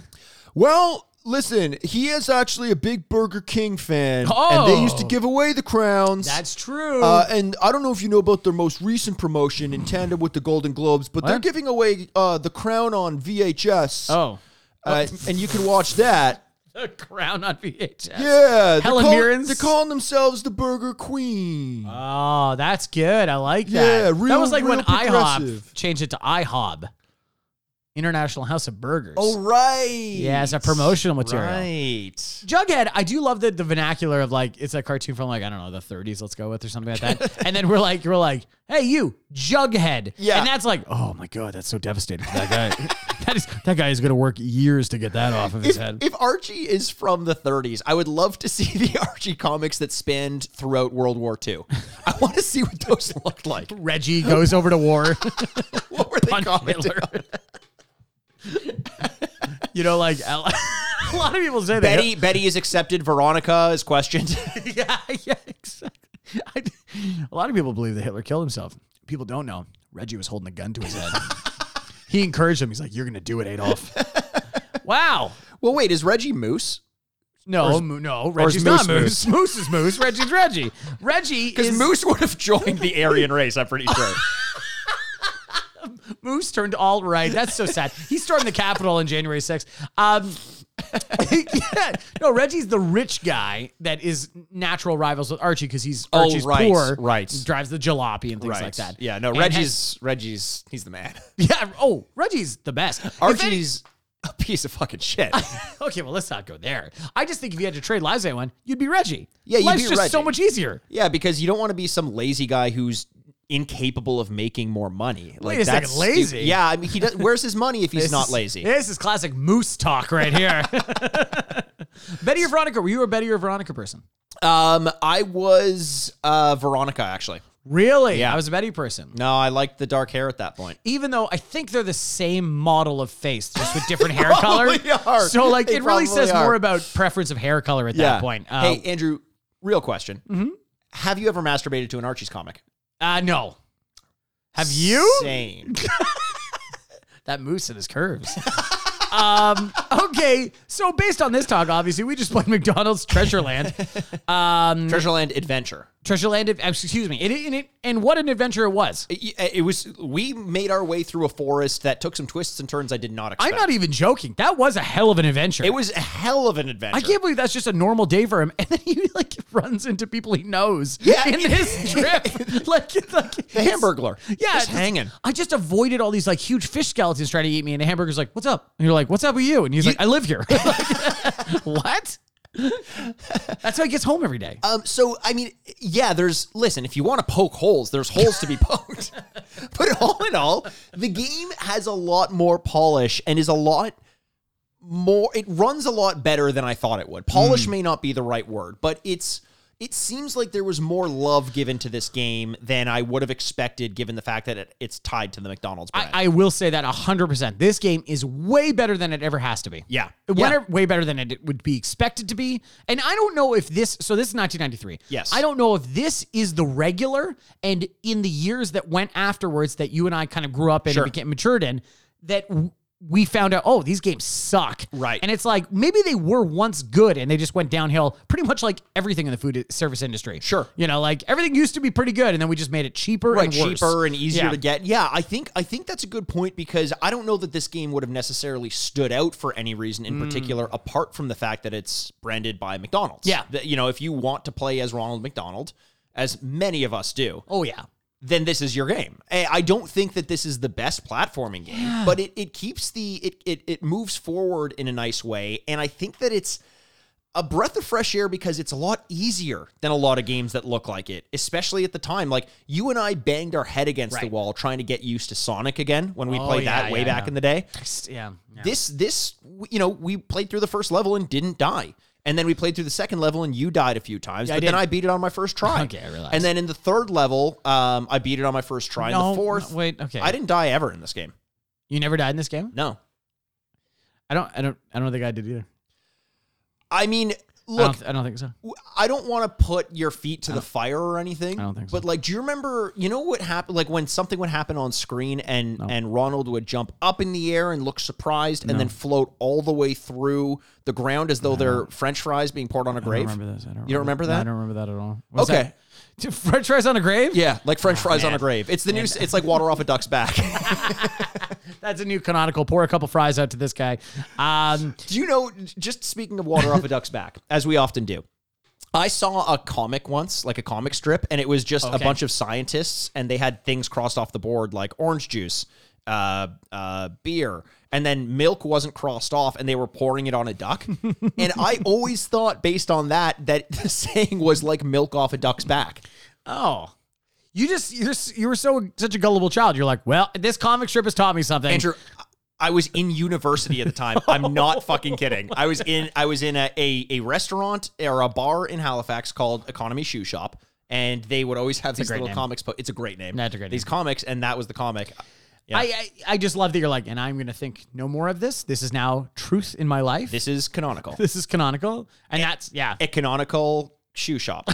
[SPEAKER 2] well, listen, he is actually a big Burger King fan, and they used to
[SPEAKER 4] Oh.
[SPEAKER 2] give away the crowns.
[SPEAKER 4] true.
[SPEAKER 2] Uh, and I don't know if you know about their most recent promotion in tandem with the Golden Globes, but they're
[SPEAKER 4] What?
[SPEAKER 2] giving away uh, the crown on VHS.
[SPEAKER 4] oh.
[SPEAKER 2] Uh, and you can watch that.
[SPEAKER 4] The crown on VHS.
[SPEAKER 2] Yeah, they're,
[SPEAKER 4] Helen
[SPEAKER 2] call-
[SPEAKER 4] Mirren's?
[SPEAKER 2] they're calling themselves the Burger Queen.
[SPEAKER 4] Oh, that's good. I like that.
[SPEAKER 2] Yeah, real-
[SPEAKER 4] that was like
[SPEAKER 2] real
[SPEAKER 4] when
[SPEAKER 2] progressive.
[SPEAKER 4] IHOP changed it to IHOB, International House of Burgers.
[SPEAKER 3] Oh right.
[SPEAKER 4] yeah, as a promotional material.
[SPEAKER 3] Right.
[SPEAKER 4] Jughead, I do love the, the vernacular of like it's a cartoon from like I don't know the 30s, let's go with or something like that. and then we're like we're like, hey you, Jughead,
[SPEAKER 3] Yeah.
[SPEAKER 4] and that's like, oh my god, that's so devastating for that guy. that is that guy is gonna work years to get that off of his
[SPEAKER 3] If,
[SPEAKER 4] head.
[SPEAKER 3] if Archie is from the 30s, I would love to see the Archie comics that spanned throughout World War II. I want to see what those looked like.
[SPEAKER 4] Reggie goes over to war.
[SPEAKER 3] What were they
[SPEAKER 4] Punch
[SPEAKER 3] commenting
[SPEAKER 4] Hitler.
[SPEAKER 3] on?
[SPEAKER 4] you know, like a lot a lot of people say that.
[SPEAKER 3] Betty, Betty is accepted. Veronica is questioned.
[SPEAKER 4] yeah, yeah, exactly. I, a lot of people believe that Hitler killed himself. People don't know. Reggie was holding a gun to his head. he encouraged him. He's like, "You're gonna do it, Adolf." wow.
[SPEAKER 3] well, wait, is Reggie Moose?
[SPEAKER 4] No, Mo- no,
[SPEAKER 3] is
[SPEAKER 4] Reggie's not
[SPEAKER 3] Moose
[SPEAKER 4] Moose. Moose is Moose. Reggie's Reggie. Reggie
[SPEAKER 3] Because
[SPEAKER 4] is
[SPEAKER 3] Moose would have joined the Aryan race, I'm pretty sure.
[SPEAKER 4] Moose turned all right. That's so sad. He stormed the Capitol on January 6th. Um, yeah. No, Reggie's the rich guy that is natural rivals with Archie because he's
[SPEAKER 3] Oh,
[SPEAKER 4] Archie's
[SPEAKER 3] right,
[SPEAKER 4] poor,
[SPEAKER 3] right.
[SPEAKER 4] Drives the jalopy and things
[SPEAKER 3] right.
[SPEAKER 4] like that.
[SPEAKER 3] Yeah, no,
[SPEAKER 4] And
[SPEAKER 3] Reggie's Reggie's he's the man.
[SPEAKER 4] has- yeah. Oh, Reggie's the best. If any-
[SPEAKER 3] Archie's a piece of fucking shit.
[SPEAKER 4] okay, well, let's not go there. I just think if you had to trade lives with anyone, you'd be Reggie.
[SPEAKER 3] Yeah, you'd
[SPEAKER 4] life's
[SPEAKER 3] be
[SPEAKER 4] just so
[SPEAKER 3] Reggie.
[SPEAKER 4] much easier.
[SPEAKER 3] yeah, because you don't want to be some lazy guy who's incapable of making more money. Like
[SPEAKER 4] a second,
[SPEAKER 3] that's
[SPEAKER 4] lazy?
[SPEAKER 3] stupid. Yeah, I mean, he does, where's his money if he's
[SPEAKER 4] This
[SPEAKER 3] not
[SPEAKER 4] is-
[SPEAKER 3] lazy?
[SPEAKER 4] This is classic moose talk right here. Betty or Veronica? Were you a Betty or Veronica person?
[SPEAKER 3] Um, I was uh Veronica actually.
[SPEAKER 4] Really?
[SPEAKER 3] Yeah.
[SPEAKER 4] I was a Betty person.
[SPEAKER 3] No, I liked the dark hair at that point.
[SPEAKER 4] Even though I think they're the same model of face, just with different hair color.
[SPEAKER 2] probably are.
[SPEAKER 4] So like,
[SPEAKER 2] They
[SPEAKER 4] it
[SPEAKER 2] probably
[SPEAKER 4] really says more
[SPEAKER 2] are.
[SPEAKER 4] about preference of hair color at that point. Mm-hmm. Uh,
[SPEAKER 3] hey, Andrew, real question. Have you ever masturbated to an Archie's comic?
[SPEAKER 4] uh, no. Have you?
[SPEAKER 3] Same.
[SPEAKER 4] That moose and his curves. um, okay, so based on this talk, obviously we just played McDonald's Treasure Land.
[SPEAKER 3] Treasureland Adventure.
[SPEAKER 4] Treasure Land. Ad- Excuse me. It, it, it, and what an adventure it was.
[SPEAKER 3] eh, It, it was we made our way through a forest that took some twists and turns I did not expect.
[SPEAKER 4] I'm not even joking. That was a hell of an adventure.
[SPEAKER 3] It was a hell of an adventure.
[SPEAKER 4] I can't believe that's just a normal day for him, and then he like runs into people he knows
[SPEAKER 3] Yeah.
[SPEAKER 4] in his trip, like, like
[SPEAKER 3] the Hamburglar.
[SPEAKER 4] Yeah,
[SPEAKER 3] just hanging.
[SPEAKER 4] I just avoided all these like huge fish skeletons trying to eat me, and the hamburger's like, "What's up?" And you're like, "What's up with you?" And he's like, "I live here." what? That's how he gets home every day.
[SPEAKER 3] Um, so I mean, yeah, there's listen, if you want to poke holes, there's holes to be poked. but all in all, the game has a lot more polish and is a lot more it runs a lot better than I thought it would. Polish may not be the right word, but it's it seems like there was more love given to this game than I would have expected given the fact that it, it's tied to the McDonald's brand.
[SPEAKER 4] I, I will say that 100%. This game is way better than it ever has to be.
[SPEAKER 3] Yeah.
[SPEAKER 4] Whether- way better than it would be expected to be. And I don't know if this, so this is 1993.
[SPEAKER 3] Yes.
[SPEAKER 4] I don't know if this is the regular and in the years that went afterwards that you and I kind of grew up in
[SPEAKER 3] Sure.
[SPEAKER 4] and became matured in, that w- we found out, oh, these games suck.
[SPEAKER 3] Right.
[SPEAKER 4] And it's like maybe they were once good and they just went downhill pretty much like everything in the food service industry.
[SPEAKER 3] Sure.
[SPEAKER 4] You know, like everything used to be pretty good and then we just made it cheaper
[SPEAKER 3] right
[SPEAKER 4] and worse.
[SPEAKER 3] cheaper and easier
[SPEAKER 4] Yeah.
[SPEAKER 3] to get yeah i think i think that's a good point because i don't know that this game would have necessarily stood out for any reason
[SPEAKER 4] Mm.
[SPEAKER 3] in particular apart from the fact that it's branded by mcdonald's
[SPEAKER 4] Yeah.
[SPEAKER 3] That, you know if you want to play as ronald mcdonald as many of us do
[SPEAKER 4] Oh, yeah.
[SPEAKER 3] then this is your game Eh, i don't think that this is the best platforming game but it, it keeps the it, it it moves forward in a nice way and i think that it's a breath of fresh air because it's a lot easier than a lot of games that look like it, especially at the time. Like you and I banged our head against the
[SPEAKER 4] Right.
[SPEAKER 3] wall trying to get used to Sonic again when we
[SPEAKER 4] Oh,
[SPEAKER 3] played
[SPEAKER 4] yeah,
[SPEAKER 3] that way
[SPEAKER 4] yeah,
[SPEAKER 3] back
[SPEAKER 4] yeah.
[SPEAKER 3] in the day.
[SPEAKER 4] Yeah. yeah.
[SPEAKER 3] This, this, you know, we played through the first level and didn't die. And then we played through the second level and you died a few times,
[SPEAKER 4] I
[SPEAKER 3] but then
[SPEAKER 4] did.
[SPEAKER 3] I beat it on my first try.
[SPEAKER 4] Okay, I realize.
[SPEAKER 3] And then in the third level, um, I beat it on my first try. In
[SPEAKER 4] No,
[SPEAKER 3] the fourth,
[SPEAKER 4] no, wait, okay.
[SPEAKER 3] I didn't die ever in this game.
[SPEAKER 4] You never died in this game?
[SPEAKER 3] No,
[SPEAKER 4] I don't. I don't. I don't think I did either.
[SPEAKER 3] I mean,
[SPEAKER 4] I,
[SPEAKER 3] look,
[SPEAKER 4] don't, I don't think so.
[SPEAKER 3] w- I don't want to put your feet to the fire or anything.
[SPEAKER 4] I don't think so.
[SPEAKER 3] But like, do you remember? You know what happened? Like when something would happen on screen, and
[SPEAKER 4] No.
[SPEAKER 3] and Ronald would jump up in the air and look surprised, and then float all the way through the ground as though they're French fries being poured on a
[SPEAKER 4] I
[SPEAKER 3] grave.
[SPEAKER 4] don't remember this. I don't
[SPEAKER 3] You don't remember
[SPEAKER 4] no, I
[SPEAKER 3] that?
[SPEAKER 4] don't remember that at all. What was
[SPEAKER 3] Okay.
[SPEAKER 4] that? French fries on a grave?
[SPEAKER 3] Yeah, like French
[SPEAKER 4] Oh,
[SPEAKER 3] fries on a grave. It's the new. s- It's like water off a duck's back.
[SPEAKER 4] That's a new canonical. Pour a couple fries out to this guy. Um,
[SPEAKER 3] do you know? Just speaking of water off a duck's back, as we often do. I saw a comic once, like a comic strip, and it was just a
[SPEAKER 4] Okay.
[SPEAKER 3] bunch of scientists, and they had things crossed off the board like orange juice, uh, uh, beer, and then milk wasn't crossed off, and they were pouring it on a duck. and I always thought, based on that, that the saying was like milk off a duck's back.
[SPEAKER 4] oh, you just you're s- you were so such a gullible child. You're like, well, this comic strip has taught me something.
[SPEAKER 3] Andrew, I was in university at the time. I'm not fucking kidding. I was in I was in a, a, a restaurant or a bar in Halifax called Economy Shoe Shop. And they would always have these
[SPEAKER 4] great
[SPEAKER 3] little
[SPEAKER 4] name.
[SPEAKER 3] comics. Po- it's a great name.
[SPEAKER 4] That's a great
[SPEAKER 3] These
[SPEAKER 4] name.
[SPEAKER 3] comics, and that was the comic. Yeah.
[SPEAKER 4] I, I I just love that you're like, and I'm gonna think no more of this. This is now truth in my life.
[SPEAKER 3] This is canonical.
[SPEAKER 4] this is canonical, and that's yeah.
[SPEAKER 3] a canonical shoe shop.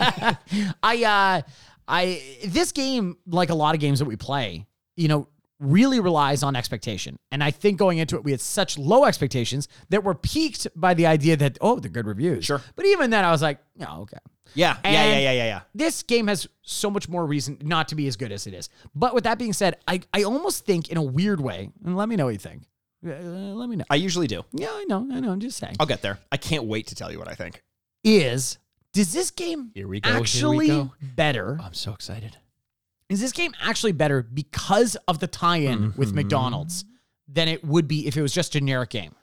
[SPEAKER 4] I uh I this game, like a lot of games that we play, you know, really relies on expectation. And I think going into it, we had such low expectations that were peaked by the idea that, oh, they're good reviews.
[SPEAKER 3] Sure.
[SPEAKER 4] But even then I was like, oh, okay.
[SPEAKER 3] Yeah, yeah, yeah,
[SPEAKER 4] And-
[SPEAKER 3] yeah, yeah, yeah.
[SPEAKER 4] This game has so much more reason not to be as good as it is. But with that being said, I, I almost think in a weird way, and let me know what you think. Uh, let me know.
[SPEAKER 3] I usually do.
[SPEAKER 4] Yeah, I know, I know, I'm just saying.
[SPEAKER 3] I'll get there. I can't wait to tell you what I think.
[SPEAKER 4] Is does this game
[SPEAKER 3] Here we go, here we
[SPEAKER 4] actually
[SPEAKER 3] go. Oh.
[SPEAKER 4] better
[SPEAKER 3] I'm so excited.
[SPEAKER 4] is this game actually better because of the tie-in
[SPEAKER 3] Mm-hmm.
[SPEAKER 4] with McDonald's than it would be if it was just a generic game?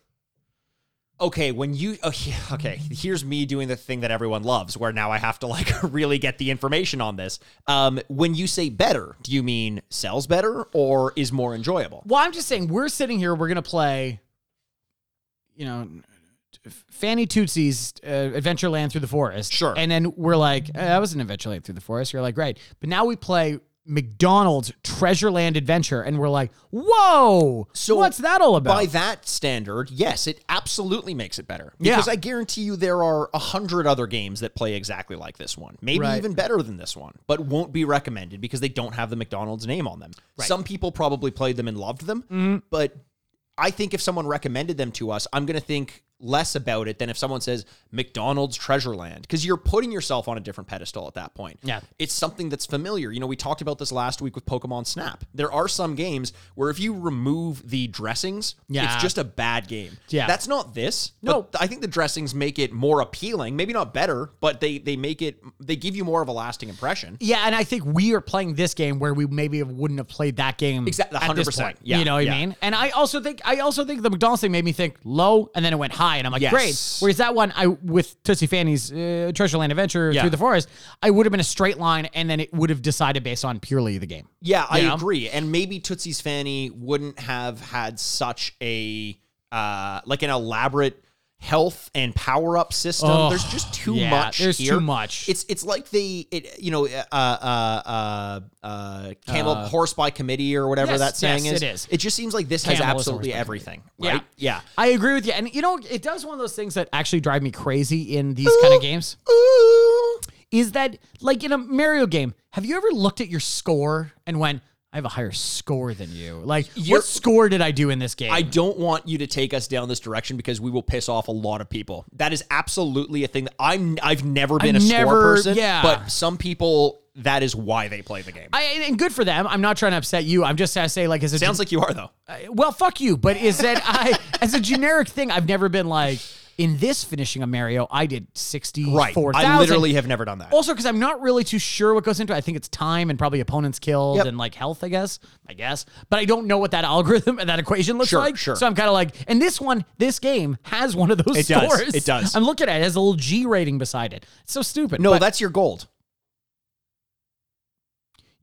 [SPEAKER 3] okay, when you oh, yeah, okay, here's me doing the thing that everyone loves, where now I have to like really get the information on this. Um, when you say better, do you mean sells better or is more enjoyable?
[SPEAKER 4] Well, I'm just saying we're sitting here, we're gonna play, you know, Fanny Tootsie's uh, Adventureland through the forest.
[SPEAKER 3] Sure.
[SPEAKER 4] and then we're like, eh, that was an Adventureland through the forest. You're like, right, but now we play McDonald's Treasureland Adventure, and we're like, whoa,
[SPEAKER 3] So
[SPEAKER 4] so what's that all about?
[SPEAKER 3] By that standard, yes, it absolutely makes it better.
[SPEAKER 4] Yeah.
[SPEAKER 3] Because I guarantee you there are a hundred other games that play exactly like this one, maybe
[SPEAKER 4] Right.
[SPEAKER 3] even better than this one, but won't be recommended because they don't have the McDonald's name on them. Some people
[SPEAKER 4] Mm-hmm.
[SPEAKER 3] probably played them and loved them, but I think if someone recommended them to us, I'm going to think less about it than if someone says McDonald's Treasure Land because you're putting yourself on a different pedestal at that point.
[SPEAKER 4] Yeah.
[SPEAKER 3] It's something that's familiar. You know, we talked about this last week with Pokemon Snap. There are some games where if you remove the dressings,
[SPEAKER 4] Yeah.
[SPEAKER 3] it's just a bad game.
[SPEAKER 4] Yeah.
[SPEAKER 3] That's not this.
[SPEAKER 4] No.
[SPEAKER 3] but I think the dressings make it more appealing, maybe not better, but they they make it they give you more of a lasting impression.
[SPEAKER 4] Yeah, and I think we are playing this game where we maybe wouldn't have played that game
[SPEAKER 3] Exactly,
[SPEAKER 4] at this
[SPEAKER 3] 100%.
[SPEAKER 4] point.
[SPEAKER 3] Yeah,
[SPEAKER 4] you know what
[SPEAKER 3] yeah.
[SPEAKER 4] I mean. And I also think I also think the McDonald's thing made me think low, and then it went high, and I'm like,
[SPEAKER 3] Yes.
[SPEAKER 4] great. Whereas that one, I with Tootsie Fanny's uh, Treasure Land Adventure
[SPEAKER 3] Yeah.
[SPEAKER 4] through the forest, I would have been a straight line, and then it would have decided based on purely the game.
[SPEAKER 3] Yeah, I
[SPEAKER 4] You know?
[SPEAKER 3] agree. And maybe Tootsie's Fanny wouldn't have had such a uh like an elaborate health and power up system.
[SPEAKER 4] Oh,
[SPEAKER 3] there's just too
[SPEAKER 4] yeah,
[SPEAKER 3] much.
[SPEAKER 4] there's
[SPEAKER 3] here.
[SPEAKER 4] too much.
[SPEAKER 3] It's it's like the it you know uh uh uh uh camel horse by committee or whatever
[SPEAKER 4] yes,
[SPEAKER 3] that saying
[SPEAKER 4] yes,
[SPEAKER 3] is.
[SPEAKER 4] it is.
[SPEAKER 3] It just seems like this has
[SPEAKER 4] Camel is
[SPEAKER 3] absolutely
[SPEAKER 4] horse by
[SPEAKER 3] everything. Right?
[SPEAKER 4] Yeah.
[SPEAKER 3] Yeah.
[SPEAKER 4] I agree with you. And you know, it does one of those things that actually drive me crazy in these kind of games. Is that like in a Mario game, have you ever looked at your score and went, I have a higher score than you? Like,
[SPEAKER 3] You're-
[SPEAKER 4] what score did I do in this game?
[SPEAKER 3] I don't want you to take us down this direction because we will piss off a lot of people. That is absolutely a thing that I'm. I've never been
[SPEAKER 4] I
[SPEAKER 3] a
[SPEAKER 4] never-
[SPEAKER 3] score person.
[SPEAKER 4] yeah.
[SPEAKER 3] but some people that is why they play the game.
[SPEAKER 4] I, and good for them. I'm not trying to upset you. I'm just trying to say, like, as a
[SPEAKER 3] Sounds like you are though.
[SPEAKER 4] well, fuck you. But is that I as a generic thing? I've never been like in this finishing a Mario. I did sixty four thousand.
[SPEAKER 3] I literally have never done that.
[SPEAKER 4] Also, because I'm not really too sure what goes into it. I think it's time and probably opponents killed
[SPEAKER 3] Yep.
[SPEAKER 4] and like health, I guess. I guess. But I don't know what that algorithm and that equation looks
[SPEAKER 3] Sure,
[SPEAKER 4] like.
[SPEAKER 3] sure.
[SPEAKER 4] So I'm kind of like, and this one, this game has one of those
[SPEAKER 3] It does,
[SPEAKER 4] scores.
[SPEAKER 3] it does.
[SPEAKER 4] I'm looking at it, it has a little G rating beside it. It's so stupid.
[SPEAKER 3] no,
[SPEAKER 4] but
[SPEAKER 3] that's your gold.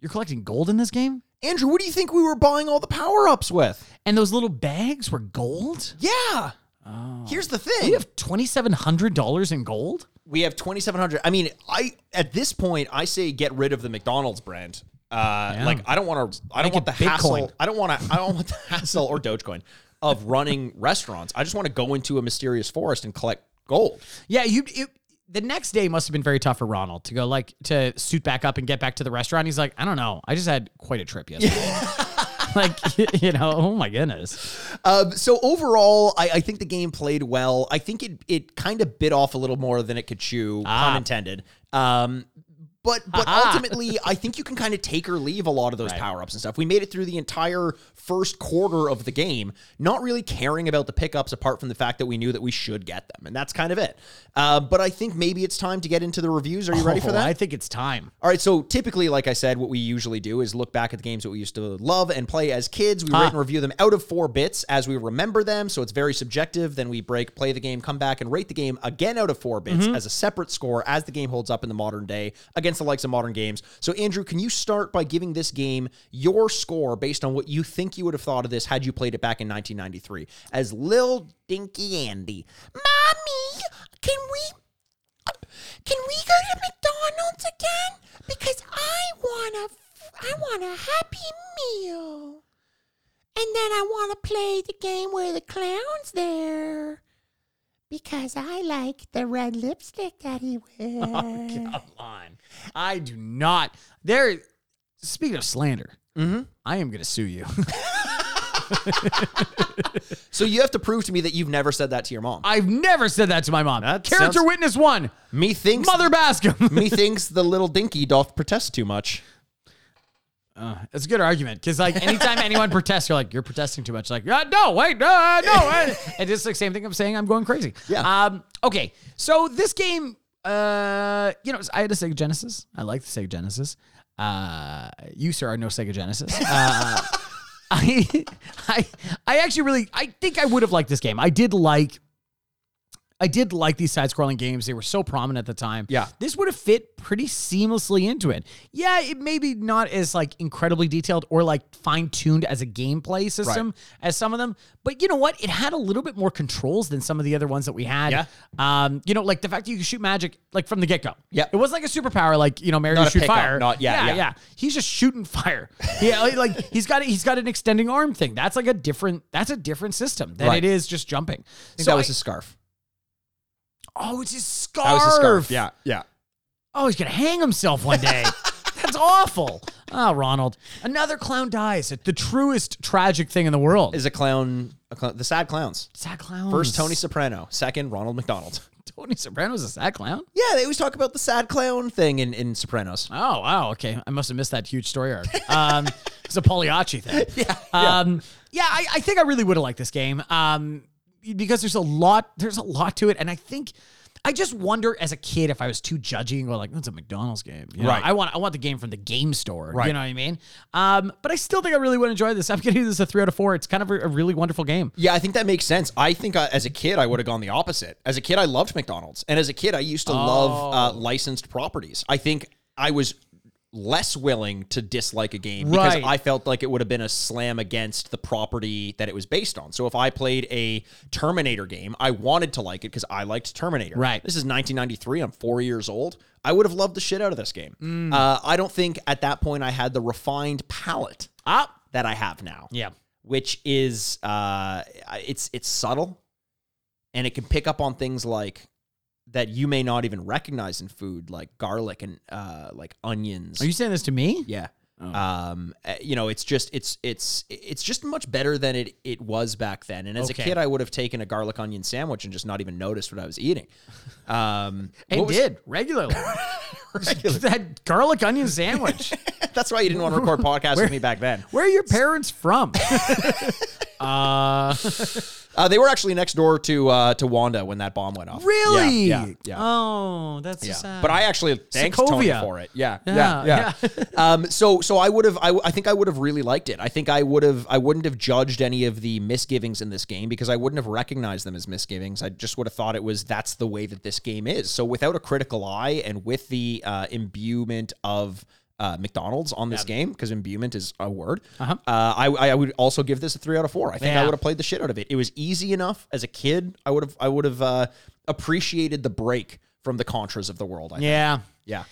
[SPEAKER 4] you're collecting gold in this game?
[SPEAKER 3] Andrew, what do you think we were buying all the power ups with?
[SPEAKER 4] And those little bags were gold?
[SPEAKER 3] Yeah. Here's the thing.
[SPEAKER 4] You have twenty seven hundred dollars in gold?
[SPEAKER 3] we have 2700 i mean i at this point i say get rid of the mcdonald's brand uh like i don't want to i don't
[SPEAKER 4] Make
[SPEAKER 3] want the
[SPEAKER 4] it Bitcoin.
[SPEAKER 3] hassle i don't want to i don't want the hassle or dogecoin of running restaurants i just want to go into a mysterious forest and collect gold
[SPEAKER 4] Yeah, you. It, the next day must have been very tough for Ronald to go like to suit back up and get back to the restaurant. He's like, I don't know, I just had quite a trip yesterday. like you know, oh my goodness.
[SPEAKER 3] Um, so overall, I, I think the game played well. I think it it kind of bit off a little more than it could chew,
[SPEAKER 4] Ah.
[SPEAKER 3] pun intended. Um, but but ultimately, I think you can kind of take or leave a lot of those power ups and stuff. We made it through the entire first quarter of the game, not really caring about the pickups, apart from the fact that we knew that we should get them, and that's kind of it. Uh, but I think maybe it's time to get into the reviews. Are you ready for
[SPEAKER 4] Oh,
[SPEAKER 3] that?
[SPEAKER 4] I think it's time.
[SPEAKER 3] All right, so typically, like I said, what we usually do is look back at the games that we used to love and play as kids. We rate and review them out of four bits as we remember them, so it's very subjective. Then we break, play the game, come back, and rate the game again out of four bits as a separate score as the game holds up in the modern day against the likes of modern games. So, Andrew, can you start by giving this game your score based on what you think you would have thought of this had you played it back in 1993 as Lil Dinky Andy? Mommy, can we can we go to McDonald's again? Because I want a, I want a happy meal.
[SPEAKER 5] And then I want to play the game where the clown's there. Because I like the red lipstick that he wears.
[SPEAKER 4] Come on, I do not. There. Speaking of slander,
[SPEAKER 3] Mm-hmm.
[SPEAKER 4] I am going to sue you.
[SPEAKER 3] So you have to prove to me that you've never said that to your mom.
[SPEAKER 4] I've never said that to my mom.
[SPEAKER 3] That
[SPEAKER 4] Character
[SPEAKER 3] sounds-
[SPEAKER 4] witness one,
[SPEAKER 3] me thinks,
[SPEAKER 4] Mother Bascom.
[SPEAKER 3] me thinks the little dinky doth protest too much.
[SPEAKER 4] That's a good argument because like anytime anyone protests, you're like you're protesting too much. Like "Uh, no, wait, uh, no, uh," and it's like same thing. I'm saying I'm going crazy.
[SPEAKER 3] Yeah.
[SPEAKER 4] Um. Okay. So this game, uh, you know, I had a Sega Genesis. I like the Sega Genesis. Uh, you sir are no Sega Genesis. Uh, I, I, I actually really, I think I would have liked this game. I did like. I did like these side-scrolling games. They were so prominent at the time.
[SPEAKER 3] Yeah.
[SPEAKER 4] This would have fit pretty seamlessly into it. Yeah, it maybe not as like incredibly detailed or like fine-tuned as a gameplay system as some of them, but you know what? It had a little bit more controls than some of the other ones that we had.
[SPEAKER 3] Yeah.
[SPEAKER 4] Um, you know, like the fact that you could shoot magic like from the get-go.
[SPEAKER 3] Yeah.
[SPEAKER 4] It wasn't like a superpower like, you know, Mario
[SPEAKER 3] Not a
[SPEAKER 4] shoot
[SPEAKER 3] pickup,
[SPEAKER 4] fire.
[SPEAKER 3] not- yeah,
[SPEAKER 4] yeah,
[SPEAKER 3] yeah.
[SPEAKER 4] He's just shooting fire. Yeah, like- like he's got he's got an extending arm thing. That's like a different that's a different system than
[SPEAKER 3] Right.
[SPEAKER 4] it is just jumping.
[SPEAKER 3] I think
[SPEAKER 4] So
[SPEAKER 3] that was
[SPEAKER 4] I-
[SPEAKER 3] his scarf.
[SPEAKER 4] Oh, it's his scarf.
[SPEAKER 3] That was his scarf. Yeah, yeah.
[SPEAKER 4] Oh, he's gonna hang himself one day. That's awful. Ah, Ronald. Another clown dies. It's the truest tragic thing in the world.
[SPEAKER 3] Is a clown A clown- the sad clowns.
[SPEAKER 4] Sad clown.
[SPEAKER 3] First, Tony Soprano. Second, Ronald McDonald.
[SPEAKER 4] Tony Soprano's a sad clown.
[SPEAKER 3] Yeah, they always talk about the sad clown thing in, in Sopranos.
[SPEAKER 4] Oh wow, okay. I must have missed that huge story arc. Um, it's a Pagliacci thing. Yeah, yeah. Um, yeah. I, I think I really would have liked this game. Um, because there's a lot, there's a lot to it, and I think. I just wonder, as a kid, if I was too judgy and go like, "That's a McDonald's game." You know,
[SPEAKER 3] Right.
[SPEAKER 4] I want, I want the game from the game store.
[SPEAKER 3] Right.
[SPEAKER 4] You know what I mean? Um, but I still think I really would enjoy this. I'm giving this a three out of four. It's kind of a, a really wonderful game.
[SPEAKER 3] Yeah, I think that makes sense. I think I, as a kid, I would have gone the opposite. As a kid, I loved McDonald's. And as a kid, I used to
[SPEAKER 4] Oh.
[SPEAKER 3] love uh, licensed properties. I think I was less willing to dislike a game
[SPEAKER 4] Right.
[SPEAKER 3] because I felt like it would have been a slam against the property that it was based on. So if I played a Terminator game, I wanted to like it because I liked Terminator.
[SPEAKER 4] Right.
[SPEAKER 3] This is 1993. I'm four years old. I would have loved the shit out of this game.
[SPEAKER 4] Mm.
[SPEAKER 3] Uh, I don't think at that point I had the refined palate
[SPEAKER 4] Ah,
[SPEAKER 3] that I have now
[SPEAKER 4] yeah.
[SPEAKER 3] which is uh, it's it's subtle, and it can pick up on things like that you may not even recognize in food, like garlic and uh, like onions.
[SPEAKER 4] Are you Oh. saying this to me?
[SPEAKER 3] yeah. Um, uh, you know, it's just it's it's it's just much better than it it was back then. And as
[SPEAKER 4] Okay.
[SPEAKER 3] a kid, I would have taken a garlic onion sandwich and just not even noticed what I was eating. Um,
[SPEAKER 4] It
[SPEAKER 3] what was-
[SPEAKER 4] did regularly. that garlic onion sandwich.
[SPEAKER 3] that's why you didn't want to record podcasts with me back then.
[SPEAKER 4] Where are your parents from? uh,
[SPEAKER 3] Uh, they were actually next door to uh, to Wanda when that bomb went off. Yeah,
[SPEAKER 4] really?
[SPEAKER 3] Yeah. yeah.
[SPEAKER 4] Oh, that's so sad.
[SPEAKER 3] But I actually thanked
[SPEAKER 4] Sokovia.
[SPEAKER 3] Tony for it. Yeah,
[SPEAKER 4] Yeah,
[SPEAKER 3] yeah, yeah. um, so, so I would have. I, I think I would have really liked it. I think I would have. I wouldn't have judged any of the misgivings in this game because I wouldn't have recognized them as misgivings. I just would have thought it was that's the way that this game is. So, without a critical eye and with the uh, imbuement of. Uh, McDonald's on this game because imbuement is a word.
[SPEAKER 4] Uh-huh.
[SPEAKER 3] Uh, I I would also give this a three out of four. I think
[SPEAKER 4] Yeah.
[SPEAKER 3] I would have played the shit out of it. It was easy enough as a kid. I would have I would have uh, appreciated the break from the contras of the world. I think.
[SPEAKER 4] yeah.
[SPEAKER 3] Yeah.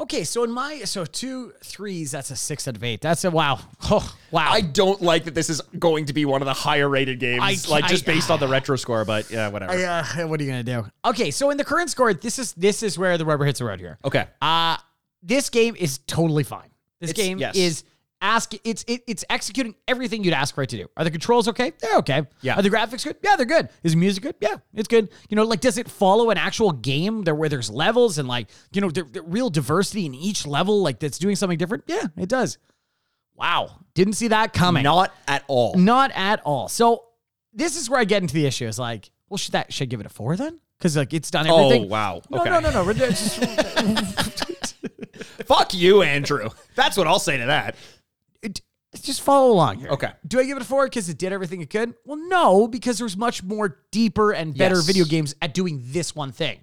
[SPEAKER 4] Okay, so in my so two threes, that's a six out of eight. That's a wow. Oh, wow.
[SPEAKER 3] I don't like that this is going to be one of the higher rated games,
[SPEAKER 4] I-
[SPEAKER 3] like just
[SPEAKER 4] I-
[SPEAKER 3] based on the retro score, but yeah, whatever.
[SPEAKER 4] I, uh, what are you gonna do? Okay, so in the current score, this is this is where the rubber hits the road here.
[SPEAKER 3] okay.
[SPEAKER 4] Uh this game is totally fine. This
[SPEAKER 3] It's-
[SPEAKER 4] game
[SPEAKER 3] yes.
[SPEAKER 4] is ask it's it, it's executing everything you'd ask for it to do. Are the controls okay? They're okay.
[SPEAKER 3] Yeah.
[SPEAKER 4] Are the graphics good? Yeah, they're good. Is the music good? Yeah, it's good. You know, like does it follow an actual game there where there's levels and like you know the, the real diversity in each level like that's doing something different? Yeah, it does. Wow, didn't see that coming.
[SPEAKER 3] Not at all.
[SPEAKER 4] Not at all. So this is where I get into the issue. Is like, well, should that should I give it a four then? Because like it's done
[SPEAKER 3] Oh,
[SPEAKER 4] everything.
[SPEAKER 3] wow.
[SPEAKER 4] No,
[SPEAKER 3] Okay.
[SPEAKER 4] no, no, no. We're just-
[SPEAKER 3] Fuck you, Andrew. That's what I'll say to that.
[SPEAKER 4] it- just follow along here.
[SPEAKER 3] Okay.
[SPEAKER 4] Do I give it a four because it did everything it could? Well, no, because there's much more deeper and better
[SPEAKER 3] Yes.
[SPEAKER 4] video games at doing this one thing.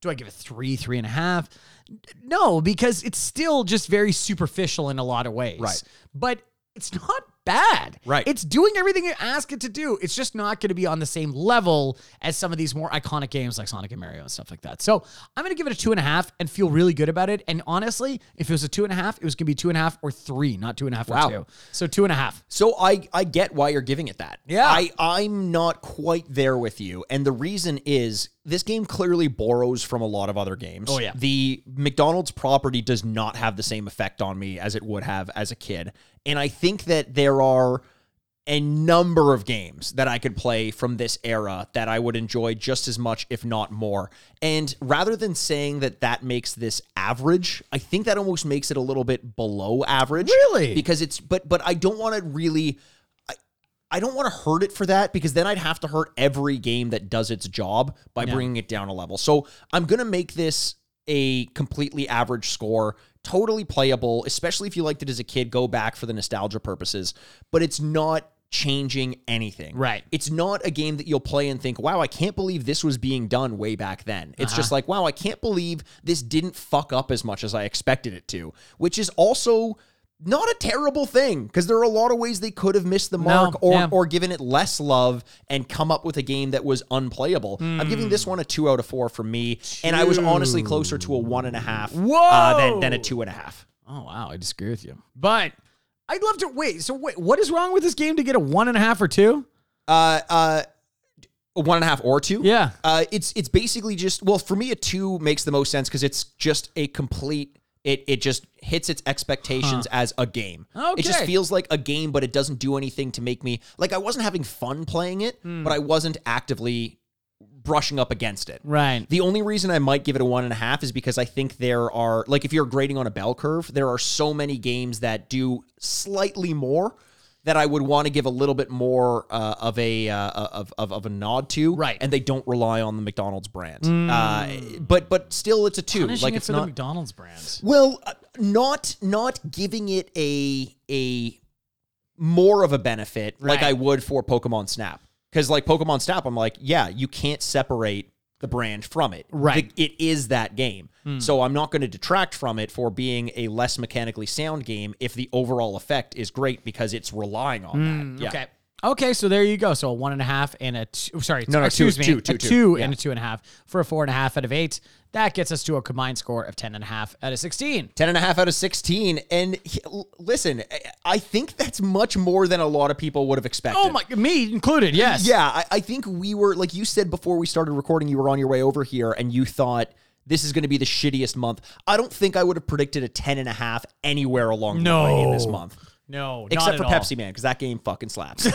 [SPEAKER 4] Do I give it three, three and a half? N- No, because it's still just very superficial in a lot of ways.
[SPEAKER 3] Right.
[SPEAKER 4] But it's not bad.
[SPEAKER 3] Right.
[SPEAKER 4] It's doing everything you ask it to do. It's just not going to be on the same level as some of these more iconic games like Sonic and Mario and stuff like that. So I'm going to give it a two and a half and feel really good about it. And honestly, if it was a two and a half, it was going to be two and a half or three, not two and a half
[SPEAKER 3] Wow.
[SPEAKER 4] or two. So two and a half.
[SPEAKER 3] So I I get why you're giving it that.
[SPEAKER 4] Yeah.
[SPEAKER 3] I I'm not quite there with you, and the reason is this game clearly borrows from a lot of other games.
[SPEAKER 4] Oh, yeah.
[SPEAKER 3] The McDonald's property does not have the same effect on me as it would have as a kid, and I think that there are a number of games that I could play from this era that I would enjoy just as much, if not more. And rather than saying that that makes this average, I think that almost makes it a little bit below average.
[SPEAKER 4] Really?
[SPEAKER 3] Because it's, but, but I don't want to really, I, I don't want to hurt it for that because then I'd have to hurt every game that does its job by bringing it down a level. So I'm going to make this a completely average score, totally playable, especially if you liked it as a kid, go back for the nostalgia purposes, but it's not changing anything.
[SPEAKER 4] Right.
[SPEAKER 3] It's not a game that you'll play and think, wow, I can't believe this was being done way back then. It's just like, wow, I can't believe this didn't fuck up as much as I expected it to, which is also not a terrible thing because there are a lot of ways they could have missed the mark or,
[SPEAKER 4] yeah.
[SPEAKER 3] or given it less love and come up with a game that was unplayable. I'm giving this one a two out of four for me, and I was honestly closer to a one and a half uh, than, than a
[SPEAKER 4] Whoa!
[SPEAKER 3] two and a half.
[SPEAKER 4] Oh wow, I disagree with you. But I'd love to wait. So wait, what is wrong with this game to get a one and a half or two?
[SPEAKER 3] Uh, uh, a one and a half or two?
[SPEAKER 4] Yeah.
[SPEAKER 3] Uh, it's it's basically just well for me a two makes the most sense because it's just a complete It it just hits its expectations as a game. It just
[SPEAKER 4] Okay.
[SPEAKER 3] feels like a game, but it doesn't do anything to make me like I wasn't having fun playing it,
[SPEAKER 4] Hmm.
[SPEAKER 3] but I wasn't actively brushing up against it.
[SPEAKER 4] Right.
[SPEAKER 3] The only reason I might give it a one and a half is because I think there are like if you're grading on a bell curve, there are so many games that do slightly more that I would want to give a little bit more uh, of a uh, of, of of a nod to,
[SPEAKER 4] Right. Mm.
[SPEAKER 3] And they don't rely on the McDonald's brand, uh, but but still, it's a two.
[SPEAKER 4] Punishing
[SPEAKER 3] like
[SPEAKER 4] it
[SPEAKER 3] it's
[SPEAKER 4] for the
[SPEAKER 3] not
[SPEAKER 4] McDonald's brand.
[SPEAKER 3] well, uh, not not giving it a a more of a benefit like
[SPEAKER 4] Right.
[SPEAKER 3] I would for Pokemon Snap. Because like Pokemon Snap, I'm like, yeah, you can't separate the brand from it.
[SPEAKER 4] Right. Hmm.
[SPEAKER 3] The- it is that game. So I'm not going to detract from it for being a less mechanically sound game if the overall effect is great because it's relying on that. Yeah.
[SPEAKER 4] Hmm, Okay. Okay, so there you go. So a one and a half and a two, sorry,
[SPEAKER 3] no, two-
[SPEAKER 4] excuse me,
[SPEAKER 3] two, two,
[SPEAKER 4] a
[SPEAKER 3] two.
[SPEAKER 4] two, and a two and a half for a four and a half out of eight. That gets us to a combined score of ten and a half out of sixteen.
[SPEAKER 3] 10 and a half out of 16 and he- l- listen I- i think that's much more than a lot of people would have expected
[SPEAKER 4] Oh my, me included. Yes.
[SPEAKER 3] Yeah, I, I think we were like you said before we started recording. You were on your way over here, and you thought this is going to be the shittiest month. I don't think I would have predicted a ten and a half anywhere along the way in this
[SPEAKER 4] No.
[SPEAKER 3] month,
[SPEAKER 4] No, not
[SPEAKER 3] except
[SPEAKER 4] at
[SPEAKER 3] for
[SPEAKER 4] all.
[SPEAKER 3] Pepsi Man because that game fucking slaps.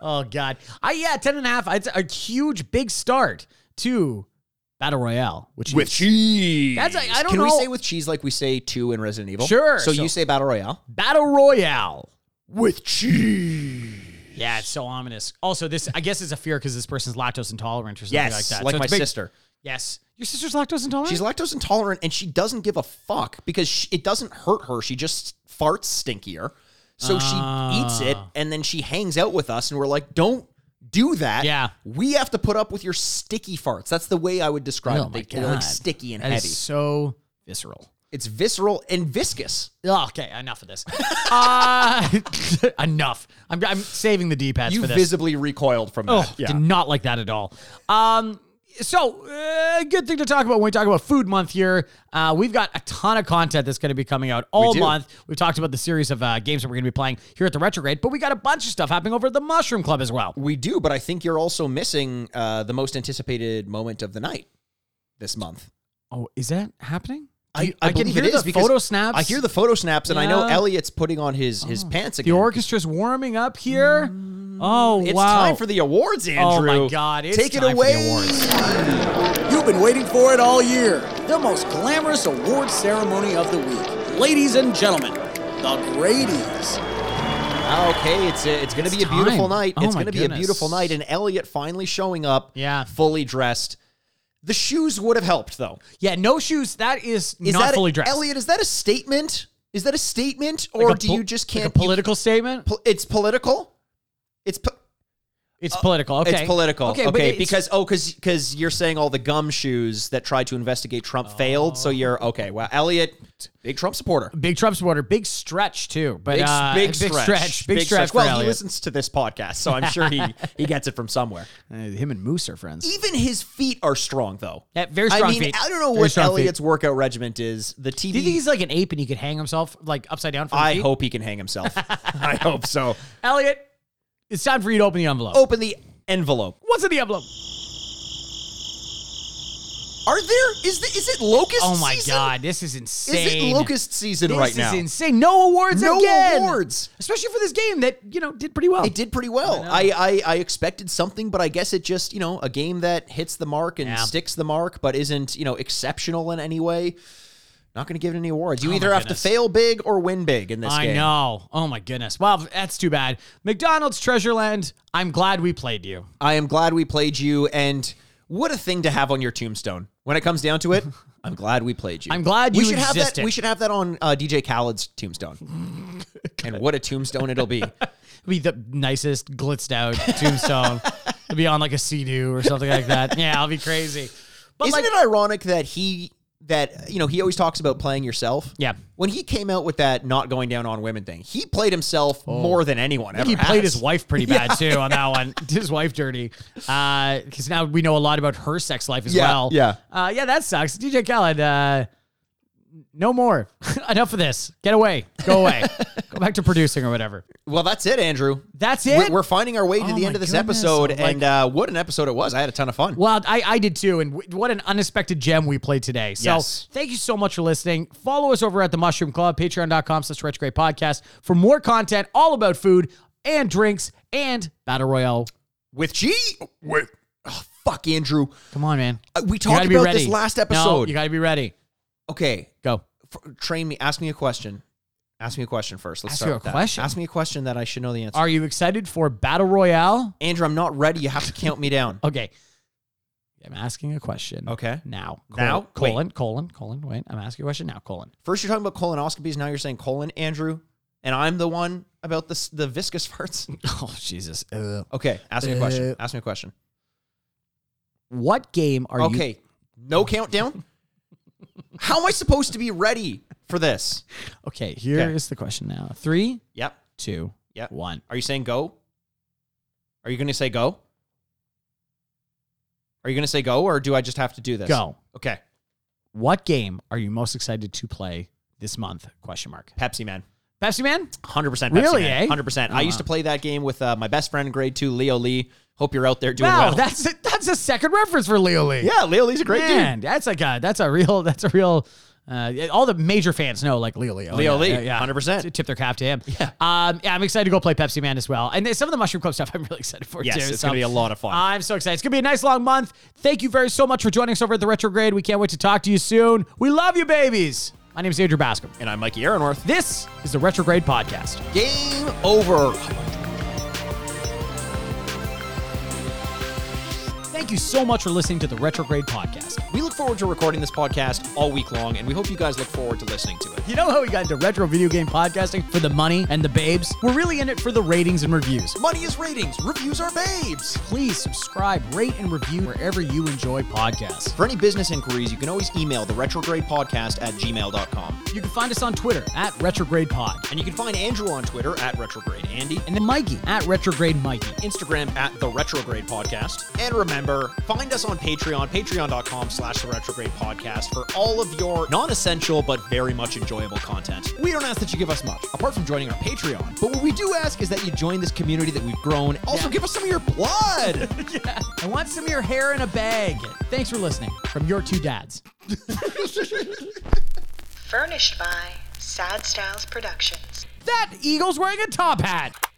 [SPEAKER 4] Oh god. I yeah, ten and a half. It's a huge big start to Battle Royale, which is
[SPEAKER 3] cheese.
[SPEAKER 4] That's- I- I don't
[SPEAKER 3] Can we
[SPEAKER 4] know-
[SPEAKER 3] say with cheese like we say two in Resident Evil?
[SPEAKER 4] Sure,
[SPEAKER 3] So,
[SPEAKER 4] so-
[SPEAKER 3] you say Battle Royale
[SPEAKER 4] Battle Royale.
[SPEAKER 3] with cheese.
[SPEAKER 4] Yeah, it's so ominous. Also, this I guess is a fear because this person's lactose intolerant or something
[SPEAKER 3] Yes,
[SPEAKER 4] like that.
[SPEAKER 3] like
[SPEAKER 4] So
[SPEAKER 3] my
[SPEAKER 4] it's big-
[SPEAKER 3] sister.
[SPEAKER 4] Yes, your sister's lactose intolerant.
[SPEAKER 3] She's lactose intolerant and she doesn't give a fuck because she, it doesn't hurt her. She just farts stinkier. So she eats it
[SPEAKER 4] Ah.
[SPEAKER 3] and then she hangs out with us and we're like, don't do that.
[SPEAKER 4] Yeah.
[SPEAKER 3] We have to put up with your sticky farts. That's the way I would describe
[SPEAKER 4] Oh
[SPEAKER 3] it.
[SPEAKER 4] my
[SPEAKER 3] They, are like
[SPEAKER 4] God.
[SPEAKER 3] sticky and
[SPEAKER 4] That is
[SPEAKER 3] heavy.
[SPEAKER 4] so visceral.
[SPEAKER 3] It's visceral and viscous.
[SPEAKER 4] Oh, okay, enough of this. uh, enough. I'm, I'm saving the D pads
[SPEAKER 3] you
[SPEAKER 4] for this.
[SPEAKER 3] visibly recoiled from
[SPEAKER 4] Oh,
[SPEAKER 3] that. Yeah.
[SPEAKER 4] did not like that at all. Um, so uh, good thing to talk about when we talk about Food Month here. Uh, we've got a ton of content that's going to be coming out all
[SPEAKER 3] do.
[SPEAKER 4] month. We've talked about the series of uh, games that we're going to be playing here at the Retrograde, but we got a bunch of stuff happening over at the Mushroom Club as well.
[SPEAKER 3] We do, but I think you're also missing uh, the most anticipated moment of the night this month.
[SPEAKER 4] Oh, is that happening? Do
[SPEAKER 3] I,
[SPEAKER 4] you-
[SPEAKER 3] I,
[SPEAKER 4] can
[SPEAKER 3] believe
[SPEAKER 4] hear
[SPEAKER 3] it is
[SPEAKER 4] the
[SPEAKER 3] because
[SPEAKER 4] photo snaps.
[SPEAKER 3] I hear the photo snaps, and I know
[SPEAKER 4] Yeah. Oh,
[SPEAKER 3] Elliot's putting on his his pants
[SPEAKER 4] the
[SPEAKER 3] again.
[SPEAKER 4] orchestra's warming up here. Oh
[SPEAKER 3] Mm. It's
[SPEAKER 4] wow!
[SPEAKER 3] time for the awards, Andrew.
[SPEAKER 4] Oh my God! It's
[SPEAKER 3] Take
[SPEAKER 4] time
[SPEAKER 3] it
[SPEAKER 4] for
[SPEAKER 3] away.
[SPEAKER 4] the awards.
[SPEAKER 6] You've been waiting for it all year. The most glamorous award ceremony of the week. Ladies and gentlemen, the Grady's.
[SPEAKER 3] Okay, it's it's going to be a
[SPEAKER 4] It's
[SPEAKER 3] beautiful
[SPEAKER 4] time.
[SPEAKER 3] night.
[SPEAKER 4] Oh
[SPEAKER 3] it's
[SPEAKER 4] my
[SPEAKER 3] going to be a
[SPEAKER 4] goodness.
[SPEAKER 3] beautiful night, and Elliot finally showing up.
[SPEAKER 4] Yeah.
[SPEAKER 3] fully dressed. The shoes would have helped, though.
[SPEAKER 4] Yeah, no shoes. That is,
[SPEAKER 3] Is
[SPEAKER 4] not
[SPEAKER 3] that a-
[SPEAKER 4] fully dressed.
[SPEAKER 3] Elliot, is that a statement? Is that a statement, or
[SPEAKER 4] Like a
[SPEAKER 3] do
[SPEAKER 4] pol-
[SPEAKER 3] you just
[SPEAKER 4] like
[SPEAKER 3] can't?
[SPEAKER 4] a political statement?
[SPEAKER 3] pol- it's political. It's. Po-
[SPEAKER 4] It's political. Okay.
[SPEAKER 3] Uh, It's political. Okay,
[SPEAKER 4] but it's-
[SPEAKER 3] because oh, because because you're saying all the gumshoes that tried to investigate Trump failed. So you're
[SPEAKER 4] Oh.
[SPEAKER 3] okay. Well, Elliot, big Trump supporter.
[SPEAKER 4] big Trump supporter, big stretch too. But
[SPEAKER 3] Big,
[SPEAKER 4] uh,
[SPEAKER 3] big,
[SPEAKER 4] big
[SPEAKER 3] stretch.
[SPEAKER 4] big, stretch. for
[SPEAKER 3] Well, he
[SPEAKER 4] Elliot.
[SPEAKER 3] listens to this podcast, so I'm sure he he gets it from somewhere.
[SPEAKER 4] Uh, him and Moose are friends.
[SPEAKER 3] Even his feet are strong, though.
[SPEAKER 4] Yeah, very
[SPEAKER 3] I
[SPEAKER 4] strong
[SPEAKER 3] mean,
[SPEAKER 4] feet.
[SPEAKER 3] I don't know
[SPEAKER 4] Very
[SPEAKER 3] what
[SPEAKER 4] strong
[SPEAKER 3] Elliot's workout regiment is. The TV.
[SPEAKER 4] Do you think he's like an ape and he could hang himself like upside down? From
[SPEAKER 3] I
[SPEAKER 4] the feet?
[SPEAKER 3] hope he can hang himself. I hope Oh, so.
[SPEAKER 4] Elliot. It's time for you to open the envelope.
[SPEAKER 3] Open the envelope.
[SPEAKER 4] What's in the envelope?
[SPEAKER 3] Are there? Is the, is it locust?
[SPEAKER 4] Oh my
[SPEAKER 3] season?
[SPEAKER 4] god, this is
[SPEAKER 3] Is
[SPEAKER 4] insane.
[SPEAKER 3] it locust season
[SPEAKER 4] This
[SPEAKER 3] right
[SPEAKER 4] is
[SPEAKER 3] now?
[SPEAKER 4] insane. No awards.
[SPEAKER 3] No
[SPEAKER 4] again.
[SPEAKER 3] awards.
[SPEAKER 4] especially for this game that you know did pretty well.
[SPEAKER 3] It did pretty well. I, I, I, expected something, but I guess it just, you know, a game that hits the mark and
[SPEAKER 4] Yeah.
[SPEAKER 3] sticks the mark, but isn't, you know, exceptional in any way. Not going to give it any awards. You
[SPEAKER 4] Oh my
[SPEAKER 3] either have
[SPEAKER 4] goodness.
[SPEAKER 3] to fail big or win big in this
[SPEAKER 4] I
[SPEAKER 3] game.
[SPEAKER 4] know. Oh my goodness. Well, that's too bad. McDonald's Treasureland. I'm glad we played you.
[SPEAKER 3] I am glad we played you, and what a thing to have on your tombstone. When it comes down to it, I'm glad we played you.
[SPEAKER 4] I'm glad
[SPEAKER 3] we
[SPEAKER 4] you
[SPEAKER 3] should have that.
[SPEAKER 4] existed.
[SPEAKER 3] We should have that on uh, DJ Khaled's tombstone. and what a tombstone it'll be.
[SPEAKER 4] be the nicest glitzed out tombstone. It'll be on like a sea or something like that. Yeah, I'll be crazy. But
[SPEAKER 3] Isn't
[SPEAKER 4] like,
[SPEAKER 3] it ironic that he that you know he always talks about playing yourself?
[SPEAKER 4] Yeah.
[SPEAKER 3] When he came out with that not going down on women thing, he played himself more than anyone ever.
[SPEAKER 4] Oh. he played his
[SPEAKER 3] has.
[SPEAKER 4] wife pretty bad too on that one. Did his wife dirty. Because now we know a lot about her sex life as
[SPEAKER 3] Yeah,
[SPEAKER 4] well.
[SPEAKER 3] yeah.
[SPEAKER 4] Uh, yeah, that sucks. DJ Khaled, uh, no more. Enough of this. Get away. Go away. Go back to producing or whatever.
[SPEAKER 3] Well, that's it, Andrew.
[SPEAKER 4] That's
[SPEAKER 3] We're-
[SPEAKER 4] it?
[SPEAKER 3] We're finding our way to
[SPEAKER 4] Oh
[SPEAKER 3] the
[SPEAKER 4] my
[SPEAKER 3] end of this
[SPEAKER 4] goodness.
[SPEAKER 3] episode,
[SPEAKER 4] Like-
[SPEAKER 3] and uh, what an episode it was! I had a ton of fun.
[SPEAKER 4] Well, I, I did too. And w- what an unexpected gem we played today. So
[SPEAKER 3] Yes.
[SPEAKER 4] thank you so much for listening. Follow us over at the Mushroom Club, patreon.com slash Rich Gray Podcast for more content all about food and drinks and Battle Royale.
[SPEAKER 3] With G, with oh, fuck Andrew,
[SPEAKER 4] Come on, man.
[SPEAKER 3] Uh, we
[SPEAKER 4] You
[SPEAKER 3] talked
[SPEAKER 4] gotta be
[SPEAKER 3] about
[SPEAKER 4] ready.
[SPEAKER 3] this last
[SPEAKER 4] No,
[SPEAKER 3] episode.
[SPEAKER 4] you gotta be ready.
[SPEAKER 3] okay,
[SPEAKER 4] Go.
[SPEAKER 3] f- train me. Ask me a question. Ask me a question first. Let's
[SPEAKER 4] Ask
[SPEAKER 3] start
[SPEAKER 4] you a
[SPEAKER 3] with that.
[SPEAKER 4] question?
[SPEAKER 3] Ask me a question that I should know the answer.
[SPEAKER 4] Are you excited for Battle Royale?
[SPEAKER 3] Andrew, I'm not ready. You have to count me down.
[SPEAKER 4] Okay. I'm asking a question.
[SPEAKER 3] Okay.
[SPEAKER 4] Now.
[SPEAKER 3] Now?
[SPEAKER 4] Colon, colon, colon, colon. Wait. I'm asking a question now. Colon.
[SPEAKER 3] First, you're talking about colonoscopies. Now you're saying colon, Andrew, and I'm the one about this the viscous farts.
[SPEAKER 4] Oh, Jesus. Ugh.
[SPEAKER 3] Okay, ask me a
[SPEAKER 4] Uh,
[SPEAKER 3] question. Ask me a question.
[SPEAKER 4] What game are you?
[SPEAKER 3] okay, no countdown. How am I supposed to be ready for this?
[SPEAKER 4] Okay. Here is
[SPEAKER 3] Okay.
[SPEAKER 4] the question now. Three,
[SPEAKER 3] Yep.
[SPEAKER 4] two,
[SPEAKER 3] Yep.
[SPEAKER 4] one.
[SPEAKER 3] Are you saying go? Are you going to say go? Are you going to say go, or do I just have to do this?
[SPEAKER 4] Go.
[SPEAKER 3] Okay.
[SPEAKER 4] What game are you most excited to play this month? Question mark.
[SPEAKER 3] Pepsi Man.
[SPEAKER 4] Pepsi Man?
[SPEAKER 3] Hundred percent.
[SPEAKER 4] Really, eh?
[SPEAKER 3] Man. Hundred percent. I used to play that game with uh, my best friend in grade two, Leo Lee. Hope you're out there doing
[SPEAKER 4] Wow,
[SPEAKER 3] well.
[SPEAKER 4] that's a, that's a second reference for Leo Lee.
[SPEAKER 3] yeah, Leo Lee's a great
[SPEAKER 4] Man, that's like a that's a real that's a real uh, all the major fans know like Leo Leo.
[SPEAKER 3] Leo
[SPEAKER 4] yeah,
[SPEAKER 3] Lee,
[SPEAKER 4] yeah, yeah.
[SPEAKER 3] 100%.
[SPEAKER 4] To Tip their cap to him. Yeah. Um, yeah, I'm excited to go play Pepsi Man as well. And then some of the Mushroom Club stuff I'm really excited for
[SPEAKER 3] Yes,
[SPEAKER 4] too.
[SPEAKER 3] it's gonna be a lot of fun.
[SPEAKER 4] I'm so excited. It's going to be a nice long month. Thank you very so much for joining us over at the Retrograde. We can't wait to talk to you soon. We love you, babies. My name is Andrew Bascom.
[SPEAKER 3] dude. And I'm Mikey Aaronworth.
[SPEAKER 4] This is the Retrograde Podcast.
[SPEAKER 3] Game over.
[SPEAKER 4] Thank you so much for listening to the Retrograde Podcast.
[SPEAKER 3] We look forward to recording this podcast all week long, and we hope you guys look forward to listening to it.
[SPEAKER 4] You know how we got into retro video game podcasting for the money and the babes? We're really in it for the ratings and reviews.
[SPEAKER 3] Money is ratings. Reviews are babes.
[SPEAKER 4] Please subscribe, rate, and review wherever you enjoy podcasts.
[SPEAKER 3] For any business inquiries, you can always email the retrogradepodcast at gmail.com.
[SPEAKER 4] You can find us on Twitter at Retrograde Pod
[SPEAKER 3] And you can find Andrew on Twitter at retrograde Andy and
[SPEAKER 4] and then Mikey at Retrograde Mikey.
[SPEAKER 3] Instagram at the retrograde podcast. And remember, find us on Patreon, patreon.com slash the retrograde podcast for all of your non-essential but very much enjoyable content. We don't ask that you give us much, apart from joining our Patreon. But what we do ask is that you join this community that we've grown. Also
[SPEAKER 4] Yeah.
[SPEAKER 3] give us some of your blood.
[SPEAKER 4] I want some of your hair in a bag. Thanks for listening from your two dads.
[SPEAKER 1] Furnished by Sad Styles Productions.
[SPEAKER 4] That eagle's wearing a top hat.